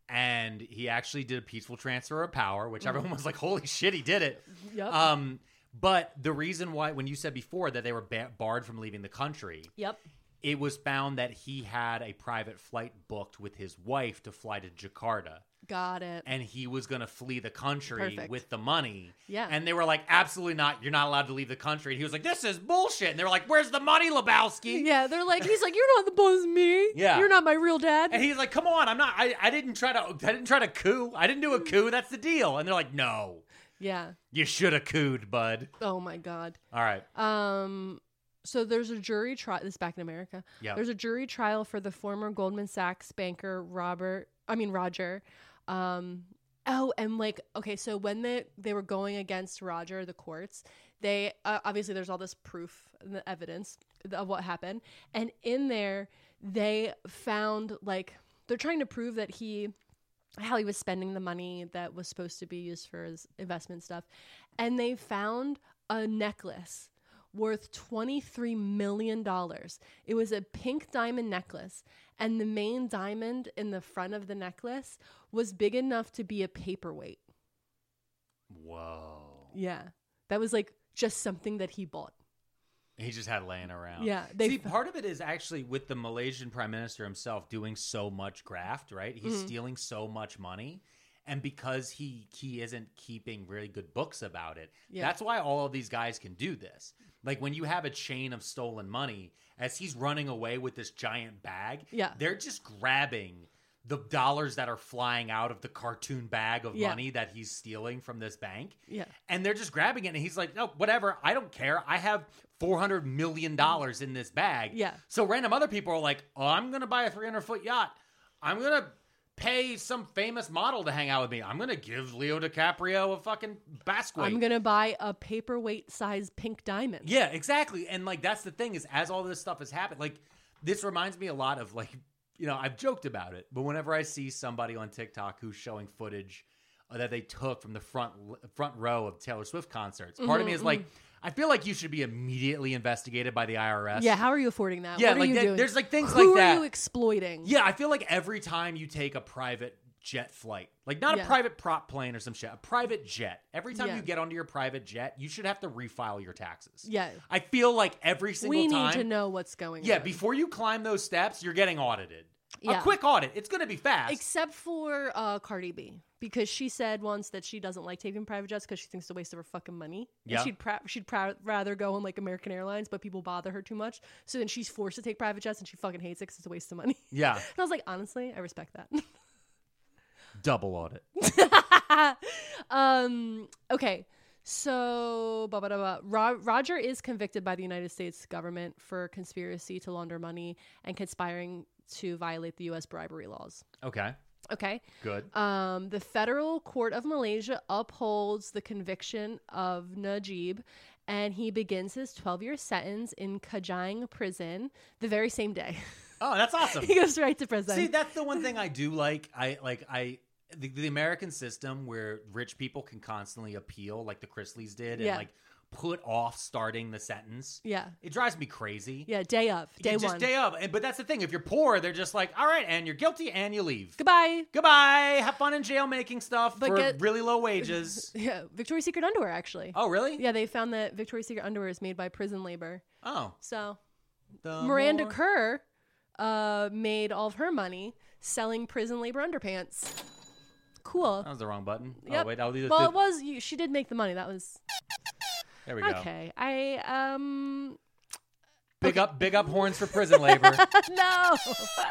S2: and he actually did a peaceful transfer of power, which
S3: Mm-hmm.
S2: everyone was like, "Holy shit, he did it!"
S3: Yep.
S2: Um, but the reason why, when you said before that they were ba- barred from leaving the country,
S3: Yep.
S2: it was found that he had a private flight booked with his wife to fly to Jakarta.
S3: Got it.
S2: And he was going to flee the country
S3: Perfect.
S2: with the money.
S3: Yeah.
S2: And they were like, absolutely not. You're not allowed to leave the country. And he was like, this is bullshit. And they were like, where's the money, Lebowski?
S3: Yeah, they're like, he's like, you're not the boss, me.
S2: Yeah.
S3: You're not my real dad.
S2: And he's like, come on. I'm not, I, I didn't try to, I didn't try to coup. I didn't do a coup. That's the deal. And they're like, no,
S3: yeah.
S2: you should have cooed, bud.
S3: Oh my God.
S2: All right.
S3: Um, so there's a jury trial. This is back in America.
S2: Yeah.
S3: There's a jury trial for the former Goldman Sachs banker Robert. I mean Roger. Um, oh, and like okay, so when they they were going against Roger, the courts, they uh, obviously there's all this proof and the evidence of what happened, and in there they found like they're trying to prove that he how he was spending the money that was supposed to be used for his investment stuff. And they found a necklace worth $23 million. It was a pink diamond necklace. And the main diamond in the front of the necklace was big enough to be a paperweight.
S2: Whoa.
S3: Yeah. That was like just something that he bought.
S2: He just had laying around.
S3: Yeah, they-
S2: See, part of it is actually with the Malaysian prime minister himself doing so much graft, right? He's
S3: Mm-hmm.
S2: stealing so much money. And because he he isn't keeping really good books about it,
S3: Yeah.
S2: that's why all of these guys can do this. Like when you have a chain of stolen money, as he's running away with this giant bag,
S3: Yeah.
S2: they're just grabbing the dollars that are flying out of the cartoon bag of
S3: Yeah.
S2: money that he's stealing from this bank
S3: Yeah.
S2: and they're just grabbing it and he's like no whatever i don't care i have 400 million dollars in this bag
S3: Yeah.
S2: so random other people are like oh i'm gonna buy a 300 foot yacht i'm gonna pay some famous model to hang out with me i'm gonna give leo dicaprio a fucking basket
S3: I'm going to buy a paperweight size pink diamond.
S2: yeah exactly and like that's the thing is as all this stuff has happened like this reminds me a lot of like you know i've joked about it but whenever i see somebody on tiktok who's showing footage uh, that they took from the front front row of Taylor Swift concerts. Part of me
S3: Mm-hmm,
S2: is like, I feel like you should be immediately investigated by the IRS.
S3: Yeah, how are you affording that?
S2: Yeah,
S3: what are
S2: like
S3: you
S2: that-
S3: doing?
S2: there's, like, things
S3: Who
S2: like
S3: are
S2: that.
S3: you exploiting?
S2: yeah. I feel like every time you take a private jet flight, like not
S3: Yeah.
S2: a private prop plane or some shit, a private jet. Every time
S3: Yeah.
S2: you get onto your private jet, you should have to refile your taxes.
S3: Yeah.
S2: I feel like every single
S3: We
S2: time
S3: need to know what's going
S2: Yeah,
S3: on.
S2: before you climb those steps, you're getting audited.
S3: Yeah.
S2: A quick audit. It's going to be fast.
S3: Except for uh, Cardi B, because she said once that she doesn't like taking private jets because she thinks it's a waste of her fucking money. And
S2: Yeah.
S3: she'd pra- she'd pra- rather go on like American Airlines, but people bother her too much. So then she's forced to take private jets, and she fucking hates it because it's a waste of money.
S2: yeah,
S3: And I was like, honestly, I respect that.
S2: double audit.
S3: um, okay. So, blah, blah, blah, blah. Ro- Roger is convicted by the United States government for conspiracy to launder money and conspiring to violate the U.S. bribery laws.
S2: Okay,
S3: Okay.
S2: good.
S3: Um, the federal court of Malaysia upholds the conviction of Najib, and he begins his 12 year sentence in Kajang prison the very same day.
S2: Oh, that's awesome.
S3: he goes right to prison.
S2: See, that's the one thing I do like. I like I the, the American system where rich people can constantly appeal, like the Chrisleys did, and
S3: Yeah.
S2: like put off starting the sentence.
S3: yeah.
S2: It drives me crazy.
S3: Yeah. Day of. Day
S2: You
S3: one.
S2: just day up. And, but that's the thing. If you're poor, they're just like, all right, and you're guilty, and you leave.
S3: Goodbye.
S2: Goodbye. Have fun in jail making stuff
S3: But
S2: for
S3: get-
S2: really low wages.
S3: Yeah. Victoria's Secret underwear, actually.
S2: oh, really?
S3: Yeah. They found that Victoria's Secret underwear is made by prison labor.
S2: Oh,
S3: So,
S2: the
S3: Miranda
S2: more-
S3: Kerr uh, made all of her money selling prison labor underpants. Cool.
S2: That was the wrong button.
S3: Yep.
S2: Oh wait, I'll do this.
S3: well, it was you, she did make the money. That was
S2: there we go.
S3: okay. I um
S2: Big up, big up horns for prison labor.
S3: no.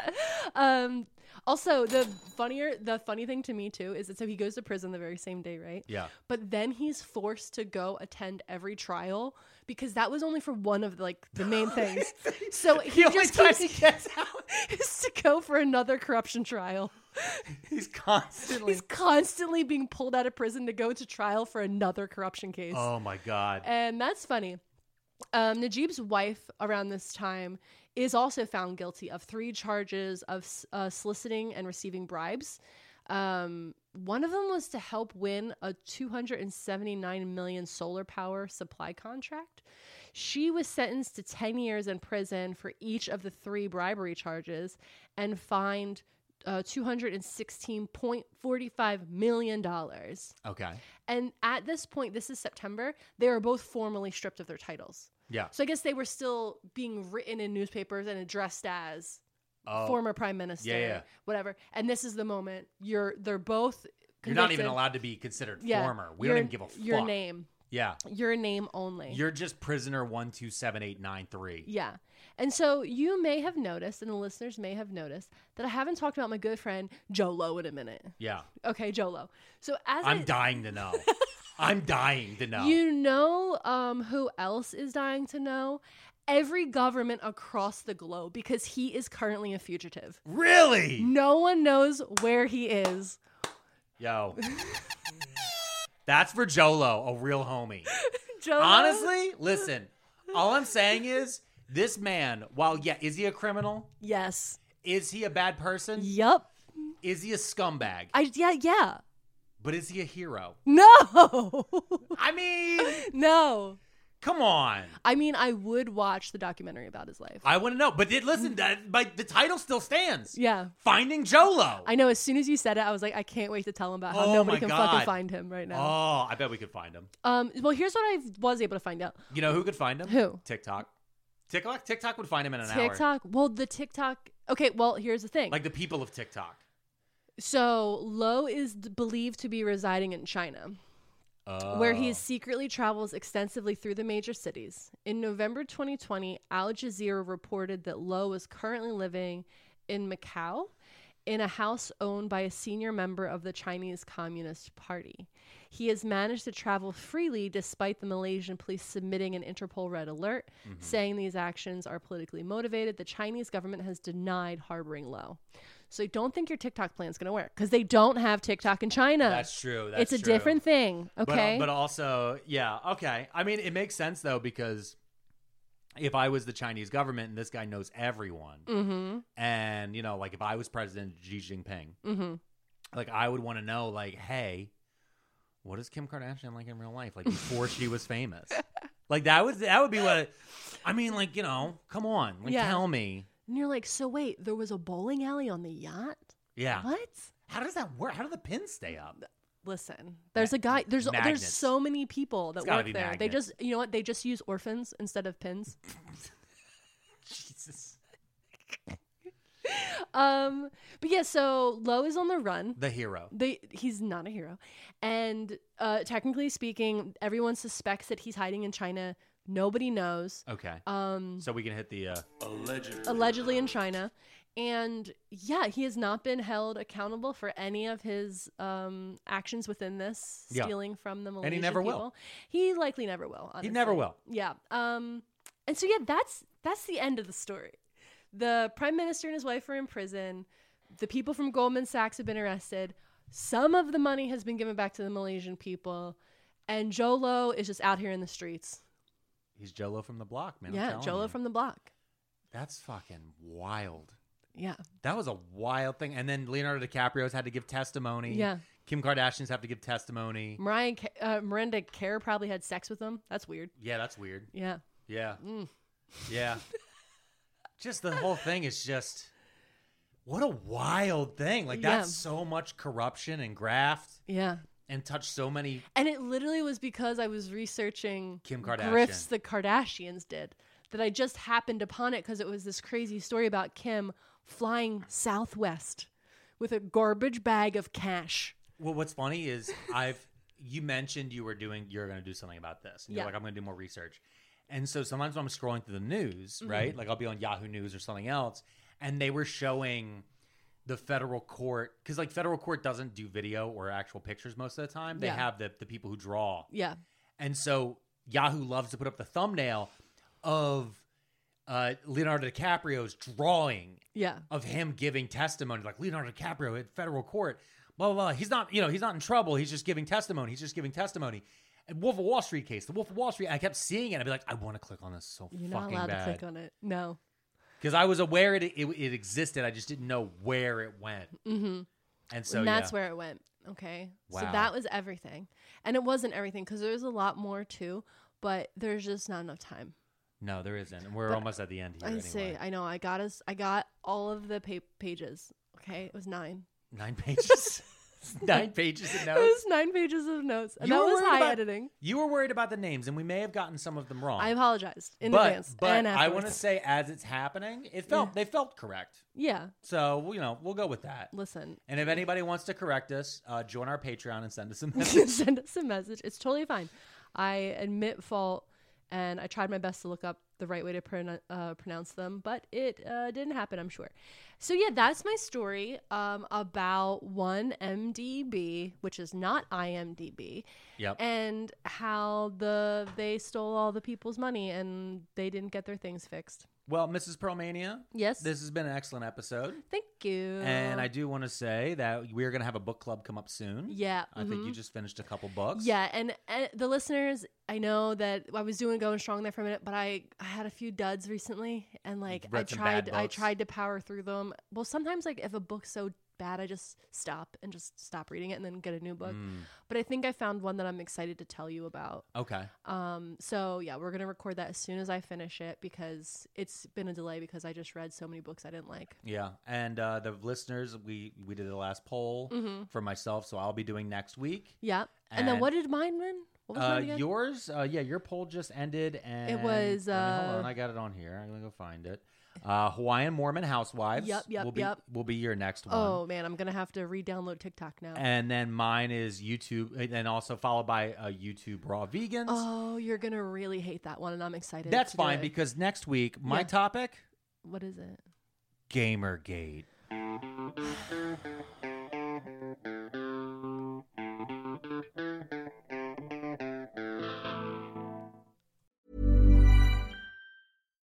S3: um also the funnier the funny thing to me too is that so he goes to prison the very same day, right?
S2: yeah.
S3: But then he's forced to go attend every trial because that was only for one of like the main things. so he
S2: The only
S3: just
S2: time
S3: keeps,
S2: he gets out,
S3: is to go for another corruption trial.
S2: he's constantly.
S3: He's constantly being pulled out of prison to go to trial for another corruption case.
S2: Oh my god.
S3: And that's funny. Um, Najib's wife around this time is also found guilty of three charges of s- uh, soliciting and receiving bribes. Um, one of them was to help win a 279 million solar power supply contract. She was sentenced to 10 years in prison for each of the three bribery charges and fined uh, $216.45 million.
S2: Okay.
S3: And at this point, this is September, they are both formally stripped of their titles.
S2: Yeah.
S3: So I guess they were still being written in newspapers and addressed as
S2: Oh.
S3: former prime minister,
S2: Yeah, yeah.
S3: whatever. And this is the moment you're they're both
S2: You're not even
S3: convicted.
S2: allowed to be considered
S3: Yeah,
S2: former. We
S3: your-
S2: don't even give a fuck.
S3: Your name,
S2: Yeah.
S3: your name only.
S2: You're just prisoner one two seven eight nine three.
S3: Yeah. And so you may have noticed, and the listeners may have noticed, that I haven't talked about my good friend Jolo in a minute.
S2: Yeah.
S3: Okay, Jolo. So as
S2: I'm
S3: I-
S2: dying to know. I'm dying to know.
S3: you know um, who else is dying to know? Every government across the globe, because he is currently a fugitive.
S2: really?
S3: No one knows where he is.
S2: Yo. That's for Jolo, a real homie.
S3: Uh-huh. Jolo,
S2: Honestly, listen, all I'm saying is this man, while yeah, is he a criminal?
S3: Yes.
S2: Is he a bad person?
S3: Yup.
S2: Is he a scumbag?
S3: I yeah, yeah.
S2: But is he a hero?
S3: No.
S2: I mean,
S3: no.
S2: come on.
S3: I mean, I would watch the documentary about his life.
S2: I want to know. But it, listen, that, but the title still stands.
S3: Mm. yeah.
S2: Finding Jolo.
S3: I know. As soon as you said it, I was like, I can't wait to tell him about how
S2: Oh
S3: nobody
S2: my
S3: can
S2: God.
S3: fucking find him right now.
S2: Oh, I bet we could find him.
S3: um, well, here's what I was able to find out.
S2: You know who could find him?
S3: Who?
S2: TikTok. TikTok. TikTok would find him in an hour.
S3: TikTok. Well, the TikTok. Okay. Well, here's the thing.
S2: Like the people of TikTok.
S3: so, Lo is d- believed to be residing in China. Where he secretly travels extensively through the major cities. In November 2020, Al Jazeera reported that Lowe was currently living in Macau in a house owned by a senior member of the Chinese Communist Party. He has managed to travel freely despite the Malaysian police submitting an Interpol red alert
S2: Mm-hmm.
S3: saying these actions are politically motivated. The Chinese government has denied harboring Lowe. So I don't think your TikTok plan's going to work because they don't have TikTok in China.
S2: That's true, that's
S3: it's a
S2: true.
S3: different thing.
S2: But, uh,
S3: Okay.
S2: but also, yeah, okay. I mean, it makes sense though because if I was the Chinese government and this guy knows everyone,
S3: Mm-hmm.
S2: and you know, like if I was President Xi Jinping,
S3: Mm-hmm.
S2: like I would want to know, like, hey, what is Kim Kardashian like in real life, like before she was famous? Like that would that would be what I mean. Like you know, come on, like
S3: Yeah.
S2: tell me,
S3: and you're like, so wait, there was a bowling alley on the yacht?
S2: yeah.
S3: What?
S2: How does that work? How do the pins stay up?
S3: Listen, there's a guy. There's
S2: Magnets.
S3: there's so many people that
S2: It's gotta
S3: work
S2: be
S3: there. They
S2: magnets.
S3: just, you know what? They just use orphans instead of pins.
S2: Jesus,
S3: Um, but yeah, so Lowe is on the run.
S2: the hero.
S3: They, he's not a hero, and uh, technically speaking, everyone suspects that he's hiding in China. Nobody knows.
S2: Okay,
S3: Um,
S2: so we can hit the. Uh,
S3: allegedly in China. And yeah, he has not been held accountable for any of his um, actions within this
S2: Yeah.
S3: stealing from the Malaysian
S2: he never will.
S3: people. He likely never will.
S2: He never
S3: honestly.
S2: will.
S3: Yeah. Um, and so yeah, that's that's the end of the story. The prime minister and his wife are in prison. The people from Goldman Sachs have been arrested. Some of the money has been given back to the Malaysian people, and Jolo is just out here in the streets.
S2: He's Jolo from the block, man. I'm
S3: yeah,
S2: telling
S3: Jolo
S2: you.
S3: from the block.
S2: That's fucking wild.
S3: Yeah.
S2: That was a wild thing. And then Leonardo DiCaprio's had to give testimony.
S3: Yeah.
S2: Kim Kardashian's have to give testimony.
S3: Mariah, Ca- uh, Miranda Kerr probably had sex with him. That's weird.
S2: Yeah, that's weird.
S3: Yeah.
S2: Yeah.
S3: Mm.
S2: Yeah. just the whole thing is just what a wild thing. Like
S3: Yeah.
S2: that's so much corruption and graft
S3: Yeah.
S2: and touched so many
S3: And it literally was because I was researching
S2: Kim Kardashian.
S3: grifts the Kardashians did that I just happened upon it because it was this crazy story about Kim flying southwest with a garbage bag of cash.
S2: Well, what's funny is I've you mentioned you were doing you're going to do something about this. And
S3: Yeah.
S2: You're like I'm going to do more research. And so sometimes when I'm scrolling through the news,
S3: Mm-hmm.
S2: right? Like I'll be on Yahoo News or something else, and they were showing the federal court because like federal court doesn't do video or actual pictures most of the time. They
S3: Yeah.
S2: have the the people who draw.
S3: Yeah.
S2: And so Yahoo loves to put up the thumbnail of uh, Leonardo DiCaprio's drawing
S3: Yeah.
S2: of him giving testimony, like Leonardo DiCaprio at federal court, blah blah. blah. He's not, you know, he's not in trouble. He's just giving testimony. He's just giving testimony. And Wolf of Wall Street case, the Wolf of Wall Street. I kept seeing it. I'd be like, I want to click on this so
S3: You're not
S2: fucking
S3: allowed to
S2: bad
S3: click on it. No.
S2: because I was aware it, it it existed. I just didn't know where it went. Mm-hmm. And so
S3: and that's
S2: yeah.
S3: where it went. Okay. So
S2: Wow.
S3: that was everything. And it wasn't everything because there was a lot more too, but there's just not enough time.
S2: no, there isn't. And we're almost at the end here.
S3: I
S2: anyway.
S3: see. I know. I got us. I got all of the pa- pages Okay, it was nine.
S2: Nine pages. Nine pages of
S3: It was
S2: notes.
S3: nine pages of notes, and
S2: You
S3: that
S2: were
S3: was
S2: worried
S3: high
S2: about-
S3: editing.
S2: You were worried about the names, and we may have gotten some of them wrong.
S3: I apologized in
S2: but,
S3: advance.
S2: But
S3: and
S2: I want to
S3: afterwards.
S2: say, as it's happening, it felt they felt correct.
S3: yeah.
S2: So you know, we'll go with that.
S3: Listen,
S2: And if anybody wants to correct us, uh, join our Patreon and send us a message.
S3: send us a message. It's totally fine. I admit fault, and I tried my best to look up the right way to pron- uh, pronounce them, but it uh, didn't happen. I'm sure. So yeah, that's my story um, about one MDB, which is not IMDb,
S2: yep.
S3: and how the they stole all the people's money and they didn't get their things fixed.
S2: well, Mrs. Pearlmania,
S3: Yes. Uh.
S2: this has been an excellent episode.
S3: Thank you.
S2: And I do want to say that we're going to have a book club come up soon.
S3: Yeah,
S2: I think you
S3: mhm.
S2: just finished a couple books.
S3: Yeah, and, and the listeners, I know that I was doing going strong there for a minute, but I, I had a few duds recently, and like I
S2: read some bad
S3: tried I
S2: books.
S3: tried to power through them. Well, sometimes like if a book's so bad, I just stop and just stop reading it and then get a new book.
S2: Mm.
S3: But I think I found one that I'm excited to tell you about.
S2: Okay.
S3: Um, so yeah, we're gonna record that as soon as I finish it because it's been a delay because I just read so many books I didn't like.
S2: Yeah. And uh, the listeners, we we did the last poll
S3: Mm-hmm.
S2: for myself, so I'll be doing next week.
S3: Yeah, and, then
S2: And-
S3: what did mine win? What was
S2: Uh,
S3: mine again?
S2: yours, uh, yeah, your poll just ended, and
S3: was,
S2: I mean,
S3: uh,
S2: hold on, I got it on here. I'm gonna go find it. Uh, Hawaiian Mormon Housewives.
S3: Yep, yep,
S2: will be,
S3: yep.
S2: Will be your next one.
S3: oh man, I'm gonna have to re-download TikTok now.
S2: And then mine is YouTube, and then also followed by uh, YouTube Raw Vegans.
S3: Oh, you're gonna really hate that one, and I'm excited.
S2: That's
S3: to do
S2: fine
S3: it.
S2: because next week my
S3: Yeah.
S2: topic
S3: what is it?
S2: Gamergate.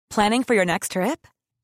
S5: Planning for your next trip?